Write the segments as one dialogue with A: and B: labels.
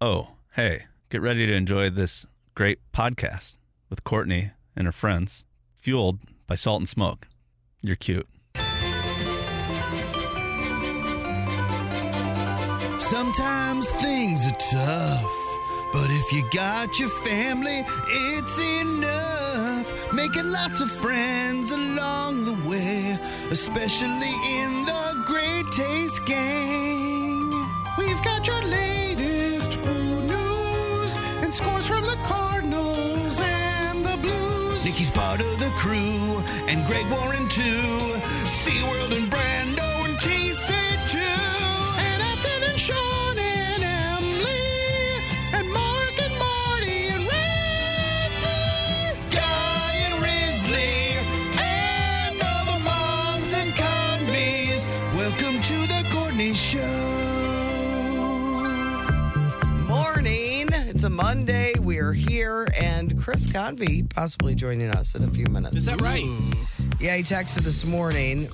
A: Oh, hey, get ready to enjoy this great podcast with Courtney and her friends, fueled by salt and smoke. You're cute.
B: Sometimes things are tough, but if you got your family, it's enough. Making lots of friends along the way, especially in the Great Taste Gang. We've got your latest food news and scores from the Cardinals and the Blues. Nikki's part of the crew, and Greg Warren too. SeaWorld and Brando and TC too. And Ethan and Sean and Emily. And Mark and Marty and Randy. Guy and Risley. And all the moms and convies. Welcome to the Courtney Show.
C: Morning. It's a Monday. We're here, and Chris Convey possibly joining us in a few minutes.
D: Is that right?
C: Yeah, he texted this morning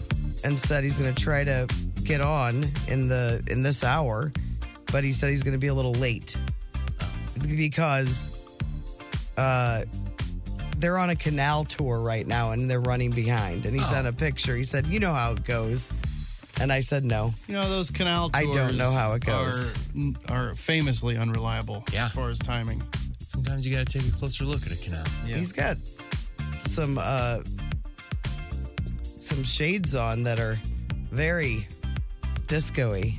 C: and said he's going to try to get on in the in this hour, but he said he's going to be a little late because uh, they're on a canal tour right now and they're running behind.
E: Oh.
C: And he sent a picture. He said, "You know how it goes," and I said, "No."
E: You know those canal
C: I
E: tours.
C: don't know how it goes.
E: Are, are famously unreliable
D: Yeah.
E: as far as timing.
D: Sometimes you got to take a closer look at a canal.
E: Yeah.
C: He's got some uh some shades on that are very disco-y.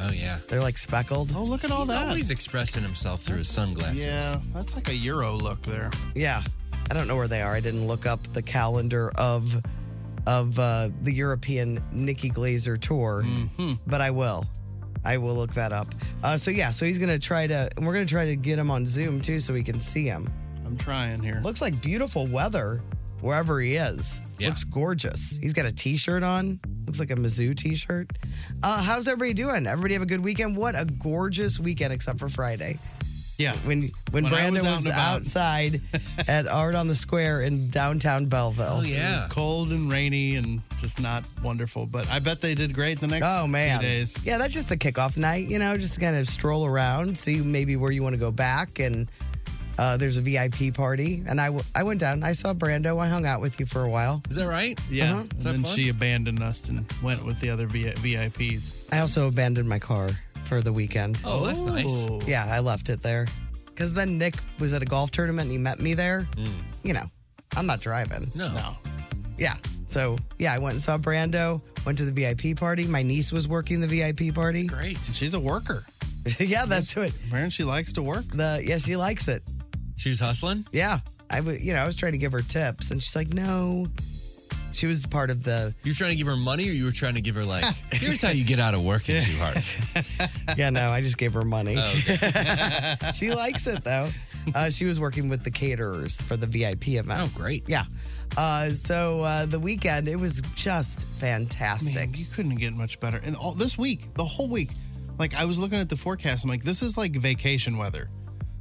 D: Oh yeah.
C: They're like speckled.
E: Oh, look at all
D: He's
E: that.
D: always expressing himself through his sunglasses.
E: Yeah, that's like a Euro look there.
C: Yeah. I don't know where they are. I didn't look up the calendar of of uh the European Nikki Glazer tour,
E: Mm-hmm.
C: but I will. I will look that up. Uh so yeah, so he's going to try to and we're going to try to get him on Zoom too so we can see him.
E: I'm trying here.
C: Looks like beautiful weather wherever he is.
D: Yeah.
C: Looks gorgeous. He's got a t-shirt on. Looks like a Mizzou t-shirt. Uh, how's everybody doing? Everybody have a good weekend? What a gorgeous weekend, except for Friday.
E: Yeah.
C: When when,
E: When I
C: Brandon
E: was out and
C: was,
E: about.
C: outside at Art on the Square in downtown Belleville.
D: Oh yeah.
E: Cold and rainy and just not wonderful, but I bet they did great the next
C: Oh man.
E: few days.
C: Yeah, that's just the kickoff night, you know, just kind of stroll around, see maybe where you want to go back and uh, there's a VIP party and I, w- I went down. I saw Brando. I hung out with you for a while.
D: Is that right?
C: Uh-huh.
E: Yeah. And
D: Is that
E: then
D: fun?
E: she abandoned us and went with the other v- VIPs.
C: I also abandoned my car for the weekend.
D: Oh, that's nice.
E: Oh.
C: Yeah, I left it there. Because then Nick was at a golf tournament and he met me there.
E: Mm.
C: You know, I'm not driving.
D: No.
E: No.
C: Yeah. So, yeah, I went and saw Brando, went to the VIP party. My niece was working the VIP party.
D: Great.
E: She's a worker.
C: yeah, that's it.
E: Apparently she likes to work.
C: The Yeah, she likes it.
D: She was hustling.
C: Yeah. I was, you know, I was trying to give her tips and she's like, no. She was part of the,
D: You were trying to give her money, or you were trying to give her like, here's how you get out of working too hard.
C: yeah, no, I just gave her money.
D: Oh, okay.
C: she likes it though. Uh, she was working with the caterers for the VIP event.
D: oh great.
C: Yeah. Uh, so uh, the weekend, it was just fantastic.
E: Man, you couldn't get much better. And all this week, the whole week, like I was looking at the forecast. I'm like, this is like vacation weather.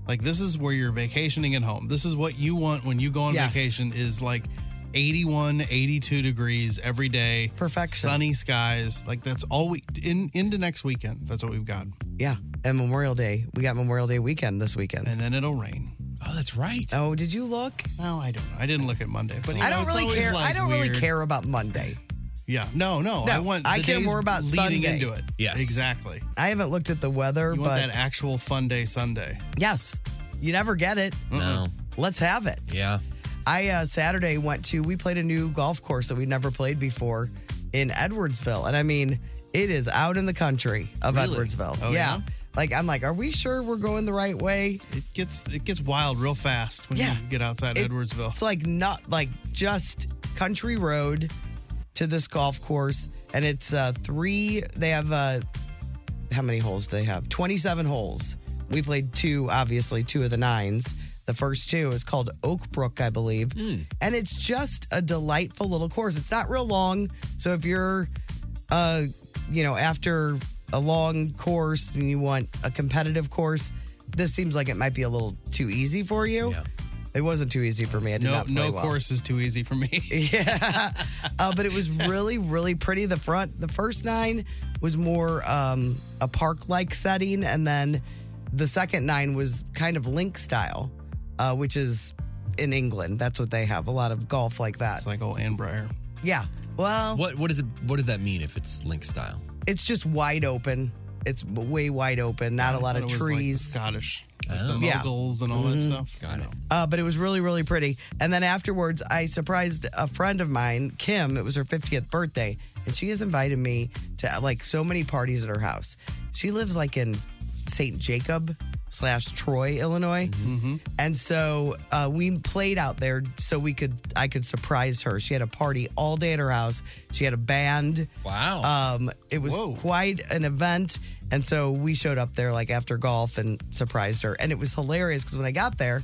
E: Like this is where you're vacationing at home. This is what you want when you go on
C: Yes.
E: vacation is like 81, 82 degrees every day.
C: Perfection.
E: Sunny skies. Like that's all week in into next weekend. That's what we've got.
C: yeah. And Memorial Day, we got Memorial Day weekend this weekend.
E: And then it'll rain.
D: Oh, that's right.
C: oh, did you look?
E: No, I don't know. I didn't look at Monday. But you
C: I
E: know, it's
C: don't really
E: always,
C: care. I
E: like,
C: don't
E: weird.
C: really care about Monday.
E: Yeah. No, no.
C: No,
E: I want
C: I
E: the
C: care
E: days
C: more about
E: leading
C: Sunday.
E: into it.
D: Yes.
E: Exactly.
C: I haven't looked at the weather,
E: You want
C: but
E: that actual fun day Sunday. Uh-uh.
C: yes, You never get it.
D: No.
C: Let's have it.
D: Yeah.
C: I uh, Saturday went to we played a new golf course that we'd never played before in Edwardsville, and I mean it is out in the country of
D: Really?
C: Edwardsville.
E: Oh, yeah?
C: like I'm like, are we sure we're going the right way?
E: It gets it gets wild real fast when
C: Yeah.
E: you get outside
C: It-
E: Edwardsville.
C: It's like not like just country road to this golf course, and it's uh, three. They have uh, how many holes? Do they have twenty-seven holes. We played two, obviously two of the nines. The first two is called Oak Brook, I believe,
E: Hmm.
C: and it's just a delightful little course. It's not real long, so if you're, uh, you know, after a long course and you want a competitive course, this seems like it might be a little too easy for you.
D: Yeah.
C: It wasn't too easy for me. I did
E: No
C: not play
E: no
C: well.
E: course is too easy for me.
C: Yeah. uh, but it was really, really pretty. The front, the first nine was more um, a park like setting. And then the second nine was kind of link style, uh, which is in England. That's what they have a lot of golf like that.
E: It's like old Ann Breyer.
C: Yeah. Well,
D: What what is it what does that mean if it's link style?
C: it's just wide open. It's way wide open, not a
E: Thought
C: lot of
E: it was, like,
C: trees.
E: Scottish. Like
D: Oh.
E: the
C: Yeah. Mm-hmm.
E: moguls and all that stuff.
D: Got it.
C: uh, but it was really, really pretty. And then afterwards, I surprised a friend of mine, Kim. It was her 50th birthday, and she has invited me to like so many parties at her house. She lives like in St. Jacob slash Troy, Illinois,
E: Mm-hmm.
C: and so uh, we played out there so we could I could surprise her. She had a party all day at her house. She had a band.
D: Wow.
C: Um, it was
E: Whoa.
C: quite an event. And so we showed up there like after golf and surprised her. And it was hilarious because when I got there,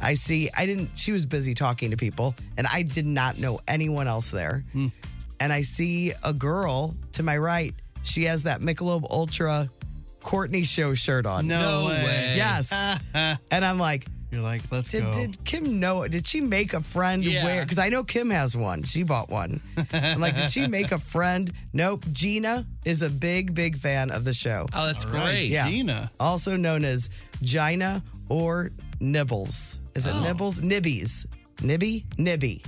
C: I see, I didn't, she was busy talking to people and I did not know anyone else there.
E: Hmm.
C: And I see a girl to my right. She has that Michelob Ultra Courtney Show shirt on.
D: no way.
C: Yes. and I'm like,
E: You're like, let's
C: did,
E: go.
C: did Kim know? Did she make a friend
D: Yeah.
C: wear? Because I know Kim has one. She bought one. I'm like, did she make a friend? Nope. Gina is a big, big fan of the show,
D: Oh, that's
E: All right,
D: great.
C: Yeah.
E: Gina.
C: also known as Gina or Nibbles. Is
D: Oh.
C: it Nibbles? Nibbies. Nibby? Nibby.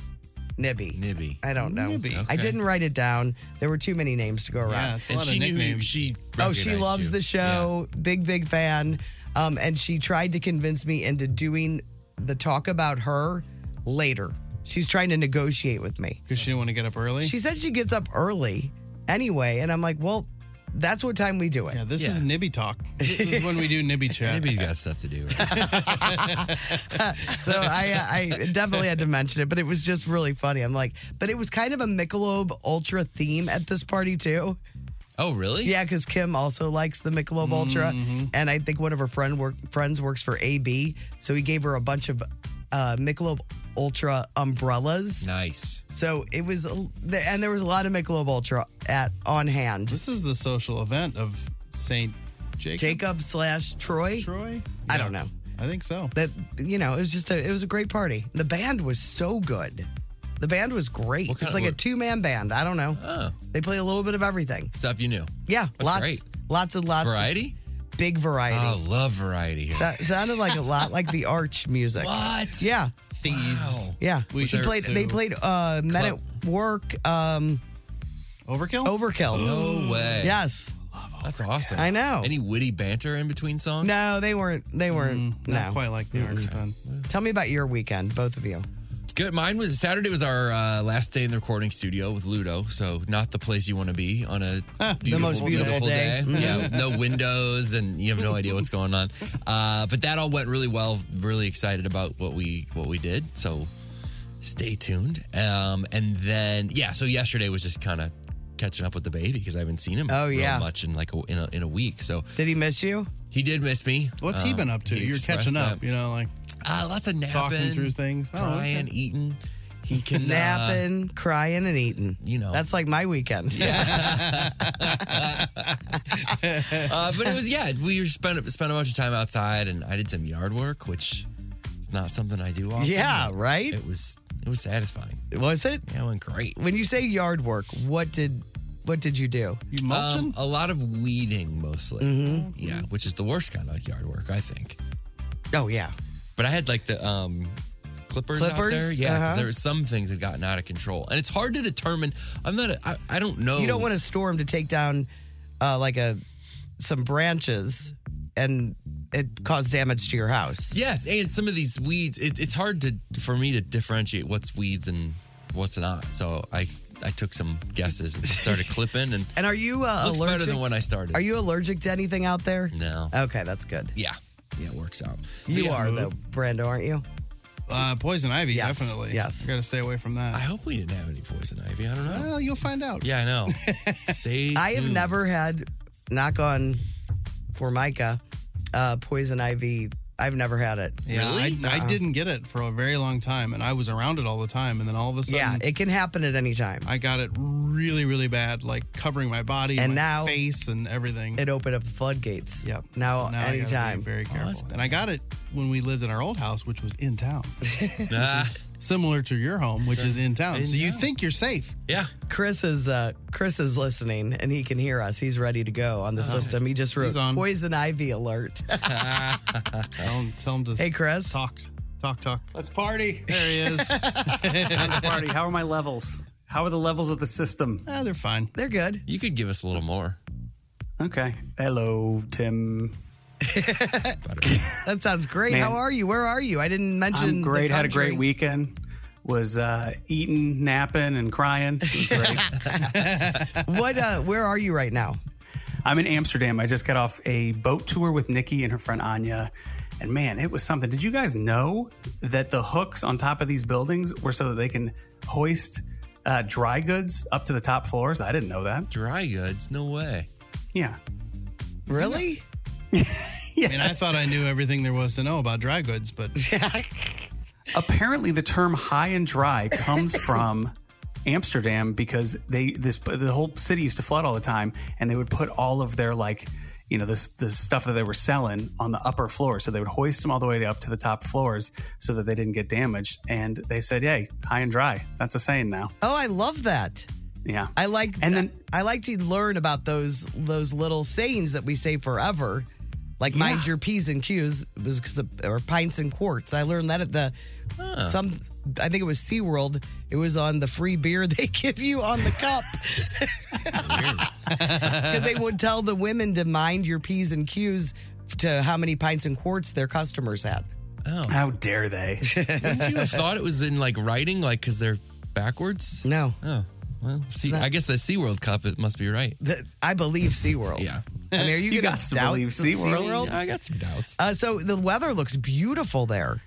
C: Nibby.
D: Nibby.
C: I don't know.
E: Nibby.
C: I didn't write it down. There were too many names to go around.
E: Yeah, it's a
D: And
E: lot
D: she
E: of
D: knew who
E: nicknames.
D: she
C: Oh, she
D: recognized
C: loves
D: you.
C: the show. Big, big fan. Um, and she tried to convince me into doing the talk about her later. She's trying to negotiate with me.
E: Because she didn't want to get up early.
C: She said she gets up early anyway. And I'm like, well, that's what time we do it.
E: yeah, this is
D: Yeah.
E: Nibby talk. This is when we do Nibby
D: Yeah.
E: chat.
D: Nibby's got stuff to do.
C: So I, I definitely had to mention it, but it was just really funny. I'm like, but it was kind of a Michelob Ultra theme at this party, too.
D: Oh, really? Mm-hmm.
C: Yeah, because Kim also likes the Michelob Ultra, and I think one of her friend work, friends works for AB, so he gave her a bunch of uh, Michelob Ultra umbrellas.
D: Nice.
C: So it was, and there was a lot of Michelob Ultra at on hand.
E: This is the social event of St. Jacob.
C: Jacob slash Troy,
E: Troy?
C: I
E: Yeah,
C: don't know.
E: I think so.
C: That you know, it was just a, it was a great party. The band was so good. The band was great.
D: What kind
C: It's
D: of-
C: like a two man band. I don't know.
D: Oh,
C: They play a little bit of everything.
D: stuff you knew.
C: Yeah,
D: That's
C: lots,
D: great.
C: lots and lots, of
D: Variety?
C: big variety.
D: Oh, love variety here.
C: That sounded like a lot like the Arch music.
D: what?
C: Yeah,
E: Thieves.
D: Wow.
C: yeah.
E: We
C: She
E: there
C: played. They
E: too.
C: played uh, Men
D: Club.
C: at Work, um,
E: Overkill?
C: Overkill.
D: No way.
C: Yes,
E: Oh,
D: That's awesome.
C: I know.
D: Any witty banter in between songs?
C: no, they weren't. They weren't.
E: Mm, Not
C: no.
E: quite like the Orange Band.
C: Tell me about your weekend, both of you.
D: Good. Mine was Saturday was our uh, last day in the recording studio with Ludo, so not the place you want to be on a
E: Ah,
D: beautiful,
C: most beautiful day.
D: yeah,
E: Mm-hmm.
D: no windows, and you have no idea what's going on. Uh, but that all went really well. Really excited about what we what we did. So stay tuned. Um, and then yeah, so yesterday was just kind of catching up with the baby because I haven't seen him
C: Oh,
D: real
C: yeah.
D: much in like a, in a in a week. So
C: Did he miss you?
D: he did miss me.
E: What's he
D: Um,
E: been up to? You're
D: expressed
E: catching
D: that.
E: up, you know, like
D: Uh, lots of napping,
E: talking through things. Oh, okay.
D: crying, eating. He can uh,
C: Napping, crying, and eating.
D: you know.
C: That's like my weekend. Yeah.
D: uh, but it was yeah. We spent spent a bunch of time outside, and I did some yard work, which is not something I do often.
C: Yeah.
D: but
C: Right.
D: It was it was satisfying.
C: Was it?
D: Yeah, it went great.
C: When you say yard work, what did what did you do?
E: you
D: Um,
E: mulching?
D: a lot of weeding mostly.
C: Mm-hmm.
D: Yeah, which is the worst kind of yard work, I think.
C: Oh yeah.
D: But I had like the um, clippers, out there.
C: Clippers?
D: Yeah, 'cause
C: Uh-huh.
D: there was some things that gotten out of control, and it's hard to determine. I'm not. A, I, am not I don't know.
C: You don't want a storm to take down uh, like a some branches and it caused damage to your house.
D: Yes, and some of these weeds, it, it's hard to for me to differentiate what's weeds and what's not. So I I took some guesses and just started clipping, and
C: And are you uh,
D: looks
C: allergic?
D: better than when I started.
C: Are you allergic to anything out there?
D: No.
C: Okay, that's good.
D: Yeah, yeah, it works out. So
C: You
D: yeah,
C: are though, Brando, aren't you?
E: Uh, poison ivy,
C: Yes,
E: definitely.
C: yes.
E: You got to stay away from
D: I
E: that.
D: hope we didn't have any poison ivy. I don't know.
E: Well, you'll find out.
D: Yeah, I know. Stay.
C: I have
D: tuned.
C: never had knock on formica, uh, poison ivy. I've never had it. Uh-uh.
E: Yeah,
D: Really?
E: I, I didn't get it for a very long time, and I was around it all the time. And then all of a sudden,
C: Yeah, it can happen at any time.
E: I got it really, really bad, like covering my body
C: And
E: my
C: now-
E: face and everything.
C: It opened up the floodgates.
E: Yep.
C: Now,
E: So I gotta be
C: anytime.
E: very
D: Oh, that's
E: careful. Oh, and I got it when we lived in our old house, which was in town,
D: Ah,
E: similar to your home, which is in town.
D: In
E: so you
D: town.
E: think you're safe?
D: yeah.
C: Chris is uh, Chris is listening and he can hear us. He's ready to go on the system. He just wrote
E: Uh-huh. He's on.
C: poison ivy alert.
E: Tell him, tell him to
C: hey, Chris.
E: talk, talk, talk.
F: Let's party.
E: There he is.
F: Time to party. How are my levels? How are the levels of the system?
E: ah, they're fine.
C: They're good.
D: You could give us a little more.
F: Okay. Hello, Tim.
C: That sounds great.
F: Man.
C: How are you? Where are you? I didn't mention.
F: I'm
C: the
F: great. Had a great
C: country.
F: weekend. Was uh, eating, napping, and crying. It was great.
C: What? Uh, where are you right now?
F: I'm in Amsterdam. I just got off a boat tour with Nikki and her friend Anya. And man, it was something. Did you guys know that the hooks on top of these buildings were so that they can hoist uh, dry goods up to the top floors? I didn't know that.
D: Dry goods? No way.
F: Yeah.
C: Really?
E: I
F: Yeah.
E: mean, I thought I knew everything there was to know about dry goods, but
F: apparently the term high and dry comes from Amsterdam because they this the whole city used to flood all the time and they would put all of their like you know this the stuff that they were selling on the upper floor so they would hoist them all the way up to the top floors so that they didn't get damaged and they said hey high and dry that's a saying now
C: Oh, I love that.
F: yeah
C: I like
F: And then-
C: I like to learn about those those little sayings that we say forever, like mind your p's and q's was 'cause of- or pints and quarts. I learned that at the some I think it was SeaWorld. It was on the free beer they give you on the cup because they would tell the women to mind your p's and q's to how many pints and quarts their customers had.
F: how dare they
D: Oh. Wouldn't you have thought it was in like writing, like because they're backwards?
C: No,
D: Oh, well, see, I guess the SeaWorld Cup, it must be right.
C: the, I believe SeaWorld.
D: Yeah.
C: I mean, are you,
F: You
C: going
F: got to
C: doubt
F: believe SeaWorld.
C: SeaWorld?
D: I got some doubts.
C: Uh, so the weather looks beautiful there.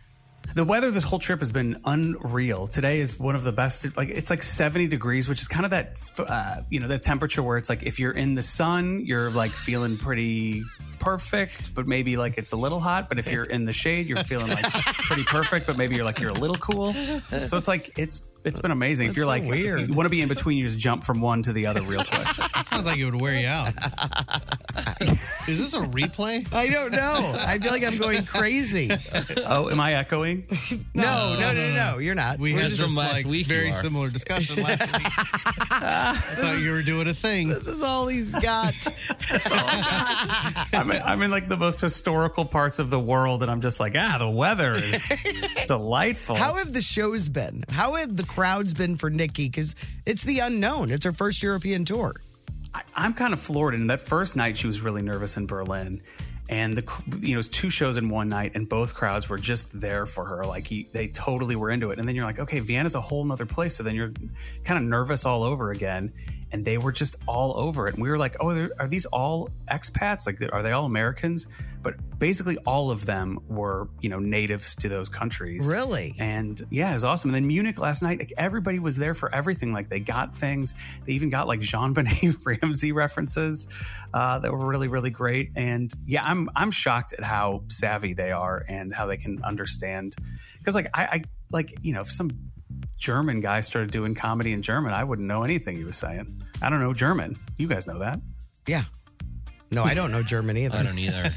F: The weather this whole trip has been unreal. Today is one of the best. Like it's like 70 degrees, which is kind of that uh, you know that temperature where it's like if you're in the sun, you're like feeling pretty perfect, but maybe like it's a little hot. But if you're in the shade, you're feeling like pretty perfect, but maybe you're like you're a little cool. So it's like it's it's been amazing. if you're
C: so
F: like if
C: weird.
F: you want to be in between, you just jump from one to the other real quick.
E: it sounds like it would wear you out. is this a replay?
C: I don't know. I feel like I'm going crazy.
F: oh, am I echoing?
C: No, no, no, no,
D: Oh.
C: no. You're not.
E: We
C: We're
E: had
D: just
E: this
D: from last
E: like,
D: week you
E: very
D: are.
E: similar discussion last week. I thought you were doing a thing.
C: this is all he's got.
F: I'm in, I'm in like the most historical parts of the world, and I'm just like, ah, the weather is delightful.
C: How have the shows been? How have the crowds been for Nikki? Because it's the unknown. It's her first European tour.
F: I, I'm kind of floored. And that first night, she was really nervous in Berlin. And the cr- you know it was two shows in one night, and both crowds were just there for her. Like he, they totally were into it. And then you're like, okay, Vienna's a whole nother place. So then you're kind of nervous all over again. And they were just all over it. And we were like, oh, they're- are these all expats? Like, are they all Americans? But basically, all of them were you know natives to those countries.
C: Really?
F: And yeah, it was awesome. And then Munich last night, like everybody was there for everything. Like they got things. They even got like Jean Benet Ramsey references uh, that were really, really great. And yeah, I'm I'm shocked at how savvy they are and how they can understand. Because like I, I like you know if some German guy started doing comedy in German, I wouldn't know anything he was saying. I don't know German. You guys know that.
C: Yeah. No, I don't know German either.
D: I don't either.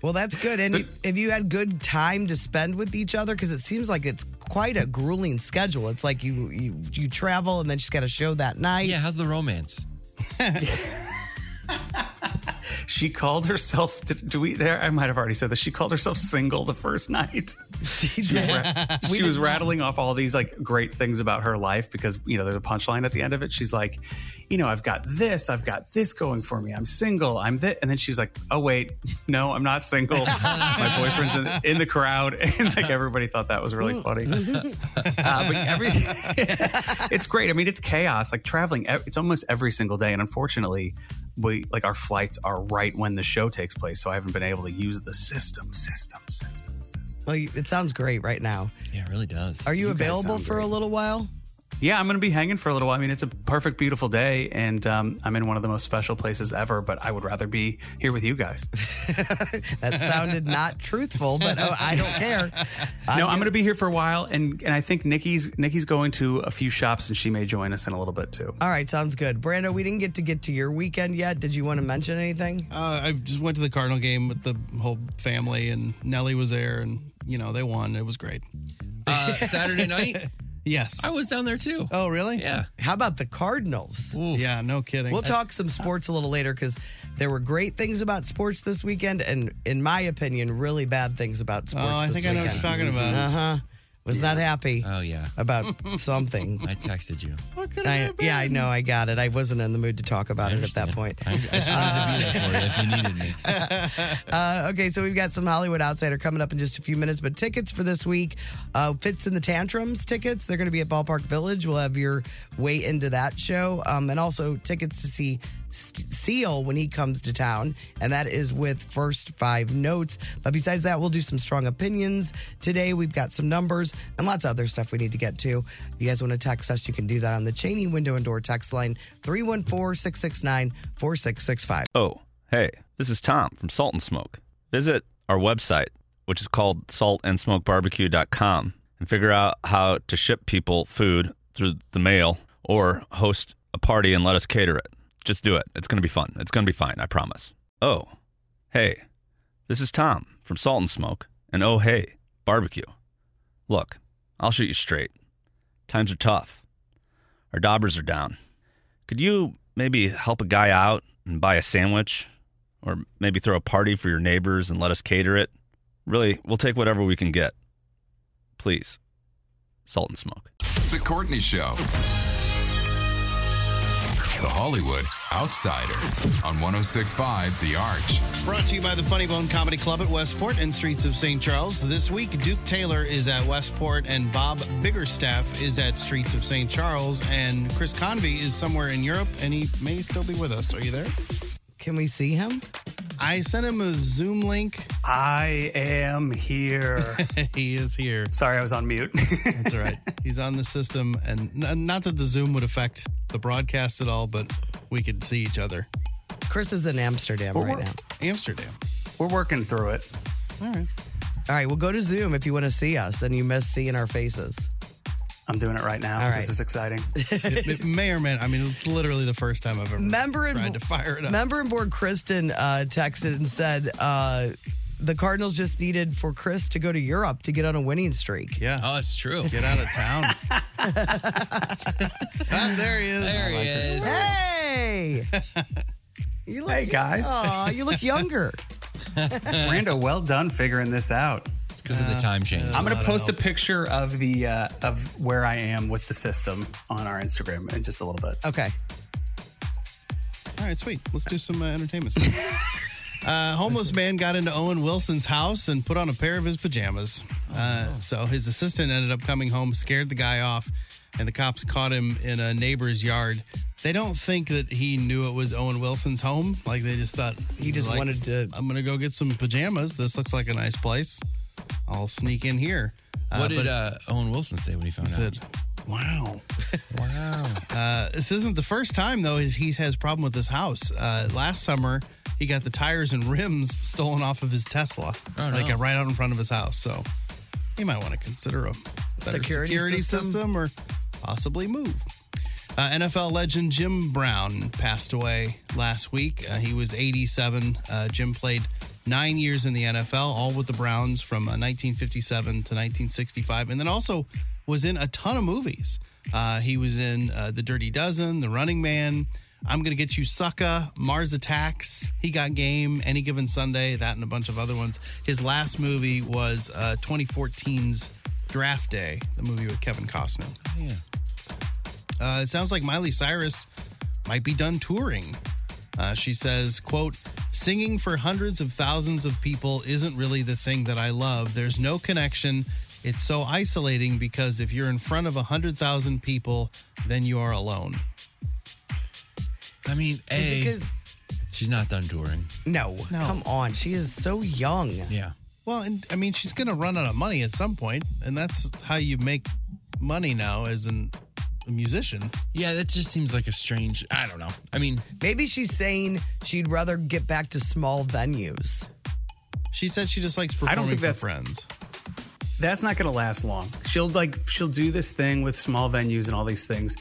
C: Well, that's good. And you- have you had good time to spend with each other? Because it seems like it's quite a grueling schedule. It's like you you, you travel and then she's got a show that night.
D: yeah, how's the romance?
F: She called herself. Did, do we? There, I might have already said this. She called herself single the first night. She, was, ra- she was rattling off all these like great things about her life because you know there's a punchline at the end of it. She's like, you know, I've got this, I've got this going for me. I'm single. I'm this, and then she's like, oh wait, no, I'm not single. My boyfriend's in, the- in the crowd, and like everybody thought that was really funny. Uh, but every, it's great. I mean, it's chaos. Like traveling, ev- it's almost every single day, and unfortunately, we like our flights are right when the show takes place, so I haven't been able to use the system, system, system, system.
C: Well, you- it sounds great right now.
D: Yeah, it really does.
C: Are you,
F: You guys
C: available
F: sound
C: for a
F: great.
C: little while?
F: Yeah, I'm going to be hanging for a little while. I mean, it's a perfect, beautiful day, and um, I'm in one of the most special places ever. But I would rather be here with you guys.
C: That sounded not truthful, but oh, I don't care.
F: no, I'm going to be here for a while, and and I think Nikki's Nikki's going to a few shops, and she may join us in a little bit too.
C: All right, sounds good. Brando, we didn't get to get to your weekend yet. Did you want to mention anything?
E: Uh, I just went to the Cardinal game with the whole family, and Nellie was there, and you know they won. It was great.
D: Uh, Saturday night,
E: Yes.
D: I was down there too.
E: Oh, really?
D: Yeah.
C: How about the Cardinals?
D: Oof.
E: Yeah. No kidding.
C: We'll talk some sports a little later because there were great things about sports this weekend, and in my opinion, really bad things about sports.
E: Oh, I
C: this
E: think I know what you're talking about.
C: Uh huh. Was not happy
D: Oh yeah.
C: about something.
D: I texted you.
E: What could it
C: I,
E: have been?
C: yeah, I know. I got it. I wasn't in the mood to talk about
D: I
C: it at that
D: understand.
C: point.
D: I, I just wanted to be there for you if you needed me.
C: Uh, okay, so we've got some Hollywood Outsider coming up in just a few minutes, but tickets for this week, uh, Fits in the Tantrums tickets, they're going to be at Ballpark Village. We'll have your way into that show. Um, and also tickets to see S- Seal when he comes to town, and that is with First Five Notes. But besides that, we'll do some strong opinions today. We've got some numbers and lots of other stuff we need to get to. If you guys want to text us, you can do that on the Cheney Window and Door text line, 314 669 4665.
A: Oh, hey, this is Tom from Salt and Smoke. Visit our website, which is called saltandsmokebarbecue.com, and figure out how to ship people food through the mail or host a party and let us cater it. Just do it. It's going to be fun. It's going to be fine, I promise. Oh, hey, this is Tom from Salt and Smoke, and oh, hey, barbecue. Look, I'll shoot you straight. Times are tough. Our daubers are down. Could you maybe help a guy out and buy a sandwich? Or maybe throw a party for your neighbors and let us cater it? Really, we'll take whatever we can get. Please. Salt and smoke.
G: The Courtney Show. The Hollywood Outsider on 1065 The Arch.
E: Brought to you by the Funny Bone Comedy Club at Westport and Streets of St. Charles. This week, Duke Taylor is at Westport and Bob Biggerstaff is at Streets of St. Charles. And Chris Convey is somewhere in Europe and he may still be with us. Are you there?
C: Can we see him?
E: I sent him a Zoom link.
F: I am here.
E: he is here.
F: Sorry, I was on mute.
E: That's all right. He's on the system. And n- not that the Zoom would affect the broadcast at all, but we could see each other.
C: Chris is in Amsterdam right
F: we're-
C: now.
E: Amsterdam.
F: We're working through it.
C: All right, well, go to Zoom if you want to see us and you miss seeing our faces.
F: I'm doing it right now.
C: All right.
F: This is exciting.
E: It, it may or may I mean, it's literally the first time I've ever
C: Member and
E: tried to fire it up.
C: member and board Kristen uh, texted and said uh, the Cardinals just needed for Chris to go to Europe to get on a winning streak.
E: yeah.
D: Oh, it's true.
E: Get out of town. Ah, there he is.
D: There he is.
C: Hey, you look,
F: Hey guys,
C: Aw, you look younger.
F: Brando, well done figuring this out.
D: It's because of the time change.
F: I'm gonna post a picture of the uh, of where I am with the system on our Instagram in just a little bit.
C: Okay,
E: All right, sweet. Let's do some uh, entertainment stuff. Uh, homeless man got into Owen Wilson's house and put on a pair of his pajamas.
D: Oh.
E: Uh, so his assistant ended up coming home, scared the guy off, and the cops caught him in a neighbor's yard. They don't think that he knew it was Owen Wilson's home. Like they just thought
C: he just
E: like,
C: wanted to.
E: I'm gonna go get some pajamas. This looks like a nice place. I'll sneak in here. Uh,
D: what did
E: but
D: uh, Owen Wilson say when he found
E: he
D: out?
E: said, "Wow." Uh,
D: wow.
E: This isn't the first time though he's- he has problem with this house. Uh, last summer, he got the tires and rims stolen off of his Tesla,
D: Oh, no.
E: like uh, right out in front of his house. So you might want to consider a better
C: Security
E: security,
C: system?
E: system. or possibly move. Uh, NFL legend Jim Brown passed away last week. Uh, he was 87. Uh, Jim played nine years in the NFL, all with the Browns from uh, 1957 to 1965, and then also was in a ton of movies. Uh, he was in uh, The Dirty Dozen, The Running Man, I'm going to get you Sucka, Mars Attacks. He got game any given Sunday, that and a bunch of other ones. His last movie was uh, 2014's Draft Day, the movie with Kevin Costner.
D: yeah.
E: Uh, it sounds like Miley Cyrus might be done touring. Uh, she says, quote, singing for hundreds of thousands of people isn't really the thing that I love. There's no connection. It's so isolating because if you're in front of a 100,000 people, then you are alone.
D: I mean,
C: Is it
D: A,
C: 'cause-
D: she's not done touring.
C: no, come on. She is so young.
D: Yeah.
E: Well, and I mean, she's going to run out of money at some point, and that's how you make money now as an, a musician.
D: Yeah, that just seems like a strange. I don't know. I mean,
C: Maybe she's saying she'd rather get back to small venues.
E: She said she just likes
F: don't
E: performing
F: think
E: for
F: that's-
E: friends.
F: that's not going to last long. She'll like she'll do this thing with small venues and all these things.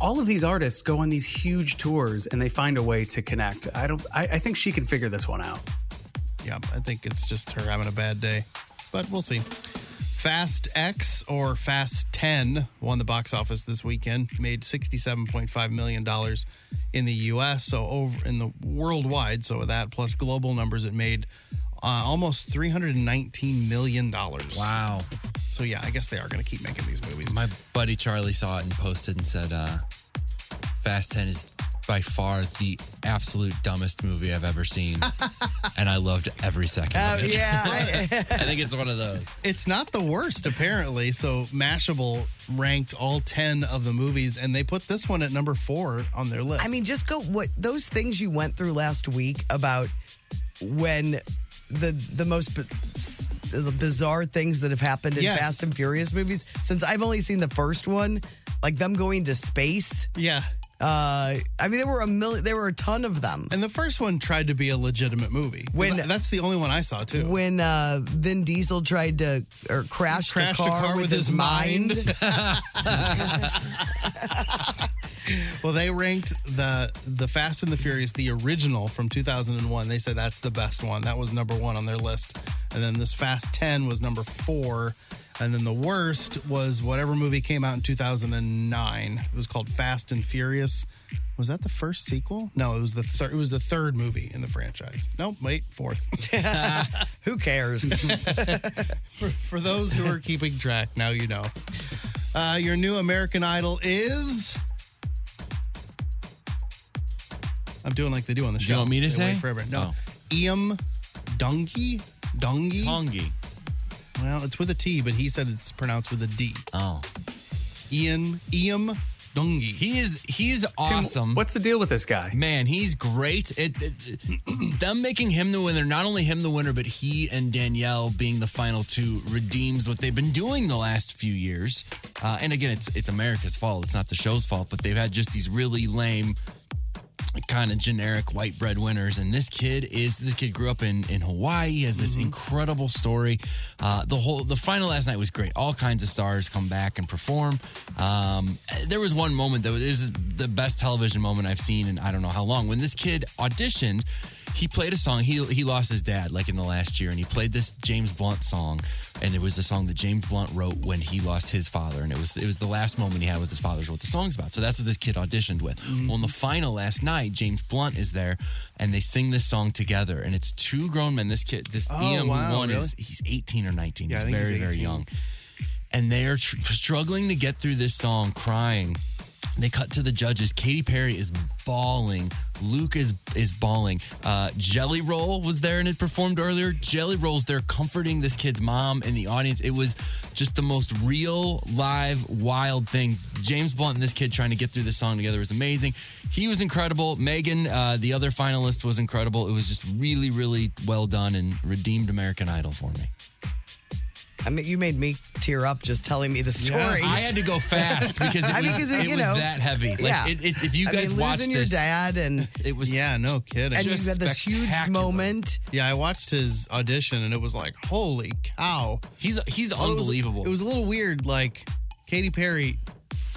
F: All of these artists go on these huge tours and they find a way to connect. I don't. I, I think she can figure this one out.
E: Yeah, I think it's just her having a bad day, but we'll see. Fast X or Fast 10 won the box office this weekend, made $67.5 million in the US, so over in the worldwide. So, with that plus global numbers, it made uh, almost $319 million. Wow.
D: wow.
E: So, yeah, I guess they are going to keep making these movies.
D: My buddy Charlie saw it and posted and said, uh, Fast 10 is by far the absolute dumbest movie I've ever seen. and I loved every second of it.
C: yeah.
D: I think it's one of those.
E: It's not the worst, apparently. So, Mashable ranked all 10 of the movies, and they put this one at number four on their list.
C: I mean, just go what those things you went through last week about when the the most bi- s- the bizarre things that have happened in
E: Yes.
C: Fast and Furious movies. Since I've only seen the first one, like them going to space.
E: yeah.
C: Uh, I mean, there were a million. There were a ton of them.
E: And the first one tried to be a legitimate movie.
C: When-
E: Th- that's the only one I saw too.
C: When uh, Vin Diesel tried to or crashed,
E: Crashed
C: a, car with, his, mind.
E: well, they ranked the the Fast and the Furious, the original from 2001. They said that's the best one. That was number one on their list. And then this Fast 10 was number four. And then the worst was whatever movie came out in 2009. It was called Fast and Furious. Was that the first sequel? No, it was the third. It was the third movie in the franchise.
D: oh,
E: No, wait, fourth.
C: Who cares?
E: For those who are keeping track, now you know. Uh, your new American Idol is. I'm doing like they do on the show.
D: want me to
E: They
D: say? Oh.
E: wait forever. No. Iam Dungy? Dungy?
D: Tongi.
E: Well, it's with a T, but he said it's pronounced with a D.
D: Oh.
E: Ian Iam Dungy.
D: He is he's
F: Tim,
D: awesome.
F: What's the deal with this guy?
D: Man, he's great. It, it- them making him the winner, not only him the winner, but he and Danielle being the final two redeems what they've been doing the last few years. Uh, and again, it's it's America's fault. It's not the show's fault, but they've had just these really lame, kind of generic white bread winners. And this kid is this kid grew up in in Hawaii. He has this incredible story. Uh, the whole the final last night was great. All kinds of stars come back and perform. Um, there was one moment that was, it was the best television moment I've seen in I don't know how long. When this kid auditioned, he played a song. He he lost his dad like in the last year, and he played this James Blunt song, and it was the song that James Blunt wrote when he lost his father, and it was it was the last moment he had with his father is what the song's about. So that's what this kid auditioned with. Well, in the final last night, James Blunt is there, and they sing this song together, and it's two grown men. This kid, this EM
E: Oh, wow,
D: one
E: really?
D: is he's eighteen or nineteen.
E: Yeah, I
D: he's
E: think
D: very
E: he's
D: very
E: 18.
D: young and they are tr- struggling to get through this song crying. They cut to the judges. Katy Perry is bawling. Luke is is bawling. Uh, Jelly Roll was there and had performed earlier. Jelly Roll's there comforting this kid's mom in the audience. It was just the most real, live, wild thing. James Blunt and this kid trying to get through this song together was amazing. He was incredible. Megan, uh, the other finalist, was incredible. It was just really, really well done and redeemed American Idol for me.
C: I mean, you made me tear up just telling me the story.
D: I had to go fast because it
C: I mean,
D: was,
C: 'cause,
D: it
C: you
D: was
C: know,
D: that heavy. Like,
C: yeah.
D: it, it, if you
C: I
D: guys
C: mean,
D: watch
C: losing
D: this,
C: your dad and
D: it was
E: Yeah, no kidding.
C: and you
D: just
C: had this huge
D: spectacular.
C: moment.
E: yeah, I watched his audition and it was like, holy cow.
D: He's he's
E: Although it was-
D: unbelievable.
E: It was, a little weird. Like, Katy Perry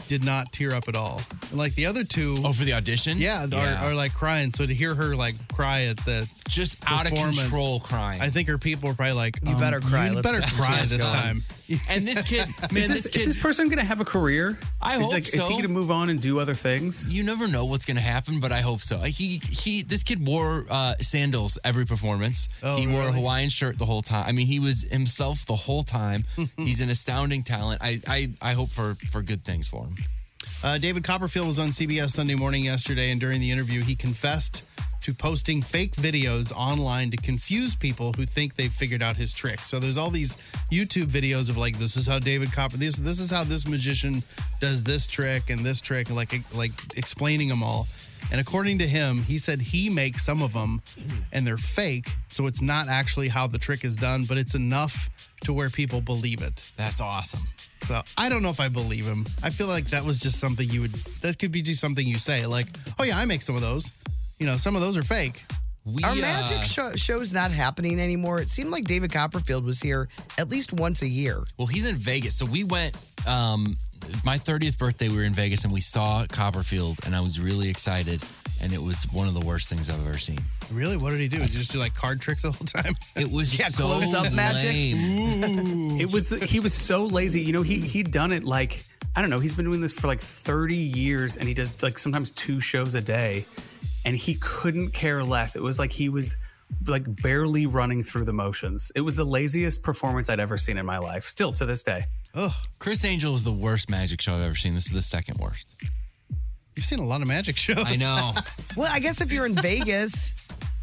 E: did not tear up at all. And like the other two.
D: oh for the audition.
E: Yeah, Are, are like crying. So to hear her like cry at the,
D: just out of
E: performance.
D: control crying.
E: I think her people were probably like, um,
C: You better cry.
E: You
C: Let's
E: better
C: go.
E: cry
C: Let's
E: this
C: go.
E: time.
D: And this kid, man, this,
F: is, this,
D: kid,
F: is this person going to have a career?
D: I
F: is
D: hope
F: like, Is
D: so.
F: he going to move on and do other things?
D: you never know what's going to happen, but I hope so. He he, this kid wore uh, sandals every performance.
E: Oh,
D: he wore a
E: really?
D: Hawaiian shirt the whole time. I mean, he was himself the whole time. He's an astounding talent. I, I I hope for for good things for him.
E: Uh, David Copperfield was on CBS Sunday Morning yesterday, and during the interview, he confessed to posting fake videos online to confuse people who think they've figured out his trick. So there's all these YouTube videos of like, this is how David Copper, this this is how this magician does this trick and this trick, and like like explaining them all. And according to him, he said he makes some of them, and they're fake, so it's not actually how the trick is done, but it's enough to where people believe it.
D: That's awesome.
E: So I don't know if I believe him. I feel like that was just something you would. That could be just something you say, like, "Oh yeah, I make some of those." You know, some of those are fake.
D: We,
C: Are
D: uh,
C: magic show- shows not happening anymore? It seemed like David Copperfield was here at least once a year.
D: Well, he's in Vegas. So we went um my 30th birthday we were in Vegas and we saw Copperfield and I was really excited and it was one of the worst things I've ever seen.
E: Really? What did he do? Did he just do like card tricks the whole time?
D: It was
C: Yeah,
D: so
C: close-up magic.
D: lame.
F: It was the, he was so lazy. You know, he he'd done it like I don't know. He's been doing this for like 30 years, and he does like sometimes two shows a day, and he couldn't care less. It was like he was like barely running through the motions. It was the laziest performance I'd ever seen in my life. Still to this day,
D: Chris Angel is the worst magic show I've ever seen. This is the second worst.
E: You've seen a lot of magic shows.
D: I know.
C: Well, I guess if you're in Vegas,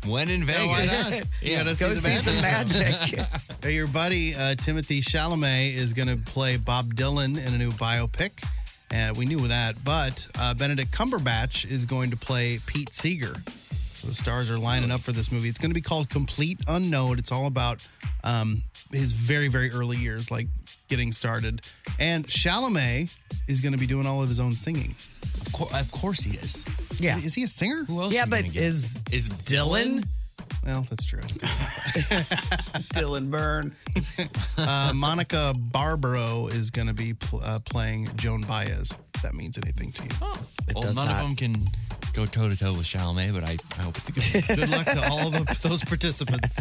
D: when in
E: why
D: Vegas.
E: not? You gotta
C: go
E: see the
C: see
E: magic.
C: some magic.
E: Hey, Your buddy uh, Timothy Chalamet is going to play Bob Dylan in a new biopic. Uh, we knew that, but uh, Benedict Cumberbatch is going to play Pete Seeger. So the stars are lining up for this movie. It's going to be called Complete Unknown. It's all about um, his very, very early years, like getting started. And Chalamet is going to be doing all of his own singing.
D: Of, cour- of course he is.
C: yeah.
E: Is he a singer?
D: Who else?
C: Yeah,
D: are you
C: but
D: gonna get?
C: is
D: is Dylan?
E: Well, that's true.
F: Dylan Byrne.
E: Uh, Monica Barbaro is going to be pl- uh, playing Joan Baez. If that means anything to you.
D: Well,
C: does
D: none
C: not.
D: of them can go toe to toe with Chalamet, but I, I hope it's a good. one.
E: Good luck to all the, those participants.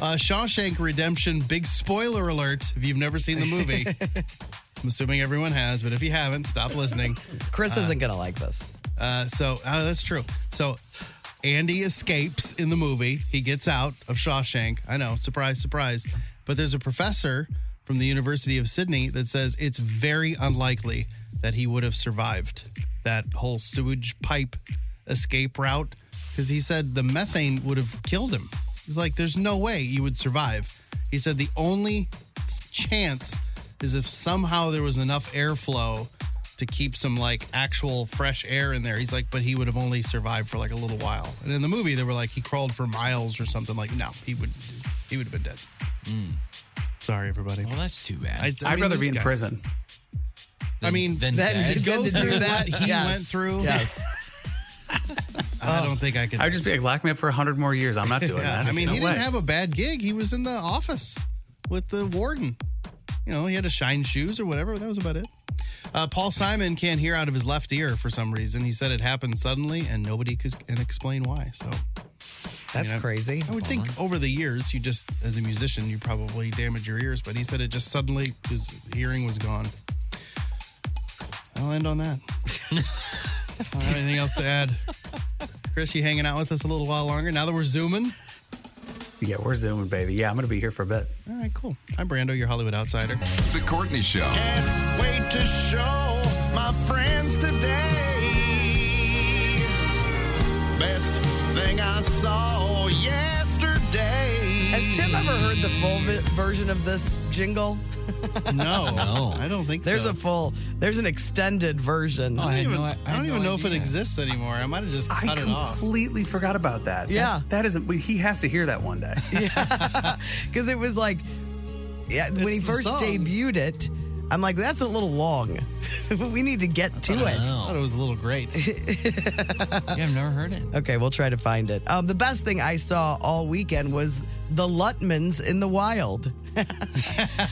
E: Uh, Shawshank Redemption, big spoiler alert if you've never seen the movie. I'm assuming everyone has, but if you haven't, stop listening.
C: Chris isn't going to like this.
E: Uh, so, oh, that's true. So, Andy escapes in the movie. He gets out of Shawshank. I know, surprise, surprise. But there's a professor from the University of Sydney that says it's very unlikely that he would have survived that whole sewage pipe escape route because he said the methane would have killed him. He's like, there's no way you would survive. He said the only s- chance is if somehow there was enough airflow to keep some like actual fresh air in there. He's like, but he would have only survived for like a little while. And in the movie, they were like, he crawled for miles or something. Like, no, he would, he would have been dead.
D: Mm.
E: Sorry, everybody.
D: well, that's too bad.
E: I,
F: I'd
E: mean,
F: rather
E: this
F: be in
E: guy-
F: prison.
E: I mean,
D: then
C: That,
D: dead.
E: go
C: good to
E: through
C: do that.
E: what he
C: Yes.
E: went through.
C: Yes.
E: I don't think I could.
F: I'd just be like, lock me up for 100 more years. I'm not doing
E: Yeah,
F: that.
E: I mean,
F: No
E: he
F: way.
E: didn't have a bad gig. He was in the office with the warden. You know, he had to shine shoes or whatever. That was about it. Uh, Paul Simon can't hear out of his left ear for some reason. He said it happened suddenly, and nobody could can explain why. So
C: That's
E: You know,
C: crazy.
E: I would think over the years, you just as a musician, you probably damage your ears. But he said it just suddenly his hearing was gone. I'll end on that. I don't have anything else to add. Chris, you hanging out with us a little while longer now that we're zooming.
F: yeah, we're zooming, baby. Yeah, I'm going to be here for a bit.
E: All right, cool. I'm Brando, your Hollywood outsider.
G: The Courtney Show.
B: Wait to show my friends today. Best thing I saw yesterday.
C: Has Tim ever heard the full vi- version of this jingle?
E: No,
D: No.
E: I don't think
C: There's
E: so.
C: a full, there's an extended version.
D: Oh,
E: I don't
D: had
E: even,
D: no- I
E: I
D: had
E: don't even
D: no
E: know if it
D: idea.
E: exists anymore. I might have just
F: I
E: cut it off.
F: completely forgot about that. That-
C: Yeah.
F: that isn't. we- He has to hear that one day.
C: Because it was like, yeah, when
E: It's
C: he
E: the
C: first
E: song.
C: debuted it, I'm like, that's a little long. we need to get to it.
E: I thought it was a little great.
D: yeah, I've never heard it.
C: Okay, we'll try to find it. Um, the best thing I saw all weekend was the Lutmans in the wild.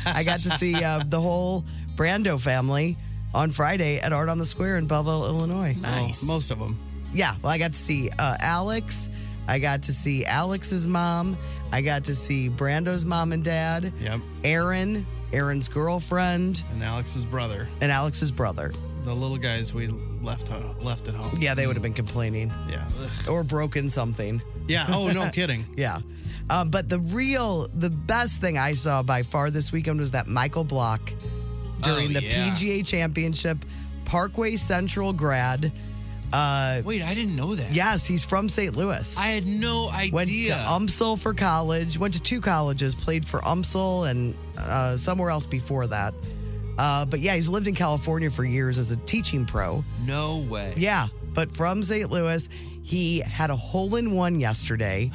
C: I got to see uh, the whole Brando family on Friday at Art on the Square in Belleville, Illinois.
D: Nice.
E: Well, most of them.
C: Yeah, well, I got to see uh, Alex. I got to see Alex's mom. I got to see Brando's mom and dad.
E: Yep.
C: Aaron, Aaron's girlfriend,
E: and Alex's brother,
C: and Alex's brother.
E: the little guys we left left at home.
C: Yeah, they would have been complaining
E: Yeah. Ugh.
C: or broken something.
E: Yeah. Oh, no kidding.
C: Yeah. Um, but the real, the best thing I saw by far this weekend was that Michael Block during
D: Oh,
C: the
D: yeah.
C: PGA Championship Parkway Central grad. Uh,
D: Wait, I didn't know that.
C: yes, he's from St. Louis.
D: I had no idea.
C: went to Umsel for college, went to two colleges, played for Umsel and uh, somewhere else before that. Uh, but yeah, he's lived in California for years as a teaching pro.
D: no way.
C: Yeah, but from St. Louis, he had a hole in one yesterday.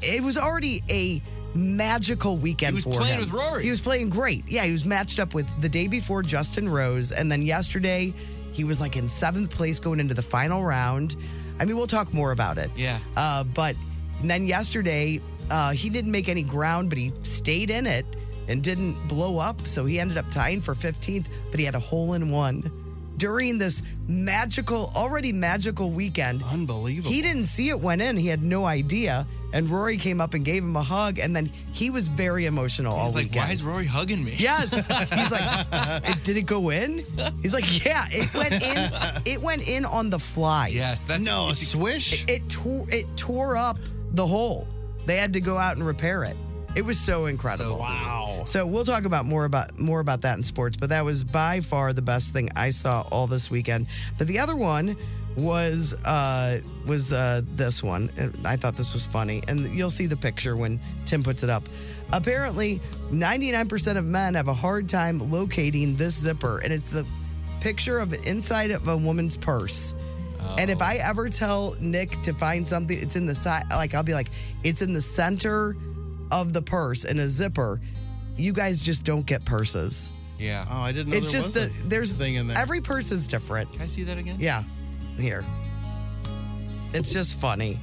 C: It was already a magical weekend
D: He was
C: for
D: playing
C: him.
D: with Rory.
C: He was playing great. Yeah, he was matched up with the day before Justin Rose, and then yesterday he was like in seventh place going into the final round. I mean, we'll talk more about it.
D: Yeah.
C: Uh, but and then yesterday, uh, he didn't make any ground, but he stayed in it and didn't blow up. So he ended up tying for 15th, but he had a hole in one during this magical, already magical weekend.
E: Unbelievable.
C: He didn't see it went in. He had no idea. And Rory came up and gave him a hug. And then he was very emotional all
D: He's like,
C: weekend.
D: why is Rory hugging me?
C: Yes. He's like, "It- did it go in? He's like, yeah, it went in. It went in on the fly.
D: Yes. That's
E: No, a
D: it's-
E: swish.
C: It tore it tore up the hole. They had to go out and repair it. It was so incredible.
D: So cool.
E: wow.
C: So we'll talk about more about more about that in sports, but that was by far the best thing I saw all this weekend. But the other one was uh was uh this one. And I thought this was funny. And you'll see the picture when Tim puts it up. Apparently, 99% of men have a hard time locating this zipper and it's the picture of inside of a woman's purse. And if I ever tell Nick to find something, it's in the side, like I'll be like, it's in the center of the purse in a zipper. You guys just don't get purses.
D: Yeah.
E: Oh, I didn't know
C: it's
E: there
C: just
E: was
C: that
E: a
C: there's
E: thing in there.
C: Every purse is different.
D: Can I see that again?
C: Yeah, here. It's just funny.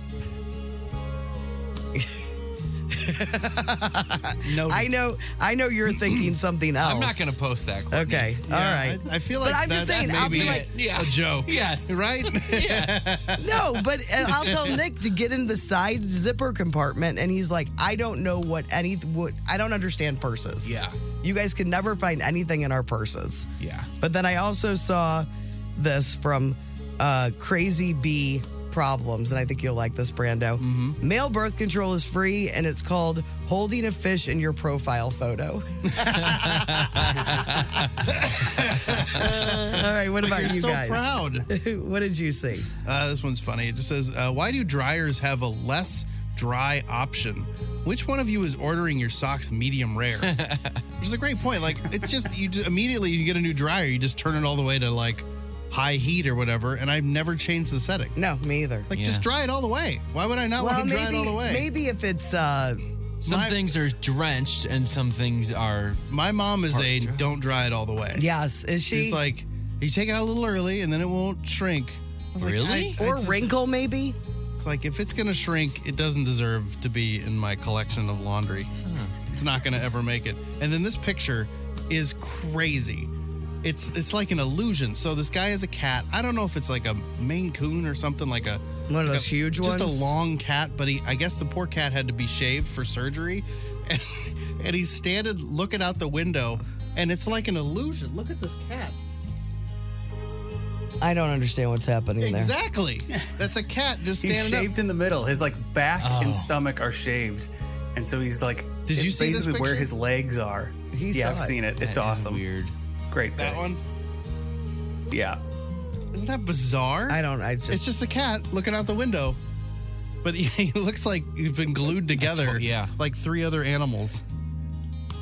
E: no,
C: I know. I know you're thinking something else.
E: Oh.
D: I'm not going to post that. Courtney.
C: Okay.
E: Yeah,
C: All right.
E: I, I feel
C: But
E: like
C: I'm just
E: that's
C: saying, I'll be
E: maybe
C: like-
D: Yeah.
E: a joke.
D: Yes.
E: Right?
C: No, but uh, I'll tell Nick to get in the side zipper compartment, and he's like, I don't know what any what I don't understand purses.
D: Yeah.
C: you guys can never find anything in our purses.
D: Yeah.
C: But then I also saw this from uh, Crazy Bee Problems, and I think you'll like this, Brando.
E: Mm-hmm.
C: Male birth control is free, and it's called holding a fish in your profile photo.
E: Uh,
C: All right, what about
E: You're
C: you
E: so
C: guys?
E: proud.
C: what did you see?
E: Uh, this one's funny. It just says, uh, "Why do dryers have a less dry option? Which one of you is ordering your socks medium rare?" Which is a great point. Like, it's just you just, immediately you get a new dryer, you just turn it all the way to like high heat or whatever, and I've never changed the setting.
C: No, me either.
E: Like,
D: Yeah.
E: just dry it all the way. Why would I not want to dry it all the way?
C: maybe if it's uh,
D: Some
E: My-
D: things are drenched and some things are.
E: My mom is
D: Hard
E: a
D: dry.
E: don't dry it all the way.
C: yes, is she
E: she's like, "You take it out a little early, and then it won't shrink." I was like,
D: Really?
E: I- I
C: or
E: just-
C: wrinkle maybe?
E: It's like if it's gonna shrink, it doesn't deserve to be in my collection of laundry. It's not gonna ever make it. And then this picture is crazy. It's it's like an illusion. So this guy is a cat. I don't know if it's like a Maine Coon or something like a
C: One of
E: like
C: those huge
E: just
C: ones?
E: a long cat. But he, I guess the poor cat had to be shaved for surgery, and, and he's standing looking out the window, and it's like an illusion. Look at this cat.
C: I don't understand what's happening there.
E: Exactly. That's a cat just
F: He's
E: standing up.
F: shaved in the middle. His like back
D: Oh.
F: and stomach are shaved, and so he's like.
E: Did
F: it's
E: you see this
F: basically where
E: picture?
F: his legs are?
C: He
F: yeah, I've
C: saw it.
F: seen it.
D: that
F: It's
D: is
F: awesome.
D: Weird.
F: Great.
E: That
F: pic.
E: one.
F: Yeah.
E: Isn't that bizarre?
C: I don't. I just.
E: It's just a cat looking out the window. But he, he looks like he's been glued together.
D: what- yeah.
E: Like three other animals.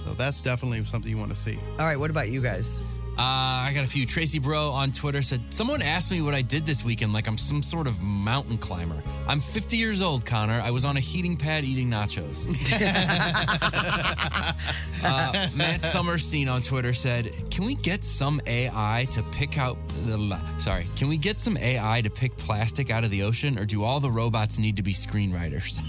E: So that's definitely something you want to see.
C: All right, what about you guys?
D: Uh, I got a few. Tracy Bro on Twitter said, Someone asked me what I did this weekend, like I'm some sort of mountain climber. I'm 50 years old, Connor. I was on a heating pad eating nachos. uh, Matt Summerstein on Twitter said, Can we get some AI to pick out the. la- Sorry, can we get some AI to pick plastic out of the ocean, or do all the robots need to be screenwriters?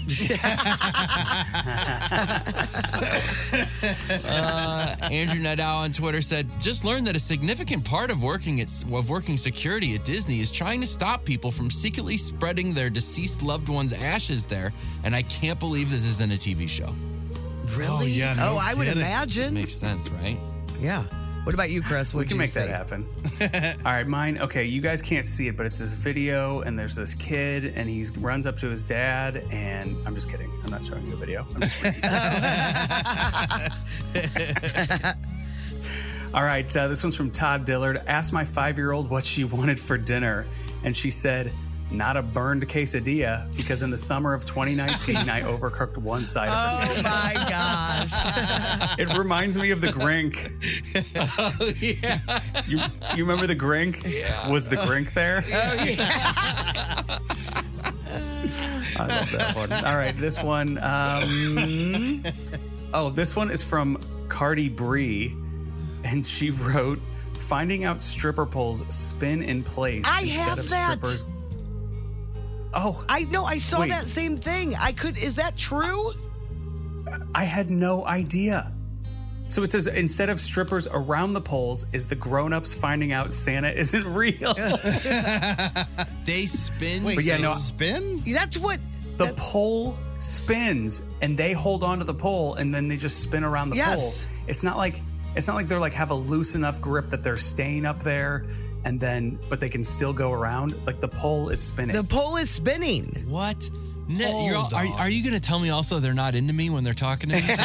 D: Uh, Andrew Nadal on Twitter said, "Just learned that a significant part of working at, of working security at Disney is trying to stop people from secretly spreading their deceased loved ones' ashes there, and I can't believe this isn't a TV show.
C: Really?
E: yeah, no
C: oh, I would
E: kidding.
C: imagine.
D: Makes sense, right?
C: Yeah. What about you, Chris?
F: We
C: What'd
F: can
C: you
F: make
C: say?
F: that happen. All right, mine. Okay, you guys can't see it, but it's this video, and there's this kid, and he runs up to his dad, and I'm just kidding. I'm not showing you a video. I'm just reading. All right, uh, this one's from Todd Dillard. Asked my five year old what she wanted for dinner, and she said, not a burned quesadilla because in the summer of 2019 I overcooked one side of
C: Oh my gosh.
F: it. It reminds me of the grink.
D: Oh, yeah.
F: You, you remember the grink? Yeah. Was the grink there?
D: Oh, yeah.
F: I love that one. All right, this one. Um, oh, this one is from Cardi Bree, and she wrote, "Finding out stripper poles spin in place
C: I
F: instead
C: have
F: of
C: that.
F: strippers." Oh,
C: I know. I saw
F: Wait.
C: that same thing. I could. Is that true?
F: I had no idea. So it says instead of strippers around the poles, is the grown-ups finding out Santa isn't real?
D: They spin.
E: Oh, Wait,
F: But yeah,
E: so
F: no,
E: spin?
C: That's what.
F: the pole spins and they hold onto the pole and then they just spin around the
C: Yes.
F: pole. It's not like it's not like they're like have a loose enough grip that they're staying up there and then but they can still go around. Like the pole is spinning.
C: The pole is spinning.
D: What? No, you're all, are, are you going to tell me also they're not into me when they're talking to me? too? the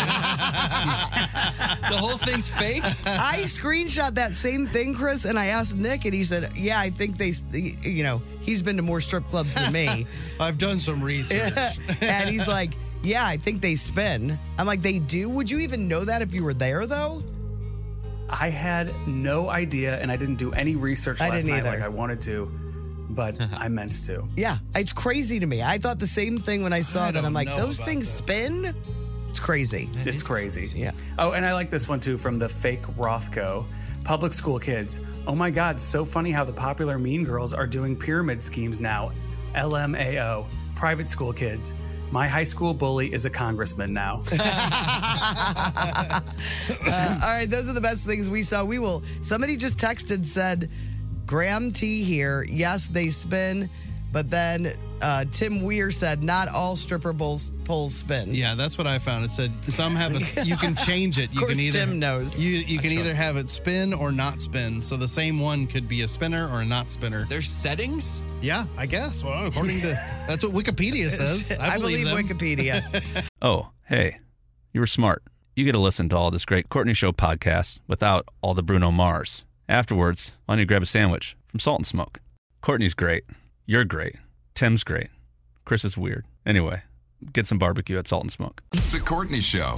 D: whole thing's fake?
C: I screenshot that same thing, Chris, and I asked Nick, and he said, "Yeah, I think they. You know, he's been to more strip clubs than me."
E: I've done some research.
C: and he's like, "Yeah, I think they spin." I'm like, "They do? Would you even know that if you were there, though?"
F: I had no idea and I didn't do any research
C: I
F: last
C: didn't
F: night like
C: either.
F: I wanted to, but I meant to.
C: Yeah, it's crazy to me. I thought the same thing when I saw that. I'm like,
E: know
C: "Those
E: about
C: things
E: that."
C: spin." It's crazy.
F: It's crazy.
C: Yeah.
F: Oh, and I like this one too from the fake Rothko. Public school kids. Oh my God, so funny how the popular mean girls are doing pyramid schemes now. LMAO. Private school kids. My high school bully is a congressman now.
C: Uh, all right, those are the best things we saw. We will. Somebody just texted said, "Graham T here. Yes, they spin." But then uh, Tim Weir said, "Not all stripper poles poles spin."
E: Yeah, that's what I found. It said some have a. You can change it. You
C: course
E: can either,
C: Tim knows.
E: You you can either have it spin or not spin. So the same one could be a spinner or a not spinner.
D: There's settings?
E: Yeah, I guess. Well, according to that's what Wikipedia says. I,
C: I, believe,
E: them.
C: Wikipedia.
A: Oh, hey, you were smart. You get to listen to all this great Courtney Show podcast without all the Bruno Mars. Afterwards, why don't you grab a sandwich from Salt and Smoke? Courtney's great. You're great. Tim's great. Chris is weird. Anyway, get some barbecue at Salt and Smoke.
G: The Courtney Show.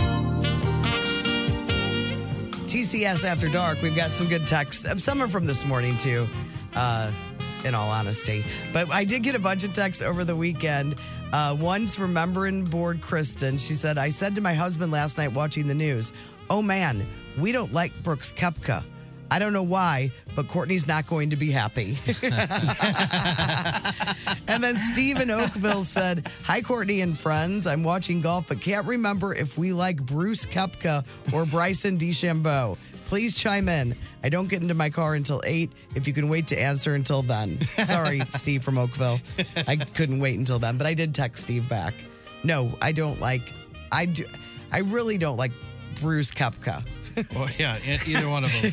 C: TCS After Dark. We've got some good texts. Um, Some are from this morning too. Uh, in all honesty, but I did get a bunch of texts over the weekend. Uh, one's from Remembering Board Kristen. She said, "I said to my husband last night watching the news, oh man, we don't like Brooks Kepka." I don't know why, but Courtney's not going to be happy. And then Steve in Oakville said, Hi, Courtney and friends. I'm watching golf, but can't remember if we like Bruce Kepka or Bryson DeChambeau. Please chime in. I don't get into my car until 8. If you can wait to answer until then. Sorry, Steve from Oakville. I couldn't wait until then, but I did text Steve back. No, I don't like, I do, I really don't like Bruce Kepka.
E: Well, yeah, e- either one of them.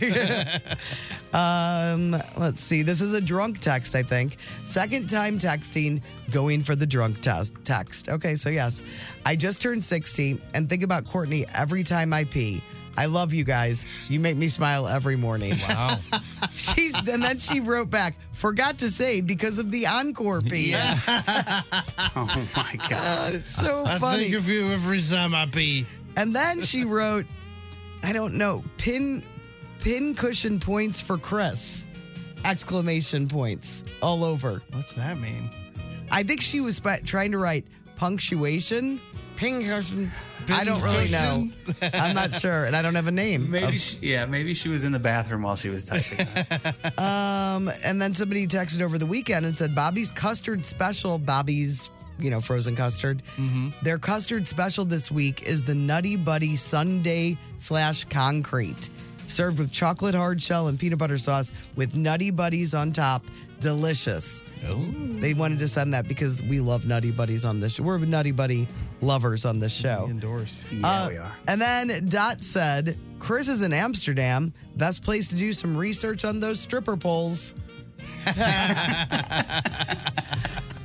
C: Um, let's see. This is a drunk text, I think. Second time texting, going for the drunk test text. Okay, so yes, I just turned 60 and think about Courtney every time I pee. I love you guys. You make me smile every morning. Wow. She's and then she wrote back, forgot to say because of the encore pee.
F: oh my God.
C: Uh, it's so
E: I
C: funny.
E: think of you every time I pee.
C: And then she wrote, I don't know, pin pin cushion points for Chris. Exclamation points all over.
E: What's that mean?
C: I think she was sp- trying to write punctuation. Pin cushion. I don't really know.
E: cushion?
C: I'm not sure, and I don't have a name.
F: Maybe she, yeah, maybe she was in the bathroom while she was typing. that.
C: Um, and then somebody texted over the weekend and said Bobby's custard special, Bobby's, you know, frozen custard. Their custard special this week is the Nutty Buddy Sunday slash concrete. served with chocolate hard shell and peanut butter sauce with nutty buddies on top. Delicious. They wanted to send that because we love nutty buddies on this show. We're nutty buddy lovers on this show.
E: Endorse.
F: Yeah,
C: Uh,
F: we are.
C: And then Dot said, Chris is in Amsterdam. Best place to do some research on those stripper poles.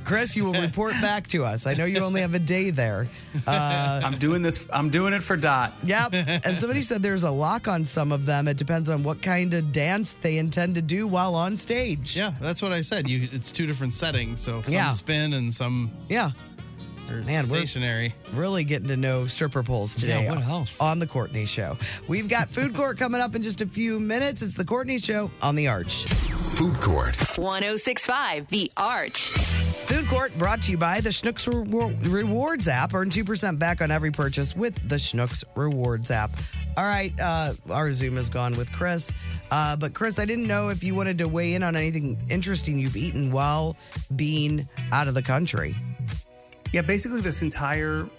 C: Chris, you will report back to us. I know you only have a day there. Uh,
F: I'm doing this. I'm doing it for Dot.
C: Yep. And somebody said there's a lock on some of them. It depends on what kind of dance they intend to do while on stage.
E: Yeah, that's what I said. You, it's two different settings. So some
C: Yeah.
E: spin and some
C: Yeah.
E: are
C: Man, we're-
E: stationary.
C: Really getting to know stripper poles today.
D: Yeah, what else?
C: On the Courtney Show. We've got Food Court coming up in just a few minutes. It's the Courtney Show on the Arch.
G: Food Court.
H: 1065 The Arch.
C: Food Court brought to you by the Schnooks Rewar- Rewards app. Earn 2% back on every purchase with the Schnooks Rewards app. All right, uh, our Zoom is gone with Chris. Uh, but, Chris, I didn't know if you wanted to weigh in on anything interesting you've eaten while being out of the country.
F: Yeah, basically this entire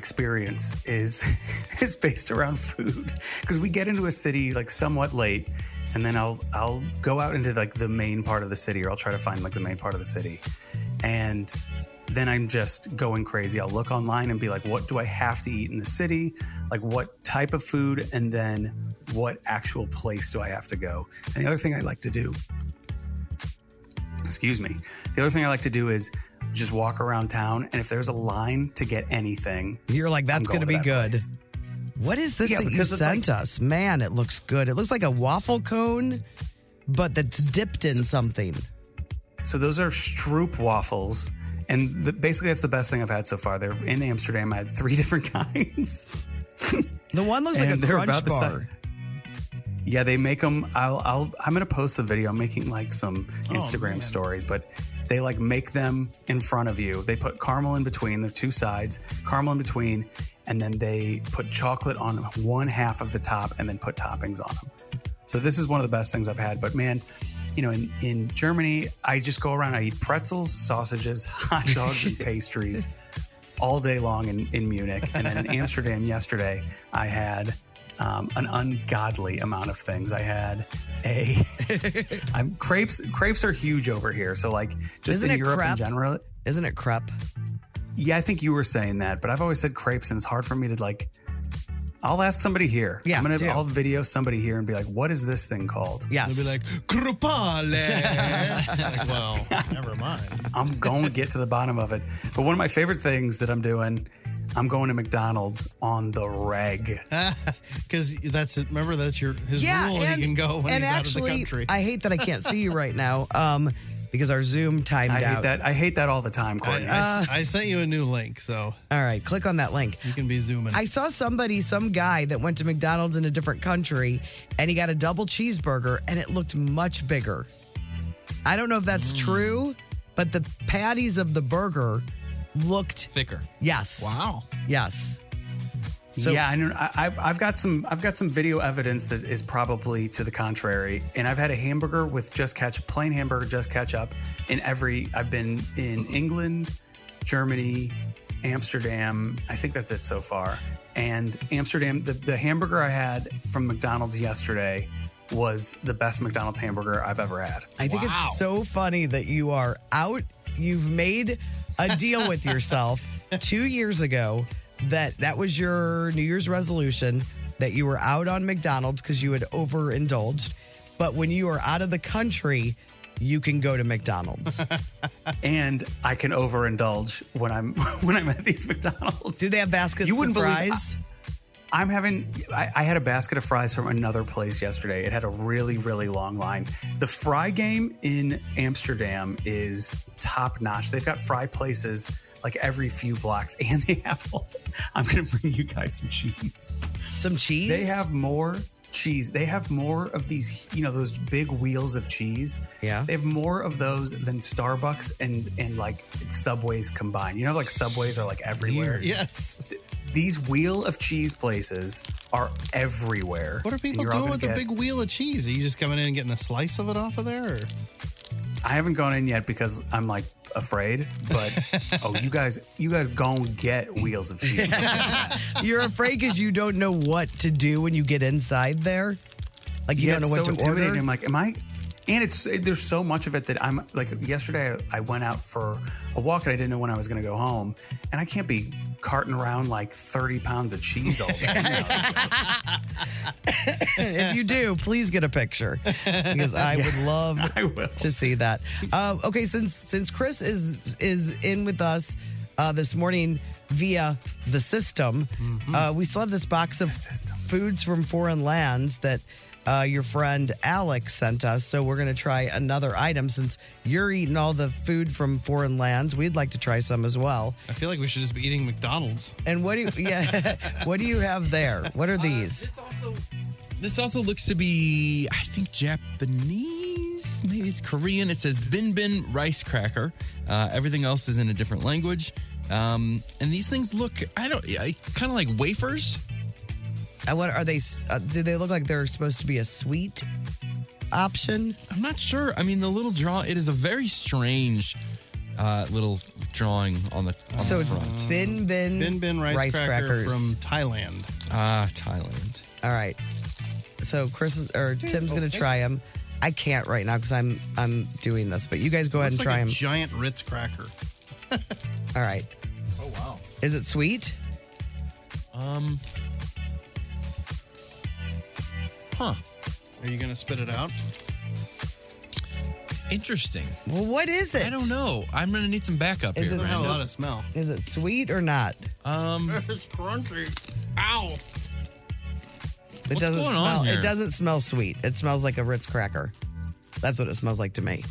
F: experience is is based around food because we get into a city like somewhat late and then I'll I'll go out into like the main part of the city or I'll try to find like the main part of the city and then I'm just going crazy. I'll look online and be like what do I have to eat in the city? Like what type of food and then what actual place do I have to go? And the other thing I like to do excuse me. The other thing I like to do is just walk around town, and if there's a line to get anything,
C: You're like, that's
F: I'm
C: going to
F: going
C: be
F: to that
C: good.
F: place.
C: What is this
F: Yeah,
C: that you
F: because it's like-
C: sent us? Man, it looks good. It looks like a waffle cone, but that's dipped in something.
F: so those are Stroop waffles, and the, basically that's the best thing I've had so far. They're in Amsterdam. I had three different kinds.
C: The one looks like a
F: And they're
C: crunch
F: about the
C: bar.
F: size- Yeah, they make them. I'll, I'll, I'm gonna post the video. I'm making like some
C: Oh,
F: Instagram stories, but they like make them in front of you. They put caramel in between. They're two sides, caramel in between, and then they put chocolate on one half of the top, and then put toppings on them. So this is one of the best things I've had. But man, you know, in in Germany, I just go around. I eat pretzels, sausages, hot dogs, and pastries all day long in, in Munich. And then in Amsterdam yesterday, I had um, an ungodly amount of things. I had a, I'm crepes. Crepes are huge over here. So like just
C: Isn't
F: in
C: it
F: Europe
C: crepe?
F: in general.
C: Isn't it crepe?
F: Yeah, I think you were saying that, but I've always said crepes, and it's hard for me to like. I'll ask somebody here.
C: Yeah,
F: I'm gonna.
C: do.
F: I'll video somebody here and be like, "What is this thing called?"
C: Yes.
E: They'll be like, Krupale. like, well, never mind.
F: I'm going to get to the bottom of it. But one of my favorite things that I'm doing, I'm going to McDonald's on the reg.
E: Because that's it. Remember, that's your his rule. he can go when
C: and
E: he's
C: actually,
E: out of the country.
C: I hate that I can't see you right now um, because our Zoom timed
F: I
C: out.
F: hate that. I hate that all the time, Courtney.
E: I, uh, I s- I sent you a new link, so
C: All right, click on that link.
E: you can be zooming.
C: I saw somebody, some guy that went to McDonald's in a different country and he got a double cheeseburger and it looked much bigger. I don't know if
E: Mm.
C: that's true, but the patties of the burger looked,
D: Thicker.
C: yes.
E: wow.
C: Yes. So-
F: yeah, I know. I, I've, I've got some. I've got some video evidence that is probably to the contrary. And I've had a hamburger with just ketchup, plain hamburger, just ketchup. In every, I've been in England, Germany, Amsterdam. I think that's it so far. And Amsterdam, the, the hamburger I had from McDonald's yesterday was the best McDonald's hamburger I've ever had.
C: I think
D: Wow.
C: it's so funny that you are out. You've made a deal with yourself two years ago that that was your New Year's resolution that you were out on McDonald's because you had overindulged. But when you are out of the country, you can go to McDonald's.
F: And I can overindulge when I'm when I'm at these McDonald's.
C: Do they have baskets
F: You wouldn't
C: of
F: believe-
C: fries?
F: I'm having. I, I had a basket of fries from another place yesterday. It had a really, really long line. The fry game in Amsterdam is top notch. They've got fry places like every few blocks, and they have. All, I'm going to bring you guys some cheese.
C: Some cheese?
F: They have more cheese. They have more of these. You know those big wheels of cheese.
C: Yeah.
F: They have more of those than Starbucks and and like Subways combined. You know, like Subways are like everywhere
E: Yes.
F: these wheel of cheese places are everywhere.
E: What are
F: And
E: people
F: you're all
E: doing
F: gonna
E: with the
F: get-
E: big wheel of cheese? Are you just coming in and getting a slice of it off of there? Or?
F: I haven't gone in yet because I'm like afraid. But oh, you guys, you guys gonna get wheels of cheese.
C: You're afraid because you don't know what to do when you get inside there? Like you
F: Yeah,
C: don't know
F: it's
C: what
F: so
C: to order.
F: intimidating. I'm like, am I? And it's there's so much of it that I'm like. Yesterday, I went out for a walk and I didn't know when I was going to go home, and I can't be carting around like 30 pounds of cheese all day.
C: if you do, please get a picture because I would love
F: I will.
C: to see that. Um, okay, since since Chris is is in with us uh, this morning via the system,
F: Mm-hmm.
C: uh, we still have this box of foods from foreign lands that uh, your friend Alex sent us. So we're gonna try another item since you're eating all the food from foreign lands. We'd like to try some as well.
E: I feel like we should just be eating McDonald's.
C: And what do you, yeah, what do you have there? What are these?
D: Uh, This also, this also looks to be, I think, Japanese. Maybe it's Korean. It says bin bin rice cracker. Uh, everything else is in a different language. Um, and these things look, I don't, I kind of like wafers.
C: And what are they? s- Uh, do they look like they're supposed to be a sweet option?
D: I'm not sure. I mean, the little draw, it is a very strange uh, little drawing on the, on
C: So
D: the
C: it's
D: front.
C: bin bin
E: Bin Bin Rice, Cracker from Thailand.
D: Ah, Thailand.
C: All right. So Chris is, or Tim's gonna try them. I can't right now because I'm I'm doing this. But you guys go ahead
E: It's
C: and
E: like
C: try
E: a
C: them.
E: giant Ritz cracker.
C: All right. Oh wow. Is it sweet?
D: Um, huh.
E: Are you going to spit it out?
D: Interesting.
C: Well, what is it?
D: I don't know. I'm going to need some backup
C: Is
D: here.
C: it-
E: Doesn't have a
D: Brandon.
E: lot of smell.
C: Is it sweet or not?
D: Um,
E: It's crunchy. Ow.
C: It doesn't
D: going on
C: smell.
D: here?
C: It doesn't smell sweet. It smells like a Ritz cracker. That's what it smells like to me.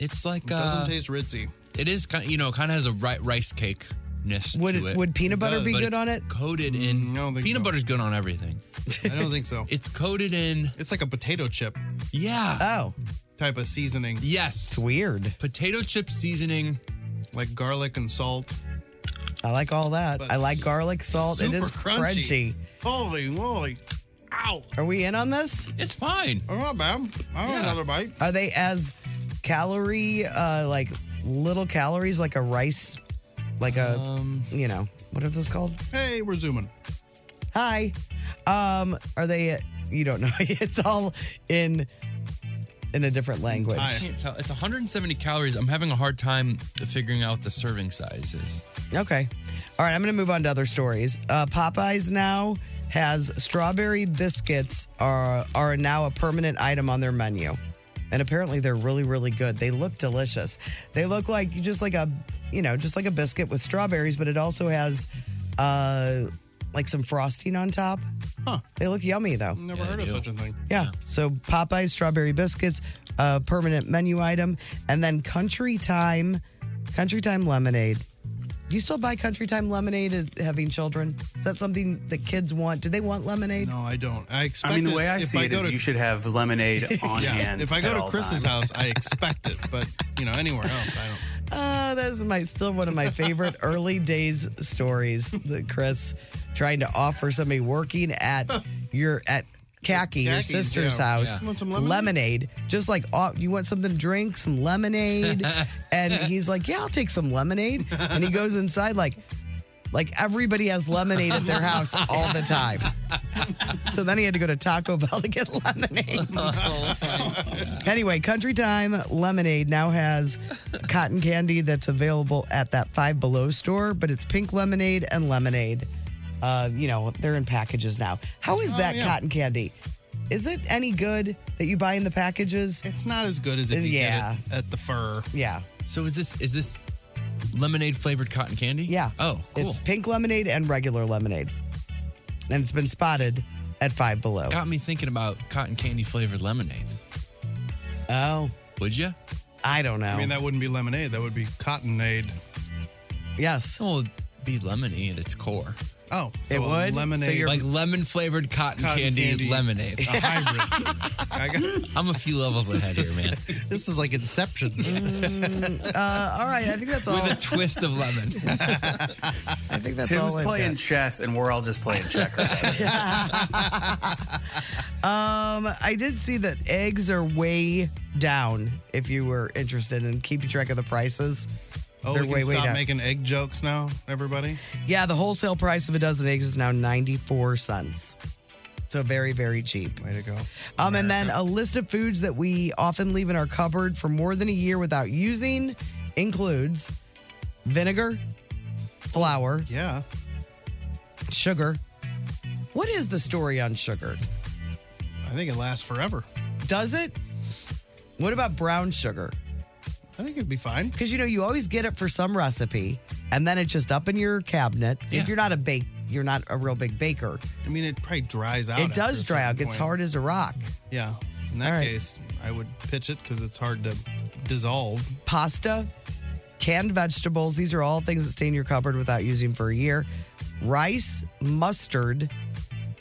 D: it's like
E: Doesn't
D: uh,
E: taste Ritzy.
D: it is kind of, you know, kind of has a ri- rice cake ness
C: Would
D: to
C: it-
D: it.
C: would peanut butter
D: does,
C: be
D: but
C: good
D: it's
C: on it?
D: Coated in
E: I don't think
D: peanut
E: so.
D: butter's good on everything.
E: I don't think so.
D: It's coated in
E: It's like a potato chip
D: yeah,
C: Oh,
E: type of seasoning,
D: yes,
C: it's weird.
D: potato chip seasoning.
E: like garlic and salt.
C: I like all that.
E: But
C: I like garlic salt. It
E: super
C: is crunchy.
E: crunchy. Holy moly. Ow.
C: Are we in on this?
D: It's fine.
E: Oh, not bad. I want
D: Yeah.
E: another bite.
C: Are they as calorie uh like little calories like a rice like a
D: Um,
C: you know, what are those called?
E: Hey, we're zooming.
C: Hi. Um are they you don't know. It's all in in a different language.
D: I
E: Hi.
D: can't tell. It's 170 calories. I'm having a hard time figuring out the serving sizes.
C: Okay. All right, I'm going to move on to other stories. Uh, Popeyes now has strawberry biscuits are are now a permanent item on their menu. And apparently they're really really good. They look delicious. They look like just like a, you know, just like a biscuit with strawberries, but it also has uh like some frosting on top.
E: Huh.
C: They look yummy though.
E: Never heard of such a thing.
C: Yeah. So Popeye's strawberry biscuits, a permanent menu item, and then Country Time, Country Time lemonade. Do you still buy Country Time lemonade as having children? Is that something that kids want? Do they want lemonade?
E: No, I don't. I expect
F: I mean, the way I
E: if
F: see it
E: go
F: is
E: to,
F: you should have lemonade on
E: yeah,
F: hand.
E: If I go
F: at
E: to
F: all
E: Chris's
F: times.
E: house, I expect it. But, you know, anywhere else, I don't.
C: Oh, that's my still one of my favorite early days stories. That Chris trying to offer somebody working at your at khaki your
E: Khaki's,
C: sister's
E: yeah.
C: house
E: Yeah. Want some lemonade?
C: just like oh, you want something to drink some lemonade and he's like yeah i'll take some lemonade and he goes inside like like everybody has lemonade at their house all the time so then he had to go to taco bell to get lemonade
D: Oh,
C: Anyway, Country Time Lemonade now has cotton candy that's available at that Five Below store, but it's pink lemonade and lemonade. Uh, you know, they're in packages now. How is that
E: Oh, yeah.
C: cotton candy? Is it any good that you buy in the packages?
E: It's not as good as if you
C: Yeah.
E: get it at the fur.
C: Yeah,
D: So is this is this lemonade flavored cotton candy?
C: yeah.
D: Oh, cool.
C: It's pink lemonade and regular lemonade. And it's been spotted at Five Below.
D: Got me thinking about cotton candy flavored lemonade.
C: Oh,
D: Would you?
C: I don't know.
E: I mean, that wouldn't be lemonade. That would be cottonade.
C: yes.
D: Well, it'd be lemony at its core.
E: Oh, so
C: It
E: a
C: would? So
E: Lemonade.
C: you're-
D: Like lemon flavored cotton,
E: Cotton
D: candy,
E: candy.
D: lemonade.
E: a hybrid. I got,
D: I'm a few levels ahead here, man.
E: this is like Inception.
C: Uh, all right, I think that's all.
D: With a twist of lemon.
C: I think that's
F: Tim's
C: all I've
F: playing
C: got.
F: chess, and we're all just playing checkers.
C: Um, I did see that eggs are way down. If you were interested in keeping track of the prices,
E: Oh,
C: They're
E: we can
C: way, way
E: stop
C: down.
E: making egg jokes now, everybody.
C: yeah, the wholesale price of a dozen eggs is now ninety four cents. So very, very cheap.
E: Way to go.
C: Um, and then a list of foods that we often leave in our cupboard for more than a year without using includes vinegar, flour,
E: Yeah.
C: sugar. What is the story on sugar?
E: I think it lasts forever.
C: Does it? What about brown sugar?
E: I think it'd be fine.
C: Because you know you always get it for some recipe, and then it's just up in your cabinet.
D: Yeah.
C: If you're not a bake, you're not a real big baker.
E: I mean, it probably dries out.
C: it does dry out. It's
E: It's
C: hard as a rock.
E: Yeah. In that
C: All right.
E: case, I would pitch it because it's hard to dissolve.
C: pasta, canned vegetables. These are all things that stay in your cupboard without using for a year. Rice, mustard,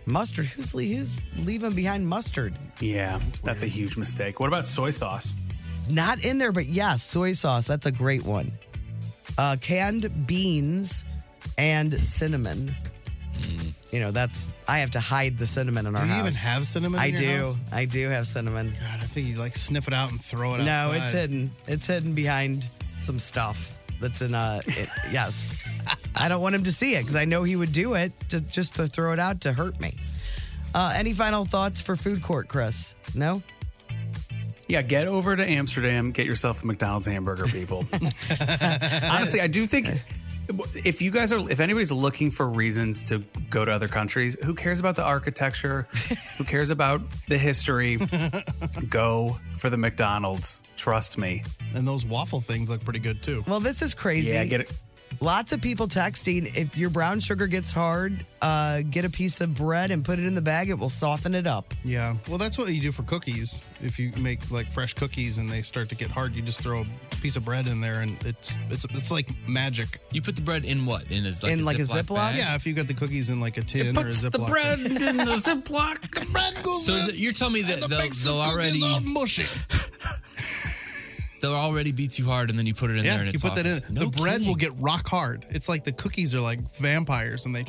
C: mustard. Who's le- who's leaving behind mustard?
F: Yeah, that's a huge mistake. What about soy sauce?
C: Not in there, but yes, soy sauce. That's a great one. Uh, canned beans and cinnamon. You know, that's I have to hide the cinnamon in
E: Do
C: our
E: you
C: house.
E: even have cinnamon?
C: I
E: in
C: do.
E: your house?
C: I do have cinnamon.
E: God, I think you like sniff it out and throw it out.
C: No, it's hidden. It's hidden behind some stuff that's in a. It, yes, I don't want him to see it because I know he would do it to, just to throw it out to hurt me. Uh, any final thoughts for food court, Chris? No.
F: Yeah, get over to Amsterdam, get yourself a McDonald's hamburger, people. Honestly, I do think if you guys are, if anybody's looking for reasons to go to other countries, who cares about the architecture? who cares about the history? go for the McDonald's. Trust me.
E: And those waffle things look pretty good too.
C: Well, this is crazy.
F: Yeah, get it.
C: Lots of people texting. If your brown sugar gets hard, uh, get a piece of bread and put it in the bag. It will soften it up.
E: Yeah. Well, that's what you do for cookies. If you make like fresh cookies and they start to get hard, you just throw a piece of bread in there, and it's it's it's like magic.
D: You put the bread in what? In his like
C: In,
D: a
C: like, a
D: Ziploc
C: Ziploc?
D: bag?
E: Yeah, if you got the cookies in like a tin or a
F: Puts the
E: Ziploc.
F: bread in the Ziploc.
E: The bread goes
D: So
E: in,
D: th- you're telling me that
E: and it
D: they'll,
E: makes the
D: they'll
E: cookies
D: already
E: all mushy.
D: they'll already be too hard, and then you put it in there,
E: Yeah,
D: and
E: you
D: it's
E: put that in.
D: softens. No
E: the bread
D: kidding.
E: will get rock hard. It's like the cookies are like vampires, and they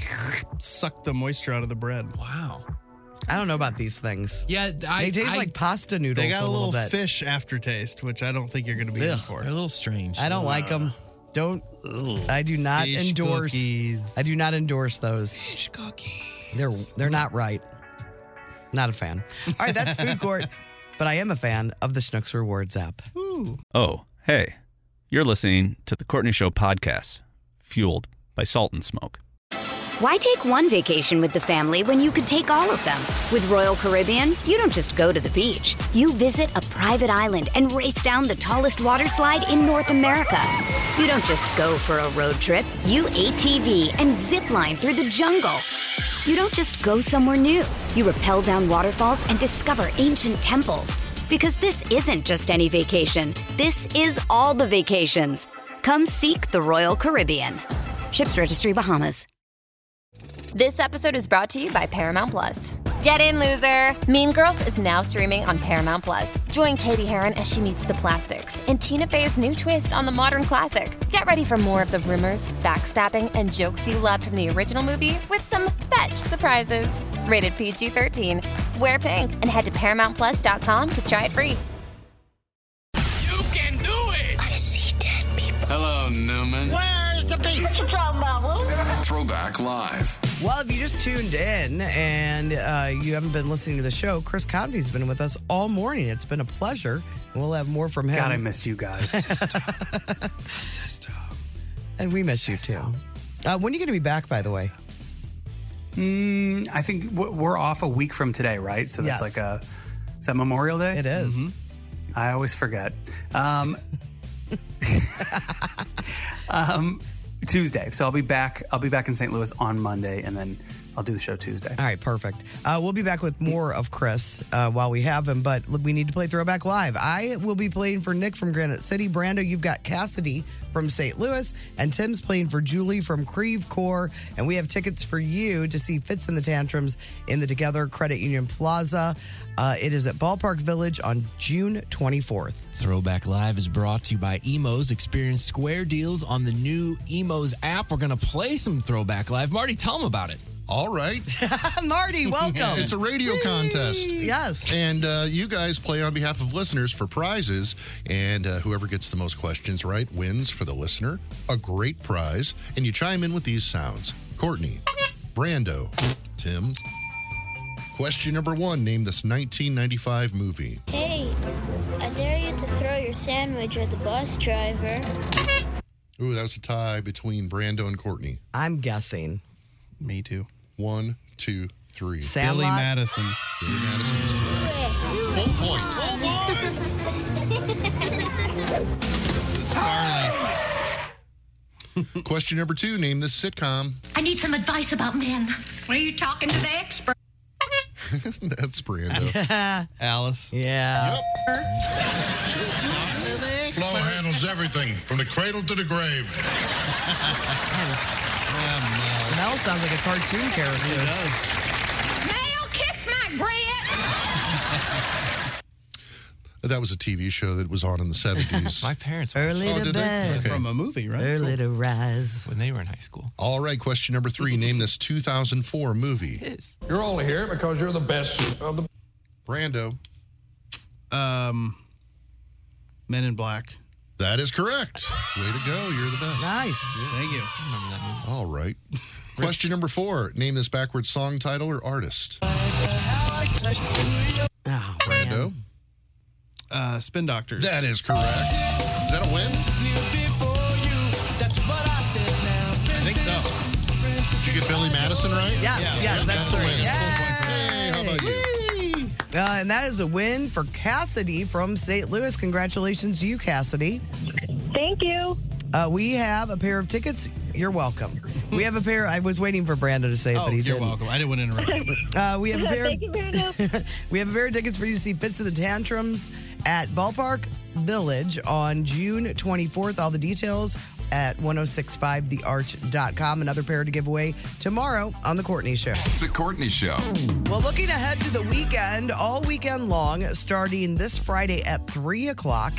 E: suck the moisture out of the bread.
D: wow.
C: I don't know about these things.
D: Yeah, I,
C: They taste
D: I-
C: like pasta noodles.
E: They got a
C: a
E: little,
C: bit.
E: fish aftertaste, which I don't think you're going to be in
C: Ugh.
E: for.
D: they're a little strange.
C: I don't like them. Don't. I do not
E: Fish
C: endorse.
E: cookies.
C: I do not endorse those. Fish cookies. They're they're not right. Not a fan. All right, that's food court, but I am a fan of the Schnooks Rewards app.
A: Oh, hey, you're listening to the Courtney Show podcast, fueled by Salt and Smoke.
I: Why take one vacation with the family when you could take all of them? With Royal Caribbean, you don't just go to the beach. You visit a private island and race down the tallest water slide in North America. You don't just go for a road trip. You ATV and zip line through the jungle. You don't just go somewhere new. You rappel down waterfalls and discover ancient temples. Because this isn't just any vacation. This is all the vacations. Come seek the Royal Caribbean. Ships Registry Bahamas.
J: This episode is brought to you by Paramount Plus. Get in, loser! Mean Girls is now streaming on Paramount Plus. Join Katie Heron as she meets the plastics and Tina Fey's new twist on the modern classic. Get ready for more of the rumors, backstabbing, and jokes you loved from the original movie with some fetch surprises. Rated PG 13. Wear pink and head to ParamountPlus.com to try it free.
G: Throwback Live.
C: Well, if you just tuned in and uh, you haven't been listening to the show, Chris Convey's been with us all morning. It's been a pleasure. We'll have more from him.
F: God, I missed you guys.
C: and we miss you too. Uh, when are you going to be back, by the way?
F: Mm, I think w- we're off a week from today, right? So that's
C: Yes.
F: like a. Is that Memorial Day? Mm-hmm.
C: It is.
F: I always forget. Um, um, Tuesday. So I'll be back. I'll be back in St. Louis on Monday, and then I'll do the show Tuesday.
C: All right, perfect. Uh, we'll be back with more of Chris uh, while we have him, but we need to play Throwback Live. I will be playing for Nick from Granite City. Brando, you've got Cassidy from St. Louis, and Tim's playing for Julie from Creve Corps. And we have tickets for you to see Fits in the Tantrums in the Together Credit Union Plaza. Uh, it is at Ballpark Village on June 24th.
D: Throwback Live is brought to you by Emos. Experience square deals on the new Emos app. We're going to play some Throwback Live. Marty, tell them about it.
K: All right.
C: Marty, welcome.
K: It's a radio contest.
C: yes.
K: And uh, you guys play on behalf of listeners for prizes, and uh, whoever gets the most questions right wins for the listener a great prize. And you chime in with these sounds Courtney, Brando, Tim, Question number one Name this 1995 movie.
L: Hey, I dare you to throw your sandwich at the bus driver.
K: Ooh, that was a tie between Brando and Courtney.
C: I'm guessing.
K: Me too. One, two, three.
C: Sandlot? Billy
K: Madison. Billy Madison is
E: Oh,
K: correct.
L: Full
K: point.
E: Oh,
K: Question number two Name this sitcom.
M: I need some advice about men. Were you talking to the expert?
K: That's Brando.
E: Alice.
C: Yeah.
N: Flo handles everything from the cradle to the grave.
C: Mel sounds like a cartoon character. He
E: does.
M: Male, kiss my bread.
K: That was a TV show that was on in the 70s. My parents
C: Early
E: Oh,
C: to bed. From
E: a movie, right?
C: Early to rise.
K: When they were in high school. All right, question number three. Name this 2004 movie.
N: You're only here because you're the best of the.
K: Brando.
E: Um, Men in Black.
K: That is correct. Way to go. You're the best.
C: Nice.
E: Thank you.
K: All right. Question number four. Name this backward song title or artist.
C: Oh,
K: Brando.
E: Uh, Spin Doctors.
K: That is correct. Is that a win?
E: I think so.
K: Did you get Billy Madison right?
C: Yes, yes, that's
K: a
C: right.
K: win. Full
C: Yay.
K: point for that.
C: Uh, and that is a win for Cassidy from St. Louis. Congratulations to you, Cassidy.
O: Thank you.
C: Uh, we have a pair of tickets. You're welcome. We have a pair. I was waiting for Brando to say it,
E: Oh,
C: but he
E: you're
C: didn't.
E: welcome. I didn't want to interrupt.
C: Uh, we have a pair.
O: Thank you,
C: Brando. we have a pair of tickets for you to see Fits of the Tantrums at Ballpark Village on June 24th. All the details at 1065thearch.com. Another pair to give away tomorrow on The Courtney Show.
G: The Courtney Show.
C: Well, looking ahead to the weekend, all weekend long, starting this Friday at 3 o'clock,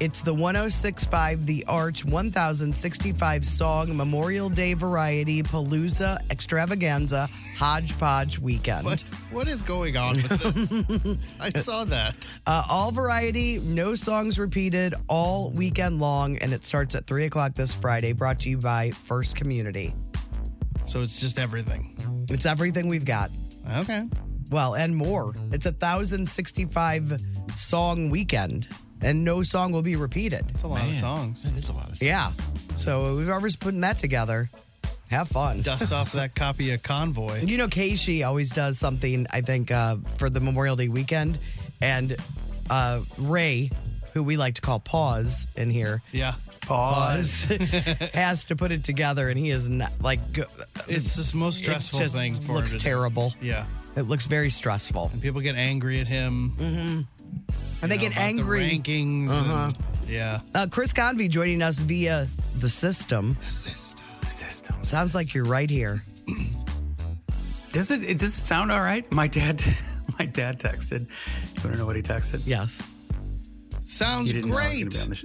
C: it's the 1065 The Arch 1065 Song Memorial Day Variety Palooza Extravaganza Hodgepodge Weekend.
E: What, what is going on with this? I saw that.
C: Uh, all variety, no songs repeated, all weekend long, and it starts at 3 o'clock this Friday, brought to you by First Community.
E: So it's just everything.
C: It's everything we've got.
E: Okay.
C: Well, and more. It's a 1,065 song weekend, and no song will be repeated. It's
E: a lot of songs.
D: That is a lot of
C: Yeah. So whoever's putting that together, have fun.
E: Dust off that copy of Convoy.
C: You know, Keishi always does something, I think, uh, for the Memorial Day weekend. And uh, Ray, who we like to call Paws in here,
E: Yeah.
C: Pause. has to put it together, and he is not like. go-
E: It's the most
C: it
E: stressful
C: just
E: thing for him
C: looks
E: to do.
C: terrible.
E: Yeah.
C: It looks very stressful.
E: And people get angry at him.
C: Mm-hmm.
E: you
C: And they
E: know,
C: get
E: about the
C: angry.
E: rankings.
C: Uh-huh.
E: and- yeah.
C: Uh, Chris Convey joining us via the system.
E: System.
F: System.
C: Sounds like you're right here.
F: Does it, it does it sound all right? My dad my dad texted. You want to know what he texted?
C: Yes.
E: Sounds
F: didn't know I was gonna
E: great.
F: be on the sh-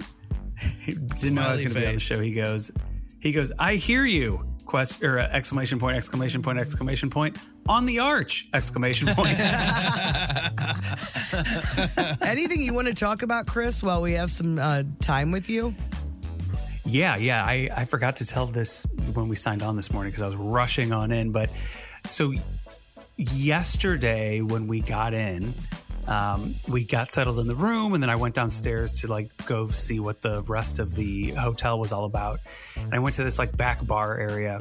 F: he didn't know I was
E: Smiley
F: going to be on the
E: face.
F: show. He goes, he goes, I hear you. Quest or uh, exclamation point, exclamation point, exclamation point on the arch! Exclamation point.
C: Anything you want to talk about, Chris, while we have some uh, time with you?
F: Yeah, yeah. I, I forgot to tell this when we signed on this morning because I was rushing on in. But so yesterday when we got in, um, we got settled in the room, and then I went downstairs to like go see what the rest of the hotel was all about. And I went to this like back bar area,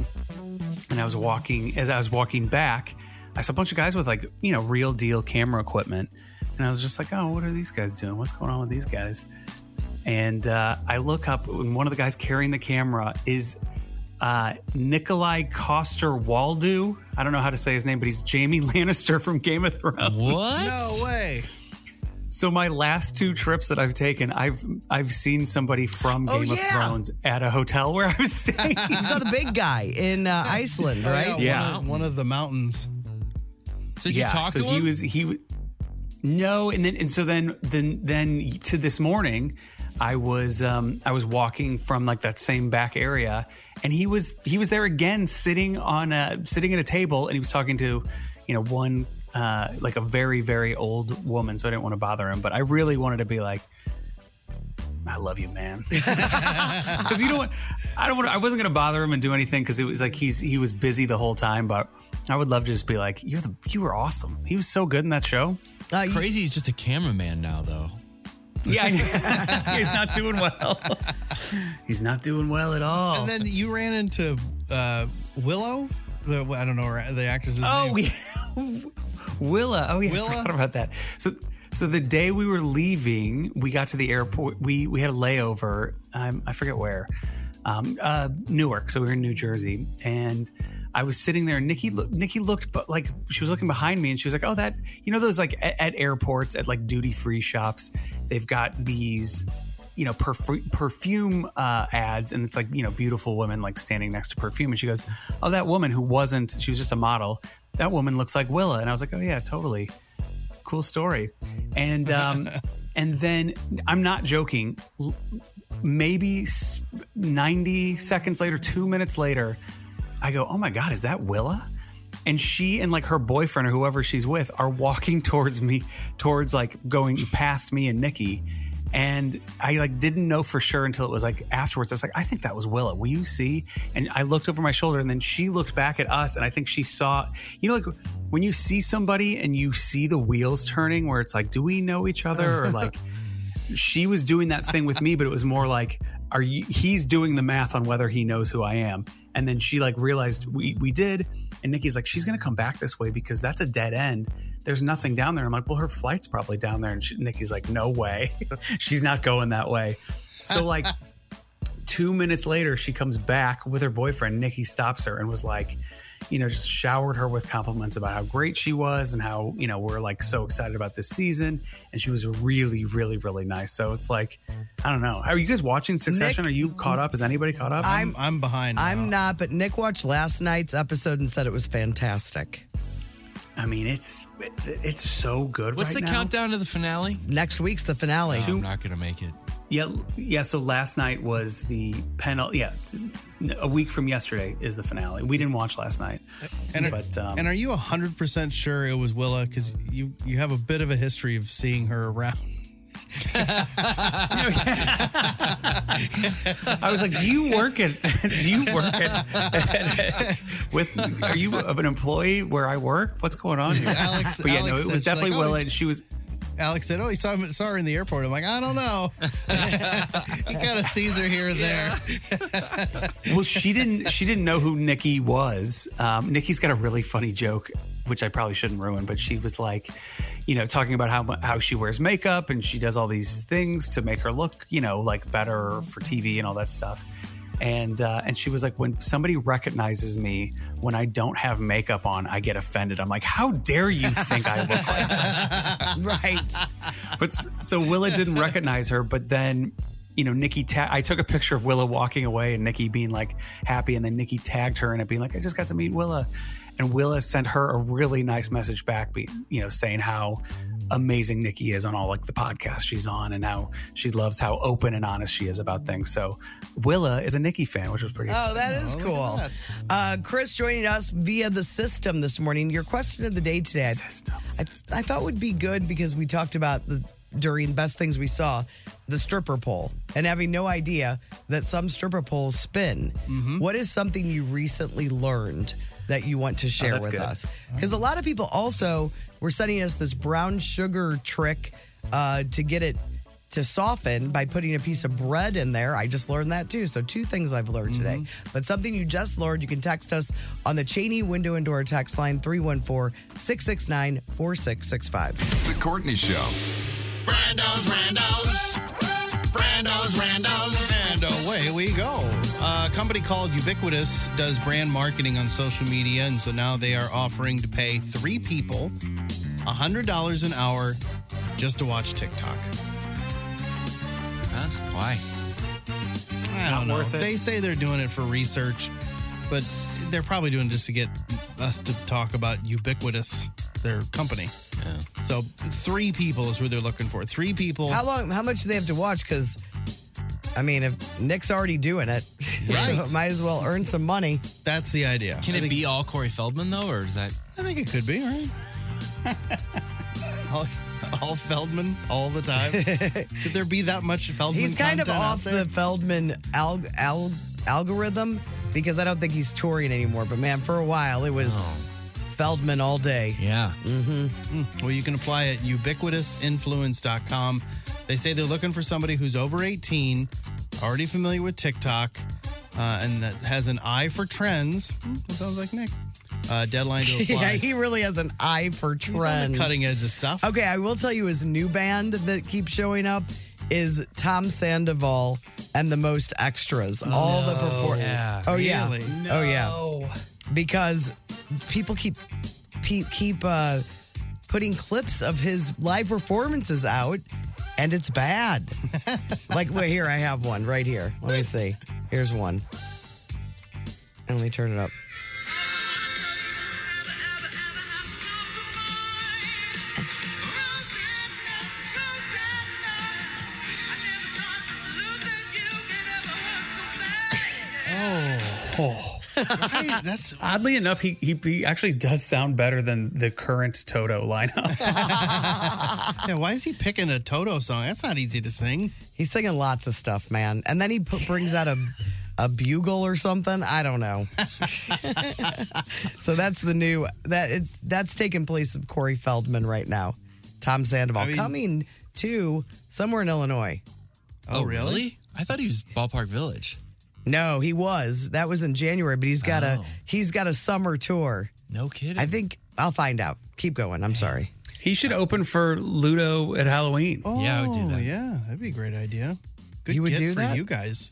F: and I was walking as I was walking back, I saw a bunch of guys with like you know real deal camera equipment, and I was just like, oh, what are these guys doing? What's going on with these guys? And uh, I look up, and one of the guys carrying the camera is uh, Nikolai Coster Waldo. I don't know how to say his name, but he's Jamie Lannister from Game of Thrones.
E: No way.
F: So my last two trips that I've taken, I've I've seen somebody from Game
C: Oh,
F: of
C: yeah.
F: Thrones at a hotel where I was staying.
C: You saw the big guy in uh, Iceland,
E: Oh,
C: right?
F: Yeah.
E: One of, one of the mountains.
D: So did you talk
F: so
D: to
F: he
D: him?
F: was he w- no, and then and so then then then to this morning, I was um I was walking from like that same back area, and he was he was there again, sitting on a sitting at a table, and he was talking to, you know, one uh like a very very old woman. So I didn't want to bother him, but I really wanted to be like. I love you, man. Because you know what? I don't. Wanna, I wasn't gonna bother him and do anything because it was like he's he was busy the whole time. But I would love to just be like, you're the you were awesome. He was so good in that show.
D: Crazy, he's just a cameraman now, though.
F: Yeah, I- he's not doing well. he's not doing well at all.
E: And then you ran into uh, Willow. The, I don't know her- the actress's
F: Oh,
E: name.
F: Willa. Oh yeah,
E: Willa?
F: I forgot about that. So so the day we were leaving, we got to the airport. We we had a layover. Um, I forget where. Um, uh, Newark. So we were in New Jersey, and I was sitting there. And Nikki look, Nikki looked, but like she was looking behind me, and she was like, "Oh, that you know those like at, at airports at like duty free shops, they've got these." You know, perf- perfume uh, ads, and it's like, you know, beautiful women like standing next to perfume. And she goes, Oh, that woman who wasn't, she was just a model that woman looks like Willa. And I was like, oh yeah, totally. Cool story. And um, and then I'm not joking. L- Maybe s- 90 seconds later, two minutes later, I go, oh my God, is that Willa? And she and like her boyfriend or whoever she's with are walking towards me, towards like going past me and Nikki. And I like didn't know for sure until it was like afterwards. I was like, I think that was Willa. Will you see? And I looked over my shoulder and then she looked back at us. And I think she saw, you know, like when you see somebody and you see the wheels turning where it's like, do we know each other? Or like, she was doing that thing with me, but it was more like, are you, he's doing the math on whether he knows who I am. And then she like realized we, we did. And Nikki's like, she's going to come back this way because that's a dead end. There's nothing down there. I'm like, well, her flight's probably down there. And she, Nikki's like, no way. she's not going that way. So like two minutes later, she comes back with her boyfriend. Nikki stops her and was like, you know, just showered her with compliments about how great she was and how, you know, we're like so excited about this season. And she was really, really, really nice. So it's like, I don't know. Are you guys watching Succession? Are you caught up? Is anybody caught up?
C: I'm-
E: I'm behind.
C: I'm not, but Nick watched last night's episode and said it was fantastic.
F: I mean, it's it's so good.
D: What's
F: right
D: the
F: now.
D: countdown to the finale? Oh,
C: Next week's the finale.
D: I'm not gonna make it.
F: Yeah, yeah. So last night was the penalty. Yeah, a week from yesterday is the finale. We didn't watch last night,
E: And are,
F: but um,
E: and are you 100% sure it was Willa? Because you, you have a bit of a history of seeing her around.
F: I was like, "Do you work at? Do you work at, with? Are you of an employee where I work? What's going on?" Here?
E: Alex-
F: but yeah,
E: Alex
F: no, it
E: said
F: was
E: she's
F: definitely
E: like, oh,
F: Willa, and she was.
E: Alex said, Oh, he saw, him, saw her in the airport. I'm like, I don't know. he kind of sees her here or there.
F: well, she didn't. She didn't know who Nikki was. Um, Nikki's got a really funny joke, which I probably shouldn't ruin. But she was like, you know, talking about how mu- how she wears makeup and she does all these things to make her look, you know, like better for TV and all that stuff. And uh, and she was like, when somebody recognizes me when I don't have makeup on, I get offended. I'm like, how dare you think I look like
C: right.
F: but s- so Willa didn't recognize her, but then you know Nikki. Ta- I took a picture of Willa walking away and Nikki being like happy, and then Nikki tagged her and it being like, "I just got to meet Willa," and Willa sent her a really nice message back, be, you know, saying how amazing Nikki is on all like the podcasts she's on and how she loves how open and honest she is about things. So Willa is a Nikki fan, which was pretty.
C: Oh, that
F: exciting.
C: is cool. Uh, Chris joining us via the system this morning. Your question of the day today, I, I thought would be good because we talked about the during best things we saw the stripper pole and having no idea that some stripper poles spin. What is something you recently learned that you want to share
O: that's
C: with
O: good.
C: us? Because a lot of people also were sending us this brown sugar trick uh, to get it to soften by putting a piece of bread in there. I just learned that too. So two things I've learned today.
D: Mm-hmm.
C: But something you just learned, you can text us on the Cheney window and door text line 314-669-4665.
G: The Courtney Show.
N: Brando's, Randos. Brando's, Randos.
E: And away we go. A company called Ubiquitous does brand marketing on social media, and so now they are offering to pay three people $100 an hour just to watch TikTok.
D: Huh? Why?
E: I don't know. They say they're doing it for research, but they're probably doing it just to get us to talk about Ubiquitous, their company. So three people is who they're looking for. Three people.
C: How long how much do they have to watch? Because I mean, if Nick's already doing it,
D: Right.
C: might as well earn some money.
E: That's the idea.
D: Can it be all Corey Feldman though, or is that?
E: I think it could be right. all Feldman all the time? Could there be that much Feldman?
C: He's kind of
E: content out
C: off the Feldman alg- alg- algorithm because I don't think he's touring anymore. But man, for a while it was
E: Oh.
C: Feldman all day.
D: Yeah.
E: Mm-hmm. Well, you can apply at ubiquitousinfluence.com. They say they're looking for somebody who's over 18, already familiar with TikTok, uh, and that has an eye for trends. Hmm, that sounds like Nick. Uh, deadline to apply.
C: yeah, he really has an eye for
E: He's on the
C: trends.
E: cutting edge of stuff.
C: Okay, I will tell you his new band that keeps showing up is Tom Sandoval and the Most Extras. All the perform.
D: yeah.
C: Oh yeah.
D: Really?
C: Oh yeah. Because people keep pe- keep uh, putting clips of his live performances out, and it's bad. like wait, here I have one right here. Let me see. Here's one. And let me turn it up.
F: Oh. that's oddly enough, he, he he actually does sound better than the current Toto lineup.
E: yeah, why is he picking a Toto song? That's not easy to sing.
C: He's singing lots of stuff, man. And then he put, brings out a a bugle or something. I don't know. so that's the new that it's that's taking place of Corey Feldman right now. Tom Sandoval
D: mean-
C: coming to somewhere in Illinois.
D: Oh, really? I thought he was Ballpark Village.
C: No, he was. That was in January, but he's got
E: Oh.
C: a he's got a summer tour.
D: No kidding.
C: I think I'll find out. Keep going. I'm sorry.
F: he should open for Ludo at Halloween.
C: Oh,
D: Yeah, I would do
F: Oh,
D: that.
E: yeah, that'd be a great idea. Good
D: You would
E: get
D: do
E: for
D: that?
E: you guys.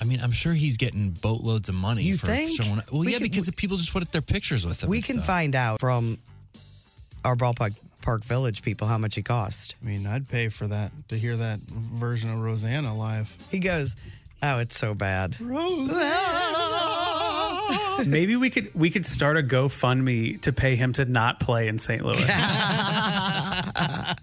D: I mean, I'm sure he's getting boatloads of money
C: You
D: for
C: think?
D: showing up. Well,
C: We
D: yeah,
C: could-
D: because the people just put up their pictures with him.
C: we
D: and
C: can
D: stuff.
C: find out from our ballpark park village people how much he cost.
E: I mean, I'd pay for that to hear that version of Rosanna live.
C: He goes, "Oh, it's so bad."
F: Maybe we could we could start a GoFundMe to pay him to not play in St. Louis.
E: uh,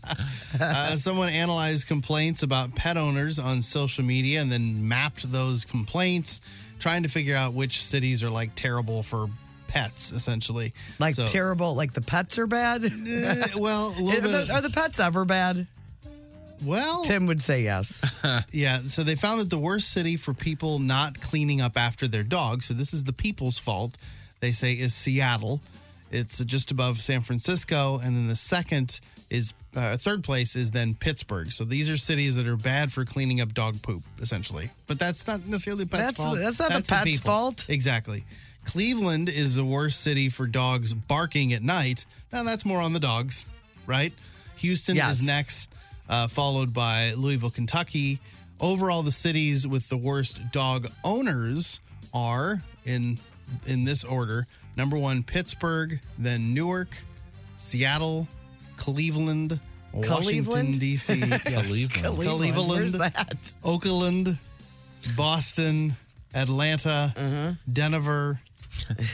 E: someone analyzed complaints about pet owners on social media and then mapped those complaints, trying to figure out which cities are like terrible for pets, essentially.
C: Like
E: So-
C: terrible. Like the pets are bad.
E: Eh, well, a little
C: are,
E: bit
C: the,
E: of-
C: are the pets ever bad?
E: Well,
C: Tim would say yes.
E: yeah. So they found that the worst city for people not cleaning up after their dogs, so this is the people's fault, they say, is Seattle. It's just above San Francisco. And then the second is, uh, third place is then Pittsburgh. So these are cities that are bad for cleaning up dog poop, essentially. But that's not necessarily the pet's
C: That's-
E: fault.
C: that's not the pet's
E: people.
C: fault.
E: Exactly. Cleveland is the worst city for dogs barking at night. Now that's more on the dogs, right? Houston
C: Yes.
E: is next, uh, followed by Louisville, Kentucky. Overall, the cities with the worst dog owners are in in this order: number one, Pittsburgh, then Newark, Seattle, Cleveland,
C: Oh,
E: Washington
C: Cleveland?
E: D.C., yes.
C: Cleveland. Cleveland. Where's that?
E: Oakland, Boston, Atlanta,
C: Mm-hmm.
E: Denver,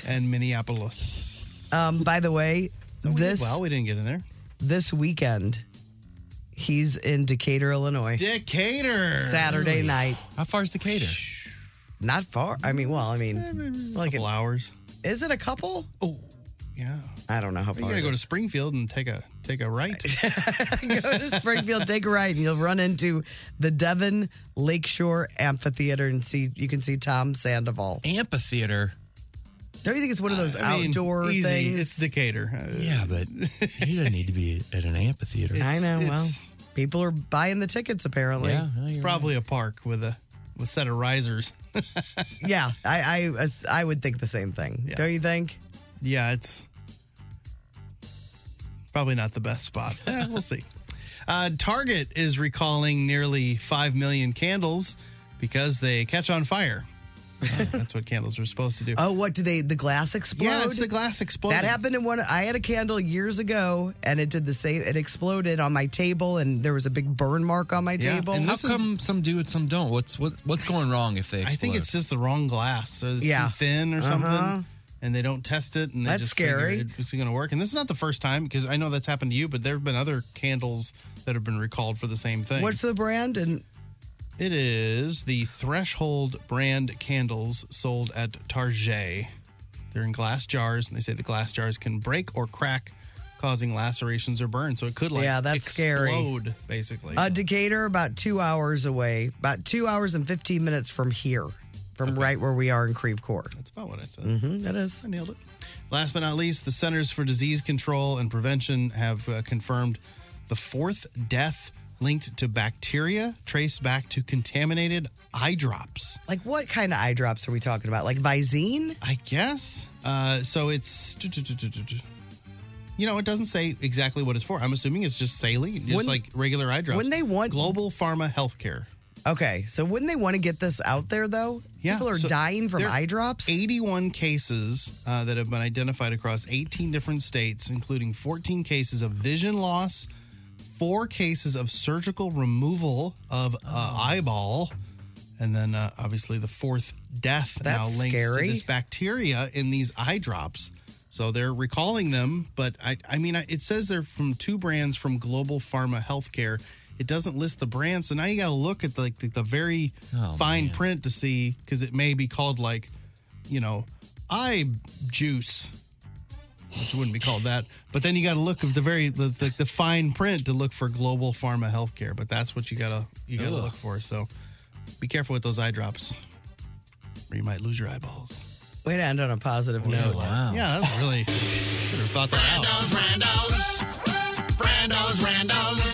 E: and Minneapolis.
C: Um, by the way,
E: So we did
C: this
E: well, we didn't get in there.
C: this weekend, he's in Decatur, Illinois.
E: Decatur.
C: Saturday night.
D: How far is Decatur?
C: Not far. I mean, well, I mean, like
E: couple
C: an-
E: hours.
C: Is it a couple?
E: Oh, yeah.
C: I don't know how
E: You
C: far.
E: gotta
C: it
E: go to
C: is.
E: Springfield and take a take a right.
C: go to Springfield, take a ride, and you'll run into the Devon Lakeshore Amphitheater and see you can see Tom Sandoval.
D: Amphitheater.
C: Don't you think it's one of those
E: I mean,
C: outdoor
E: easy.
C: things?
E: It's Decatur. Uh,
D: Yeah, but he doesn't need to be at an amphitheater.
C: I
E: it's-
C: know. Well,
E: it's-
C: people are buying the tickets apparently.
D: Yeah, no,
E: It's
D: you're
E: probably a park with a with set of risers.
C: Yeah, I, I I would think the same thing. Don't you think?
E: Yeah, it's probably not the best spot. Eh, we'll see. Uh, Target is recalling nearly 5 million candles because they catch on fire. Uh, that's what candles are supposed to do.
C: Oh, what did they? The glass explode.
E: yeah, it's the glass exploding.
C: That happened in one. I had a candle years ago, and it did the same. It exploded on my table, and there was a big burn mark on my table.
D: How come some do it, some don't? What's what, what's going wrong if they explode?
E: I think it's just the wrong glass, or it's
C: Yeah.
E: too thin, or something,
C: Uh-huh.
E: and they don't test it, and they
C: That's
E: just figure
C: scary.
E: it- It's going to work, and this is not the first time because I know that's happened to you, but there have been other candles that have been recalled for the same thing.
C: What's the brand? And
E: it is the Threshold brand candles sold at Target. They're in glass jars, and they say the glass jars can break or crack causing lacerations or burns. So it could like
C: Yeah, that's scary.
E: explode, basically.
C: Uh, Decatur, about two hours away, about two hours and 15 minutes from here, from right where we are in Creve Court.
E: That's about what I said.
C: Mm-hmm, that is.
E: I Oh, nailed it. Last but not least, the Centers for Disease Control and Prevention have uh, confirmed the fourth death linked to bacteria traced back to contaminated eye drops.
C: Like, what kind of eye drops are we talking about? Like Visine?
E: I guess. Uh, so it's. You know, it doesn't say exactly what it's for. I'm assuming it's just saline, just
C: Wouldn't-
E: like regular eye drops.
C: wouldn't they want-
E: global pharma healthcare?
C: Okay, so wouldn't they want to get this out there though? People are
E: so
C: dying from
E: there are
C: eye drops.
E: 81 cases uh, that have been identified across 18 different states, including 14 cases of vision loss, four cases of surgical removal of uh,
C: Oh.
E: eyeball, and then uh, obviously the fourth death
C: That's
E: now linked
C: scary.
E: to this bacteria in these eye drops. So they're recalling them, but I, I mean, I- it says they're from two brands from Global Pharma Healthcare. It doesn't list the brand, so now you got to look at the, like the, the very
K: Oh,
E: fine print to see because it may be called like, you know, eye juice, which wouldn't be called that. But then you got to look at the very the, the, the fine print to look for Global Pharma Healthcare. But that's what you gotta you gotta
D: Ugh.
E: look for. So be careful with those eye drops, or you might lose your eyeballs.
C: Way to end on a positive note.
E: Yeah, that's really should have thought that out.
N: Randos, Randos, Randos.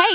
H: Hey,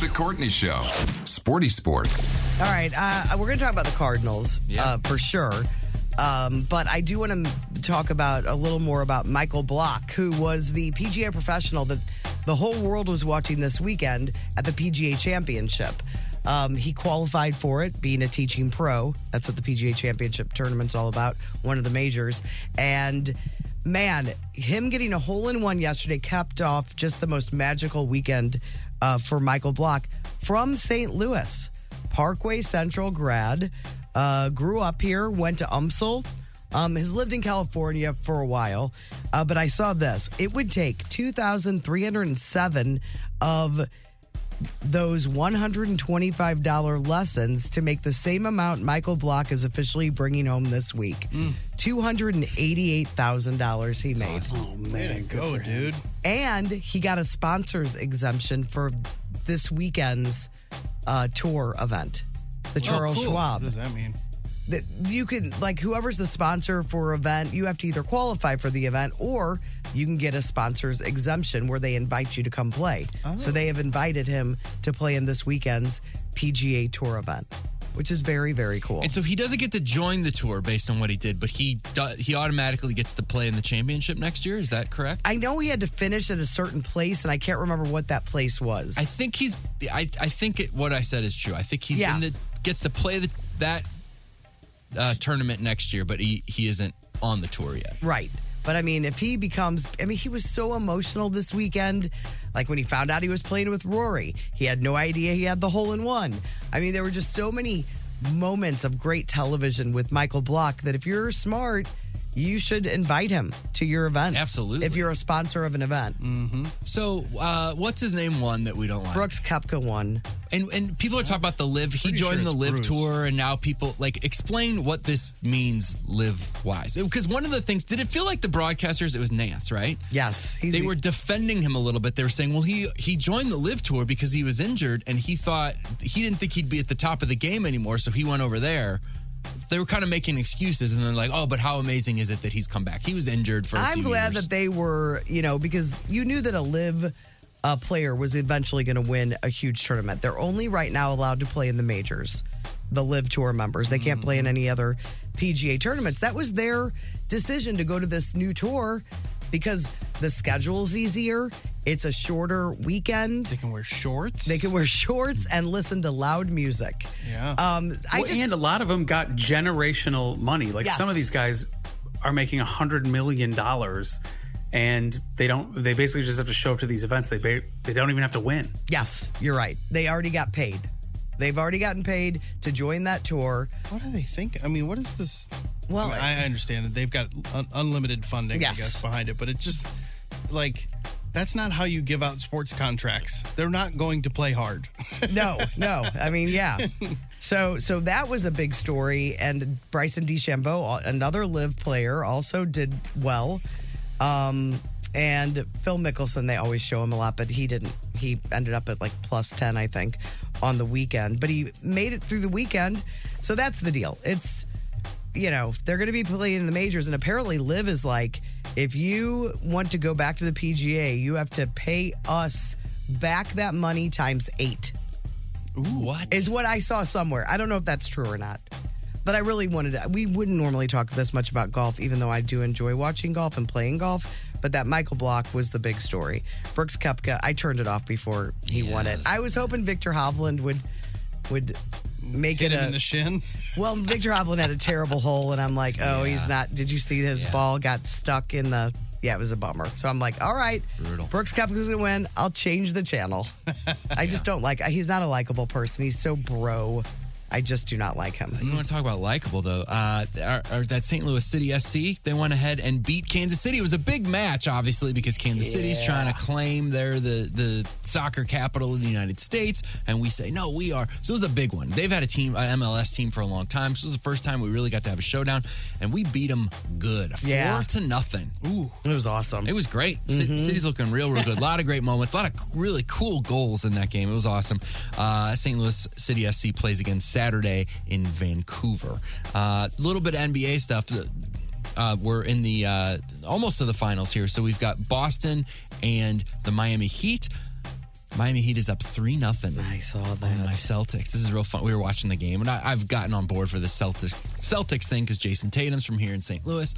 G: The Courtney Show. Sporty Sports.
C: All right, uh, we're going to talk about the Cardinals uh, for sure. Um, but I do want to talk about a little more about Michael Block, who was the PGA professional that the whole world was watching this weekend at the PGA Championship. Um, he qualified for it, being a teaching pro. That's what the PGA Championship tournament's all about, one of the majors. And man, him getting a hole in one yesterday capped off just the most magical weekend uh, for Michael Block from St. Louis. Parkway Central grad, uh, grew up here, went to UMSL, um, has lived in California for a while. Uh, but I saw this. It would take 2,307 of those $125 lessons to make the same amount Michael Block is officially bringing home this week.
E: Mm.
C: $288,000 he made.
E: Oh man, go, dude.
C: And he got a sponsor's exemption for this weekend's uh, tour event, the Charles Schwab.
E: Oh, What does that mean?
C: That you can like whoever's the sponsor for event, you have to either qualify for the event or you can get a sponsor's exemption where they invite you to come play. So
E: Oh.
C: they have invited him to play in this weekend's PGA Tour event, which is very very cool.
D: And so he doesn't get to join the tour based on what he did, but he do, he automatically gets to play in the championship next year. Is that correct?
C: I know he had to finish at a certain place, and I can't remember what that place was.
D: I think he's. I I think it, what I said is true. I think he's
C: Yeah.
D: in the gets to play the, that uh, tournament next year, but he he isn't on the tour yet.
C: Right. But I mean, if he becomes, I mean, he was so emotional this weekend. Like when he found out he was playing with Rory, he had no idea he had the hole in one. I mean, there were just so many moments of great television with Michael Block that if you're smart, you should invite him to your events. Absolutely. If you're a sponsor of an event. Mm-hmm.
D: So, uh, what's his name one that we don't like?
C: Brooks Kepka one.
D: And and people are talking about the live. He
C: Pretty sure
D: joined the
C: it's
D: live
C: Bruce.
D: tour, and now people like explain what this means live wise. Because one of the things, did it feel like the broadcasters? It was Nance, right?
C: Yes,
D: they were defending him a little bit. They were saying, well, he he joined the live tour because he was injured, and he thought he didn't think he'd be at the top of the game anymore, so he went over there. They were kind of making excuses, and they're like, "Oh, but how amazing is it that he's come back? He was injured for." i
C: I'm glad that they were, you know, because you knew that a live uh, player was eventually going to win a huge tournament. They're only right now allowed to play in the majors, the live tour members. They can't play in
E: Mm.
C: any other PGA tournaments. That was their decision to go to this new tour because the schedule's easier. It's a shorter weekend. They
E: can wear shorts.
C: They can wear shorts and listen to loud music.
E: Yeah.
C: Um, I
F: Well,
C: just
F: and a lot of them got generational money. Like
C: Yes.
F: some of these guys are making a hundred million dollars, and they don't. They basically just have to show up to these events. They ba- they don't even have to win.
C: Yes, you're right. They already got paid. They've already gotten paid to join that tour.
E: What do they think? I mean, what is this?
C: Well,
E: I, mean, I understand that they've got un- unlimited funding, I
C: Yes.
E: guess, behind it, but it's just like that's not how you give out sports contracts. They're not going to play hard.
C: no, no. I mean, yeah. So, so that was a big story. And Bryson DeChambeau, another live player, also did well. Um, and Phil Mickelson, they always show him a lot, but he didn't. He ended up at like plus ten, I think, on the weekend. But he made it through the weekend. So that's the deal. It's you know they're going to be playing in the majors, and apparently Live is like, if you want to go back to the PGA, you have to pay us back that money times eight.
D: Ooh, what
C: is what I saw somewhere? I don't know if that's true or not, but I really wanted to. We wouldn't normally talk this much about golf, even though I do enjoy watching golf and playing golf. But that Michael Block was the big story. Brooks Kepka, I turned it off before he won it. I was hoping Victor Hovland would would make
E: Hit
C: it
E: him
C: a,
E: in the shin.
C: Well, Victor Hovland had a terrible hole, and I'm like, oh, he's not. Did you see his ball got stuck in the? Yeah, it was a bummer. So I'm like, all right,
D: Brutal.
C: Brooks Koepka's gonna win. I'll change the channel. I just don't like. He's not a likable person. He's so bro. I just do not like him.
D: You want to talk about likable though? Uh, our, our- that St. Louis City SC, they went ahead and beat Kansas City. It was a big match, obviously, because Kansas City's
P: Yeah.
D: trying to claim they're the the soccer capital of the United States, and we say no, we are. So it was a big one. They've had a team, an MLS team, for a long time. So it was the first time we really got to have a showdown, and we beat them good, four
P: Yeah.
D: to nothing.
E: Ooh,
C: it was awesome.
D: It was great. Ci-
P: Mhm.
D: City's looking real, real good. A lot of great moments. A lot of really cool goals in that game. It was awesome. Uh, St. Louis City SC plays again Saturday in Vancouver. A little bit of NBA stuff. Uh, we're in the uh, almost to the finals here. So we've got Boston and the Miami Heat. Miami Heat is up three nothing. I
C: saw that.
D: my Celtics. This is real fun. We were watching the game, and I, I've gotten on board for the Celtics Celtics thing because Jason Tatum's from here in St. Louis,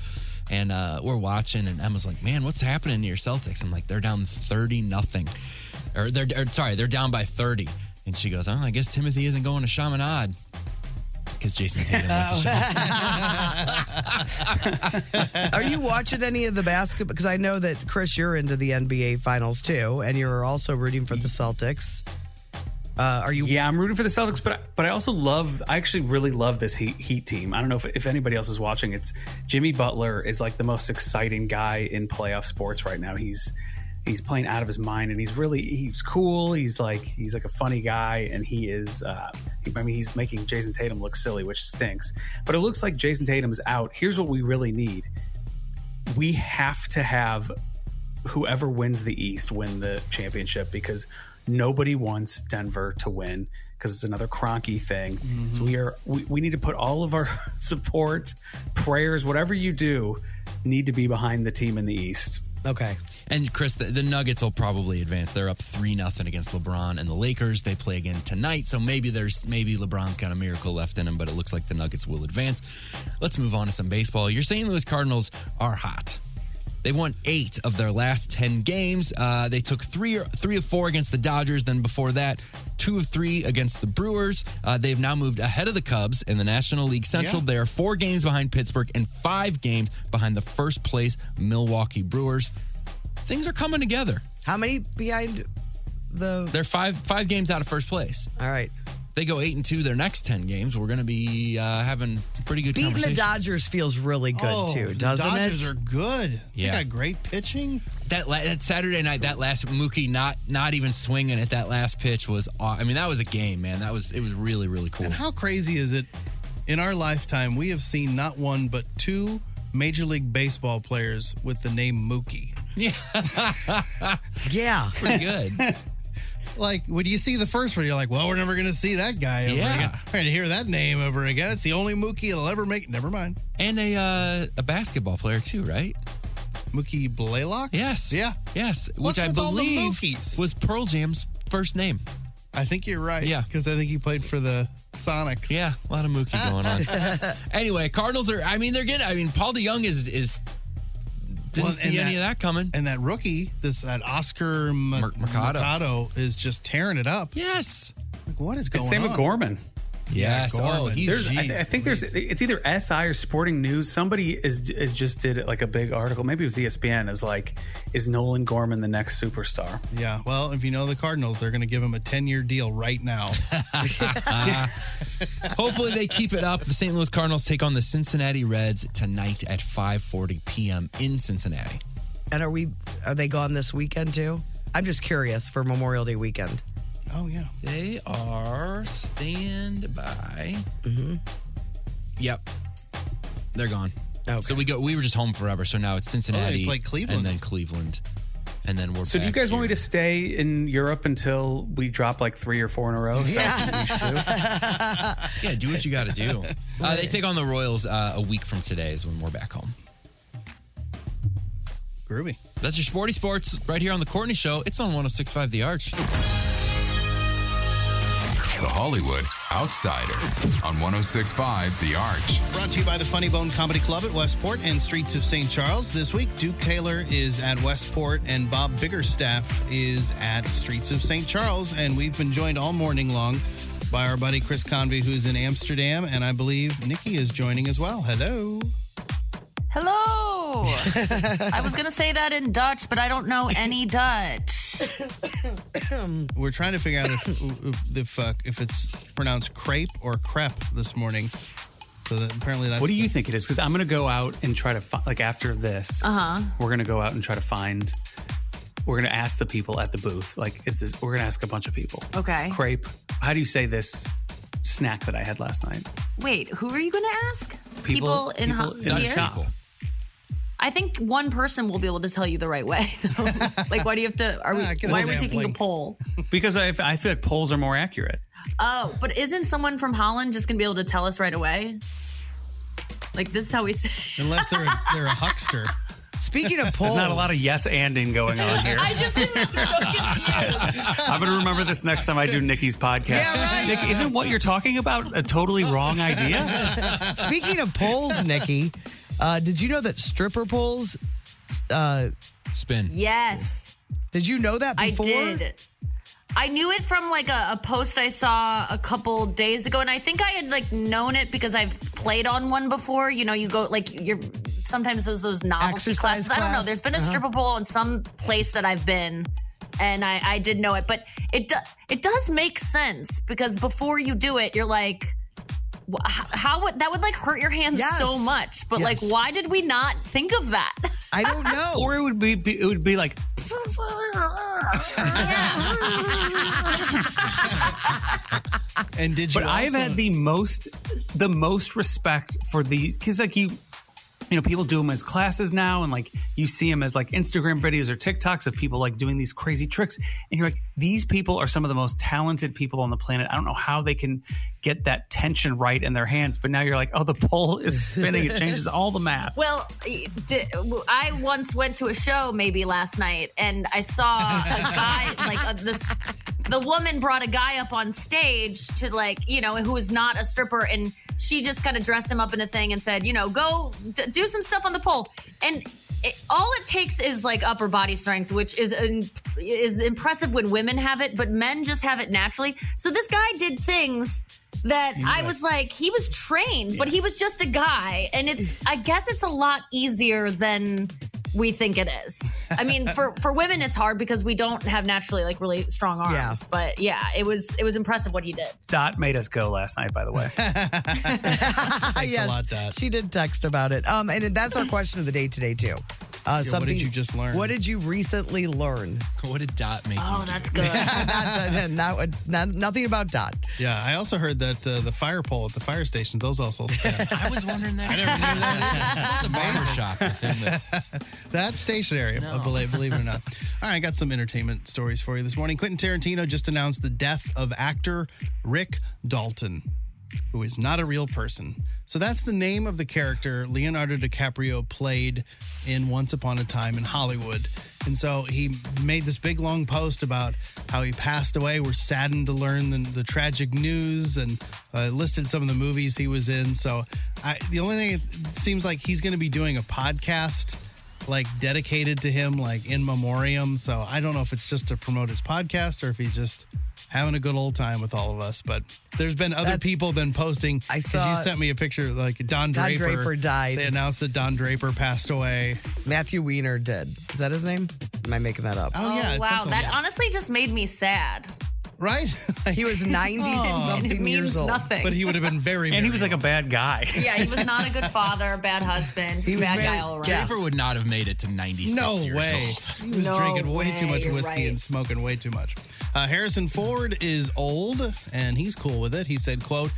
D: and uh, we're watching. And Emma's like, "Man, what's happening to your Celtics?" I'm like, "They're down thirty nothing, or they're or, sorry, they're down by 30. And she goes, "Oh, I guess Timothy isn't going to Chaminade because Jason Tatum went to Chaminade."
C: Are you watching any of the basketball? Because I know that Chris, you're into the NBA Finals too, and you're also rooting for the Celtics. Uh, are you?
F: Yeah, I'm rooting for the Celtics, but I, but I also love. I actually really love this Heat, Heat team. I don't know if, if anybody else is watching. It's Jimmy Butler is like the most exciting guy in playoff sports right now. He's he's playing out of his mind, and he's really he's cool. He's like he's like a funny guy, and he is. Uh, I mean, he's making Jason Tatum look silly, which stinks. But it looks like Jason Tatum's out. Here's what we really need: we have to have whoever wins the East win the championship because nobody wants Denver to win because it's another cronky thing. So we are we, we need to put all of our support, prayers, whatever you do, need to be behind the team in the East.
C: Okay.
D: And Chris, the, the Nuggets will probably advance. They're up three nothing against LeBron and the Lakers. They play again tonight, so maybe there's maybe LeBron's got a miracle left in him, but it looks like the Nuggets will advance. Let's move on to some baseball. Your St. Louis Cardinals are hot. They've won eight of their last ten games. Uh, they took three or three of four against the Dodgers. Then before that, two of three against the Brewers. Uh, they've now moved ahead of the Cubs in the National League Central.
P: Yeah.
D: They are four games behind Pittsburgh and five games behind the first place Milwaukee Brewers things are coming together.
C: How many behind the?
D: They're five five games out of first place.
C: All right.
D: they go eight and two their next ten games, we're going to be uh, having some pretty good
C: Beating the
D: conversations.
C: Dodgers feels really good
D: Oh,
C: too,
D: the
C: doesn't
D: Dodgers
C: it?
D: are good. They got
C: great pitching.
D: That, la- that Saturday night, that last Mookie not not even swinging at that last pitch was. Aw- I mean, that was a game, man. That was it was really really cool.
E: And how crazy is it? In our lifetime, we have seen not one but two Major League Baseball players with the name Mookie.
D: Yeah.
C: yeah.
D: Pretty good.
E: like when you see the first one, you're like, "Well, we're never going to see that guy ever
D: Yeah.
E: again. We're going to hear that name ever again. It's the only Mookie they'll ever make. Never mind."
D: And a uh, a basketball player too, right?
E: Mookie Blaylock.
D: Yes. Yeah. Yes.
E: What's
D: Which I
E: with all the
D: believe
E: Mookies?
D: was Pearl Jam's first name.
E: I think you're right.
D: Yeah.
E: because I think he played for the Sonics.
D: Yeah, a lot of Mookie going on. anyway, Cardinals are. I mean, they're getting. I mean, Paul DeYoung is is didn't
E: Well, and
D: see any of that coming.
E: And that rookie, this that Oscar M-
D: Mercado.
E: Mercado. is just tearing it up.
D: Yes.
E: Like, what is going
F: It's same
E: on?
F: with Gorman.
D: Yes. Oh, he's-
F: There's- I,
D: geez,
F: I think there's. It's either SI or Sporting News. Somebody is is just did like a big article. Maybe it was E ESPN. Is like, is Nolan Gorman the next superstar?
E: Yeah. Well, if you know the Cardinals, they're going to give him a 10 year deal right now.
D: Ah. Hopefully they keep it up. The St. Louis Cardinals take on the Cincinnati Reds tonight at 5:40 p.m. in Cincinnati.
C: And are we are they gone this weekend too? I'm just curious for Memorial Day weekend.
E: Oh yeah.
D: They are stand by. Yep. They're gone. So we go we were just home forever. So now it's Cincinnati.
F: play Cleveland.
D: And then Cleveland. And then we're
F: So do you
D: back
F: guys
D: here.
F: want me to stay in Europe until we drop like three or four in a row? Is that what we should do?
D: Yeah, do what you got to do. Uh, they take on the Royals uh, a week from today is when we're back home.
E: Groovy.
D: That's your Sporty Sports right here on The Courtney Show. It's on 1065 The Arch.
G: The Hollywood Outsider on 1065 The Arch.
E: Brought to you by the Funny Bone Comedy Club at Westport and Streets of St. Charles. This week, Duke Taylor is at Westport and Bob Biggerstaff is at Streets of St. Charles. And we've been joined all morning long by our buddy Chris Convey, who's in Amsterdam. And I believe Nikki is joining as well. Hello.
Q: Hello. I was gonna say that in Dutch, but I don't know any Dutch.
E: We're trying to figure out if if, if, uh, if it's pronounced crepe or crepe this morning. So that apparently that's
F: What do you think it is? Because I'm gonna go out and try to find like after this.
Q: Uh-huh.
F: We're gonna go out and try to find. We're gonna ask the people at the booth. Like, is this? We're gonna ask a bunch of people.
Q: Okay.
F: Crepe. How do you say this snack that I had last night?
Q: Wait, who are you gonna ask?
F: People-
Q: in,
F: people
Q: hu-
F: in the
Q: here?
F: shop.
Q: I think one person will be able to tell you the right way. like, why do you have to?
E: Ah,
Q: Are we?
F: get a
Q: why are we taking a
F: sampling.
Q: poll?
F: Because I, I feel like polls are more accurate.
Q: Oh, but isn't someone from Holland just gonna be able to tell us right away? Like this is how we say.
E: Unless they're they're a huckster.
C: Speaking of
F: There's not a lot of yes anding going on here.
Q: I just
F: I'm going to remember this next time I do Nikki's podcast. Nick, isn't what you're talking about a totally wrong idea?
C: Speaking of polls, Nikki, uh, did you know that stripper polls uh,
D: spin?
Q: Yes.
C: Did you know that before?
Q: I did. I knew it from like a, a post I saw a couple days ago, and I think I had like known it because I've played on one before. You know, you go like you're sometimes those those novelty
C: Exercise
Q: classes. I don't know.
C: class.
Q: There's been a
C: Uh-huh.
Q: stripper pole in some place that I've been, and I, I did know it, but it do, it does make sense because before you do it, you're like. wh- How, how would that would like hurt your hands
C: Yes.
Q: so much? But
C: Yes.
Q: like, why did we not think of that?
C: I don't know.
F: or it would be, be it would be like
E: And did
F: you? But I've
E: also-
F: had the most, the most respect for these because, like you, you know, people do them as classes now, and like you see them as like Instagram videos or TikToks of people like doing these crazy tricks, and you're like, these people are some of the most talented people on the planet. I don't know how they can get that tension right in their hands, but now you're like, oh, the pole is spinning. It changes all the math.
Q: Well, y- di- I once went to a show maybe last night, and I saw a guy like a, this. The woman brought a guy up on stage to like you know who was not a stripper, and she just kind of dressed him up in a thing and said, you know, go d- do some stuff on the pole, and. It, all it takes is like upper body strength, which is in, is impressive when women have it, but men just have it naturally. So this guy did things that
R: You're
Q: I
R: right.
Q: was like, he was trained, but he was just a guy. And it's, I guess it's a lot easier than we think it is. I mean, for for women, it's hard because we don't have naturally like really strong arms.
F: Yeah.
Q: But yeah, it was it was impressive what he did.
F: Dot made us go last night, by the way.
C: yes, she did text about it. Um, and that's our question of the day today too. Uh,
E: Yeah, what did you just learn?
C: What did you recently learn?
D: What did Dot make?
Q: Oh, that's
C: good. not, not, not, nothing about Dot.
E: Yeah, I also heard that uh, the fire pole at the fire station, those also spin.
D: I was wondering that. I never
E: knew
D: that. the barber shop within the
E: that station area, believe, believe it or not. All right, I got some entertainment stories for you this morning. Quentin Tarantino just announced the death of actor Rick Dalton, who is not a real person. So that's the name of the character Leonardo DiCaprio played in Once Upon a Time in Hollywood. And so he made this big long post about how he passed away. We're saddened to learn the, the tragic news and uh, listed some of the movies he was in. So I, the only thing it seems like he's going to be doing a podcast like dedicated to him, like in memoriam. So I don't know if it's just to promote his podcast or if he's just having a good old time with all of us. But there's been other people been posting. I
C: saw-
E: you sent me a picture like Don
C: Don
E: Draper.
C: Draper died.
E: They announced that Don Draper passed away.
C: Matthew Weiner did. Is that his name? Am I making that up?
E: Oh,
Q: Oh, wow, that honestly just made me sad.
E: Right?
C: he was 90 something
Q: it means
C: years old.
Q: Nothing.
E: would have been very.
F: And he was like a bad guy.
Q: yeah, he was not a good father, bad husband,
D: He was
Q: bad guy
D: married-
Q: all around.
D: Jennifer would not have made it to 96
E: No
D: years
E: way.
D: old.
E: He was drinking way too much whiskey and smoking way too much. Uh, Harrison Ford is old and he's cool with it. He said, quote,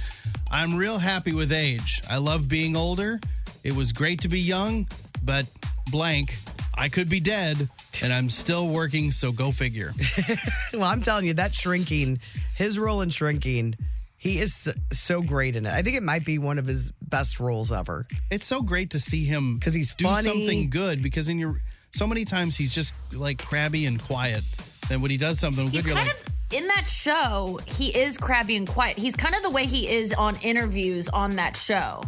E: I'm real happy with age. I love being older. It was great to be young, but blank, I could be dead and I'm still working, so go figure.
C: well, I'm telling you, that shrinking, his role in shrinking, he is so, so great in it. I think it might be one of his best roles ever.
E: It's so great to see him
C: because he's
E: Do
C: funny.
E: something good because in your so many times he's just like crabby and quiet. Then when he does something good,
Q: He's
E: you're
Q: kind
E: like,
Q: of in that show. He is crabby and quiet. He's kind of the way he is on interviews on that show,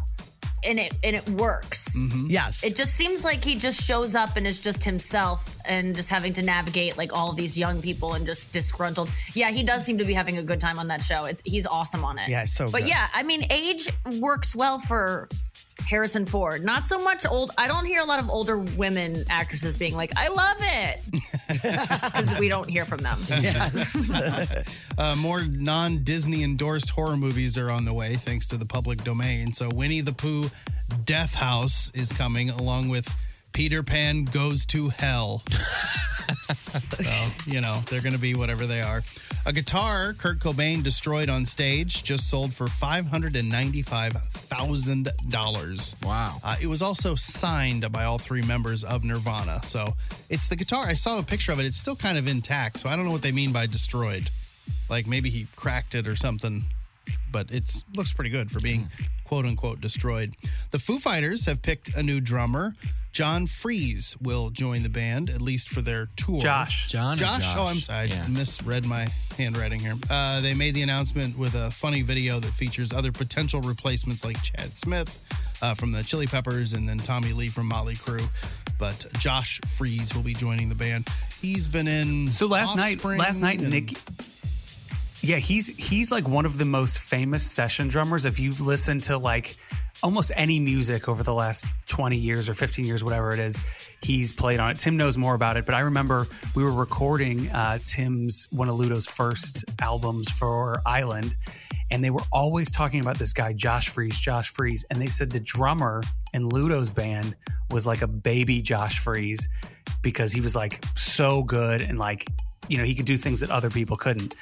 Q: and it and it works.
E: Mm-hmm.
C: Yes.
Q: It just seems like he just shows up and is just himself, and just having to navigate like all these young people and just disgruntled. Yeah, he does seem to be having a good time on that show. It, he's awesome on it.
C: Yeah, he's so
Q: But
C: good.
Q: yeah, I mean, age works well for. Harrison Ford, not so much old. I don't hear a lot of older women actresses being like, "I love it," because we don't hear from them.
E: uh, more non Disney endorsed horror movies are on the way thanks to the public domain. So, Winnie the Pooh Death House is coming along with Peter Pan Goes to Hell. so, you know, they're going to be whatever they are. A guitar Kurt Cobain destroyed on stage just sold for $595,000. Wow. Uh, it was also signed by all three members of Nirvana. So it's the guitar. I saw a picture of it. It's still kind of intact. So I don't know what they mean by destroyed. Like maybe he cracked it or something, but it looks pretty good for being quote unquote destroyed. The Foo Fighters have picked a new drummer. John Freeze will join the band, at least for their tour.
F: Josh. John or
E: Josh.
F: Josh?
E: Oh, I'm sorry.
F: Yeah.
E: I misread my handwriting here. Uh, they made the announcement with a funny video that features other potential replacements like Chad Smith uh, from the Chili Peppers and then Tommy Lee from Motley Crue. But Josh Freeze will be joining the band. He's been in. So
F: last night, last night, Nick. Yeah, he's he's like one of the most famous session drummers. If you've listened to like almost any music over the last 20 years or 15 years, whatever it is, he's played on it. Tim knows more about it, but I remember we were recording uh, Tim's one of Ludo's first albums for Island, and they were always talking about this guy Josh Freeze, Josh Freeze, and they said the drummer in Ludo's band was like a baby Josh Freeze because he was like so good and like you know he could do things that other people couldn't.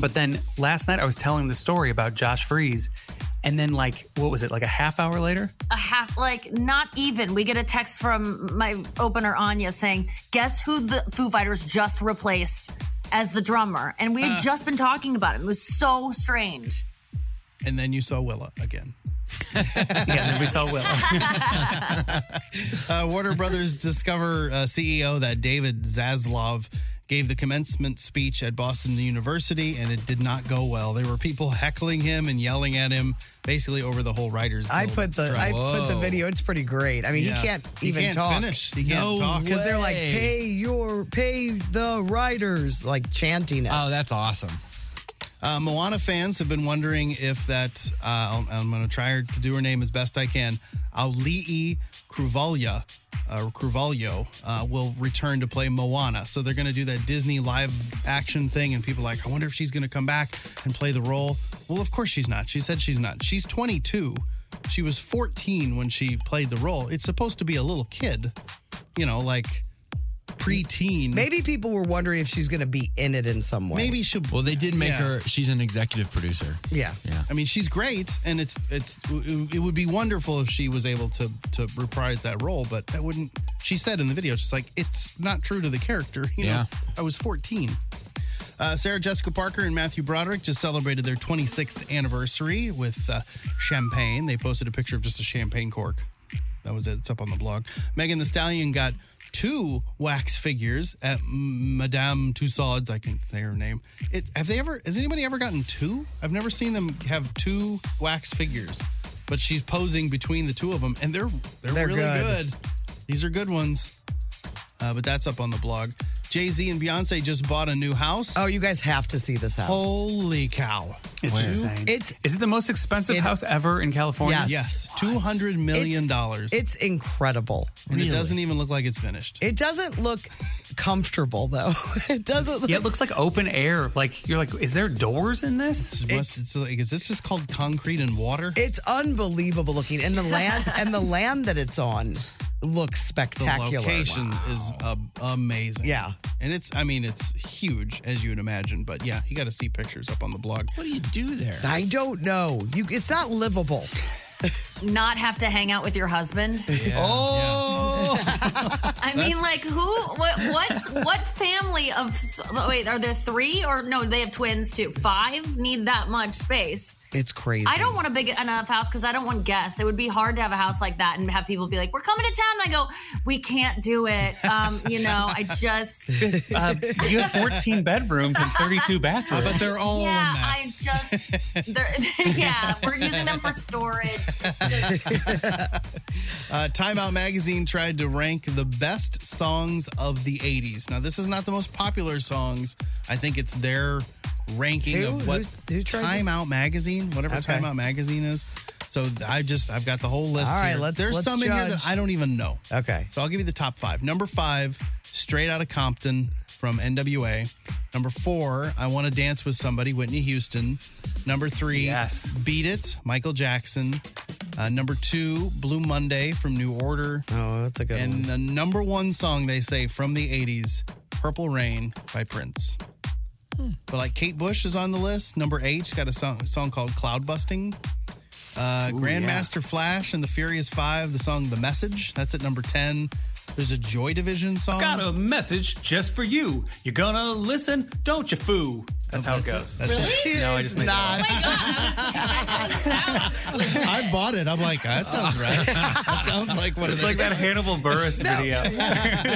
F: But then last night I was telling the story about Josh Freeze, and then like what was it like a half hour later?
Q: a half like not even we get a text from my opener anya saying guess who the foo fighters just replaced as the drummer and we had
E: Uh.
Q: just been talking about it it was so strange
E: And then you saw Willa again.
F: yeah, and then we saw Willa.
E: uh, Warner Brothers Discover uh, CEO that David Zaslav gave the commencement speech at Boston University, and it did not go well. There were people heckling him and yelling at him, basically over the whole writers.
C: I
E: Guild
C: put the
E: strike.
C: I put the video. It's pretty great. I mean,
E: Yeah.
C: he can't
E: He
C: even
E: can't
C: talk.
E: finish. He can't No talk.
C: because they're like,
E: way.
C: pay your pay the writers, like chanting it.
D: Oh, that's awesome.
E: Uh, Moana fans have been wondering if that, uh, I'm, going to try her to do her name as best I can, Auli'i Cruvalia, uh, Cruvalio, uh, will return to play Moana. So they're going to do that Disney live action thing, and people are like, I wonder if she's going to come back and play the role. Well, of course she's not. She said she's not. She's 22. She was 14 when she played the role. It's supposed to be a little kid, you know, like preteen.
C: Maybe people were wondering if she's going to be in it in some way.
E: Maybe she'll.
D: Well, they did make
E: Yeah.
D: her. She's an executive producer.
C: Yeah.
D: Yeah.
E: I mean, she's great, and it's it's it would be wonderful if she was able to to reprise that role, but that wouldn't. She said in the video, she's like, it's not true to the character. You
D: Yeah.
E: know, I was 14. Uh, Sarah Jessica Parker and Matthew Broderick just celebrated their 26th anniversary with uh, champagne. They posted a picture of just a champagne cork. That was it. It's up on the blog. Megan the Stallion got two wax figures at Madame Tussauds. I can say her name. It, have they ever? Has anybody ever gotten two? I've never seen them have two wax figures. But she's posing between the two of them, and they're they're,
C: They're
E: really
C: good.
E: good. These are good ones. Uh, but that's up on the blog. Jay Z and Beyonce just bought a new house. Oh,
C: you guys have to see this house.
E: Holy cow!
F: It's insane.
C: It's
F: is it the most expensive house ever in California?
C: Yes.
E: Two hundred million dollars.
C: It's incredible.
E: And it doesn't even look like it's finished.
C: It doesn't look comfortable though. it doesn't look
F: Yeah, it looks like open air. Like you're like, is there doors in this?
E: It's, like, is this just called concrete and water?
C: It's unbelievable looking. And the land and the land that it's on looks spectacular.
E: The location is uh, amazing.
C: Yeah.
E: and it's I mean it's huge as you would imagine, but yeah, you got to see pictures up on the blog.
D: What do you do there?
C: I don't know. You it's not livable.
Q: Not have to hang out with your husband.
E: Oh,
Q: I mean, like who? What? What's what family of? Wait, are there three or no? They have twins too. Five need that much space.
C: It's crazy.
Q: I don't want a big enough house because I don't want guests. It would be hard to have a house like that and have people be like, "We're coming to town." And I go, "We can't do it." Um, you know, I just
F: Uh, you have 14 bedrooms and 32 bathrooms.
E: but they're all
Q: yeah. I just they're, yeah. We're using them for storage.
E: Uh, Time Out Magazine tried to rank the best songs of the 80s. Now, this is not the most popular songs. I think it's their ranking
C: Who?
E: of what
C: Who- who tried to-
E: Time Out Magazine, whatever
C: Okay.
E: Time Out Magazine is. So I just I've got the whole list.
C: All right,
E: here.
C: let's-
E: There's
C: let's
E: some in here
C: judge.
E: that I don't even know.
C: Okay.
E: So I'll give you the top five. Number five, Straight Outta Compton from NWA. Number four, I Want to Dance with Somebody, Whitney Houston. Number three, yes. Beat It, Michael Jackson. Uh, number two, Blue Monday from New Order.
C: Oh, that's a good
E: and the number one song they say from the 80s, Purple Rain by Prince. But like Kate Bush is on the list. Number eight, she's got a song, song called Cloud Busting. Uh, Grandmaster Flash and the Furious Five, the song The Message. That's at number 10. There's a Joy Division song.
F: Got a message just for you. You're gonna listen, don't you, foo? That's how it goes.
E: Really?
F: No, I just made
E: Not.
F: that up.
E: I bought it. I'm like, that sounds right. that sounds like what
F: It's
E: it
F: like
E: is.
F: that Hannibal Burris video.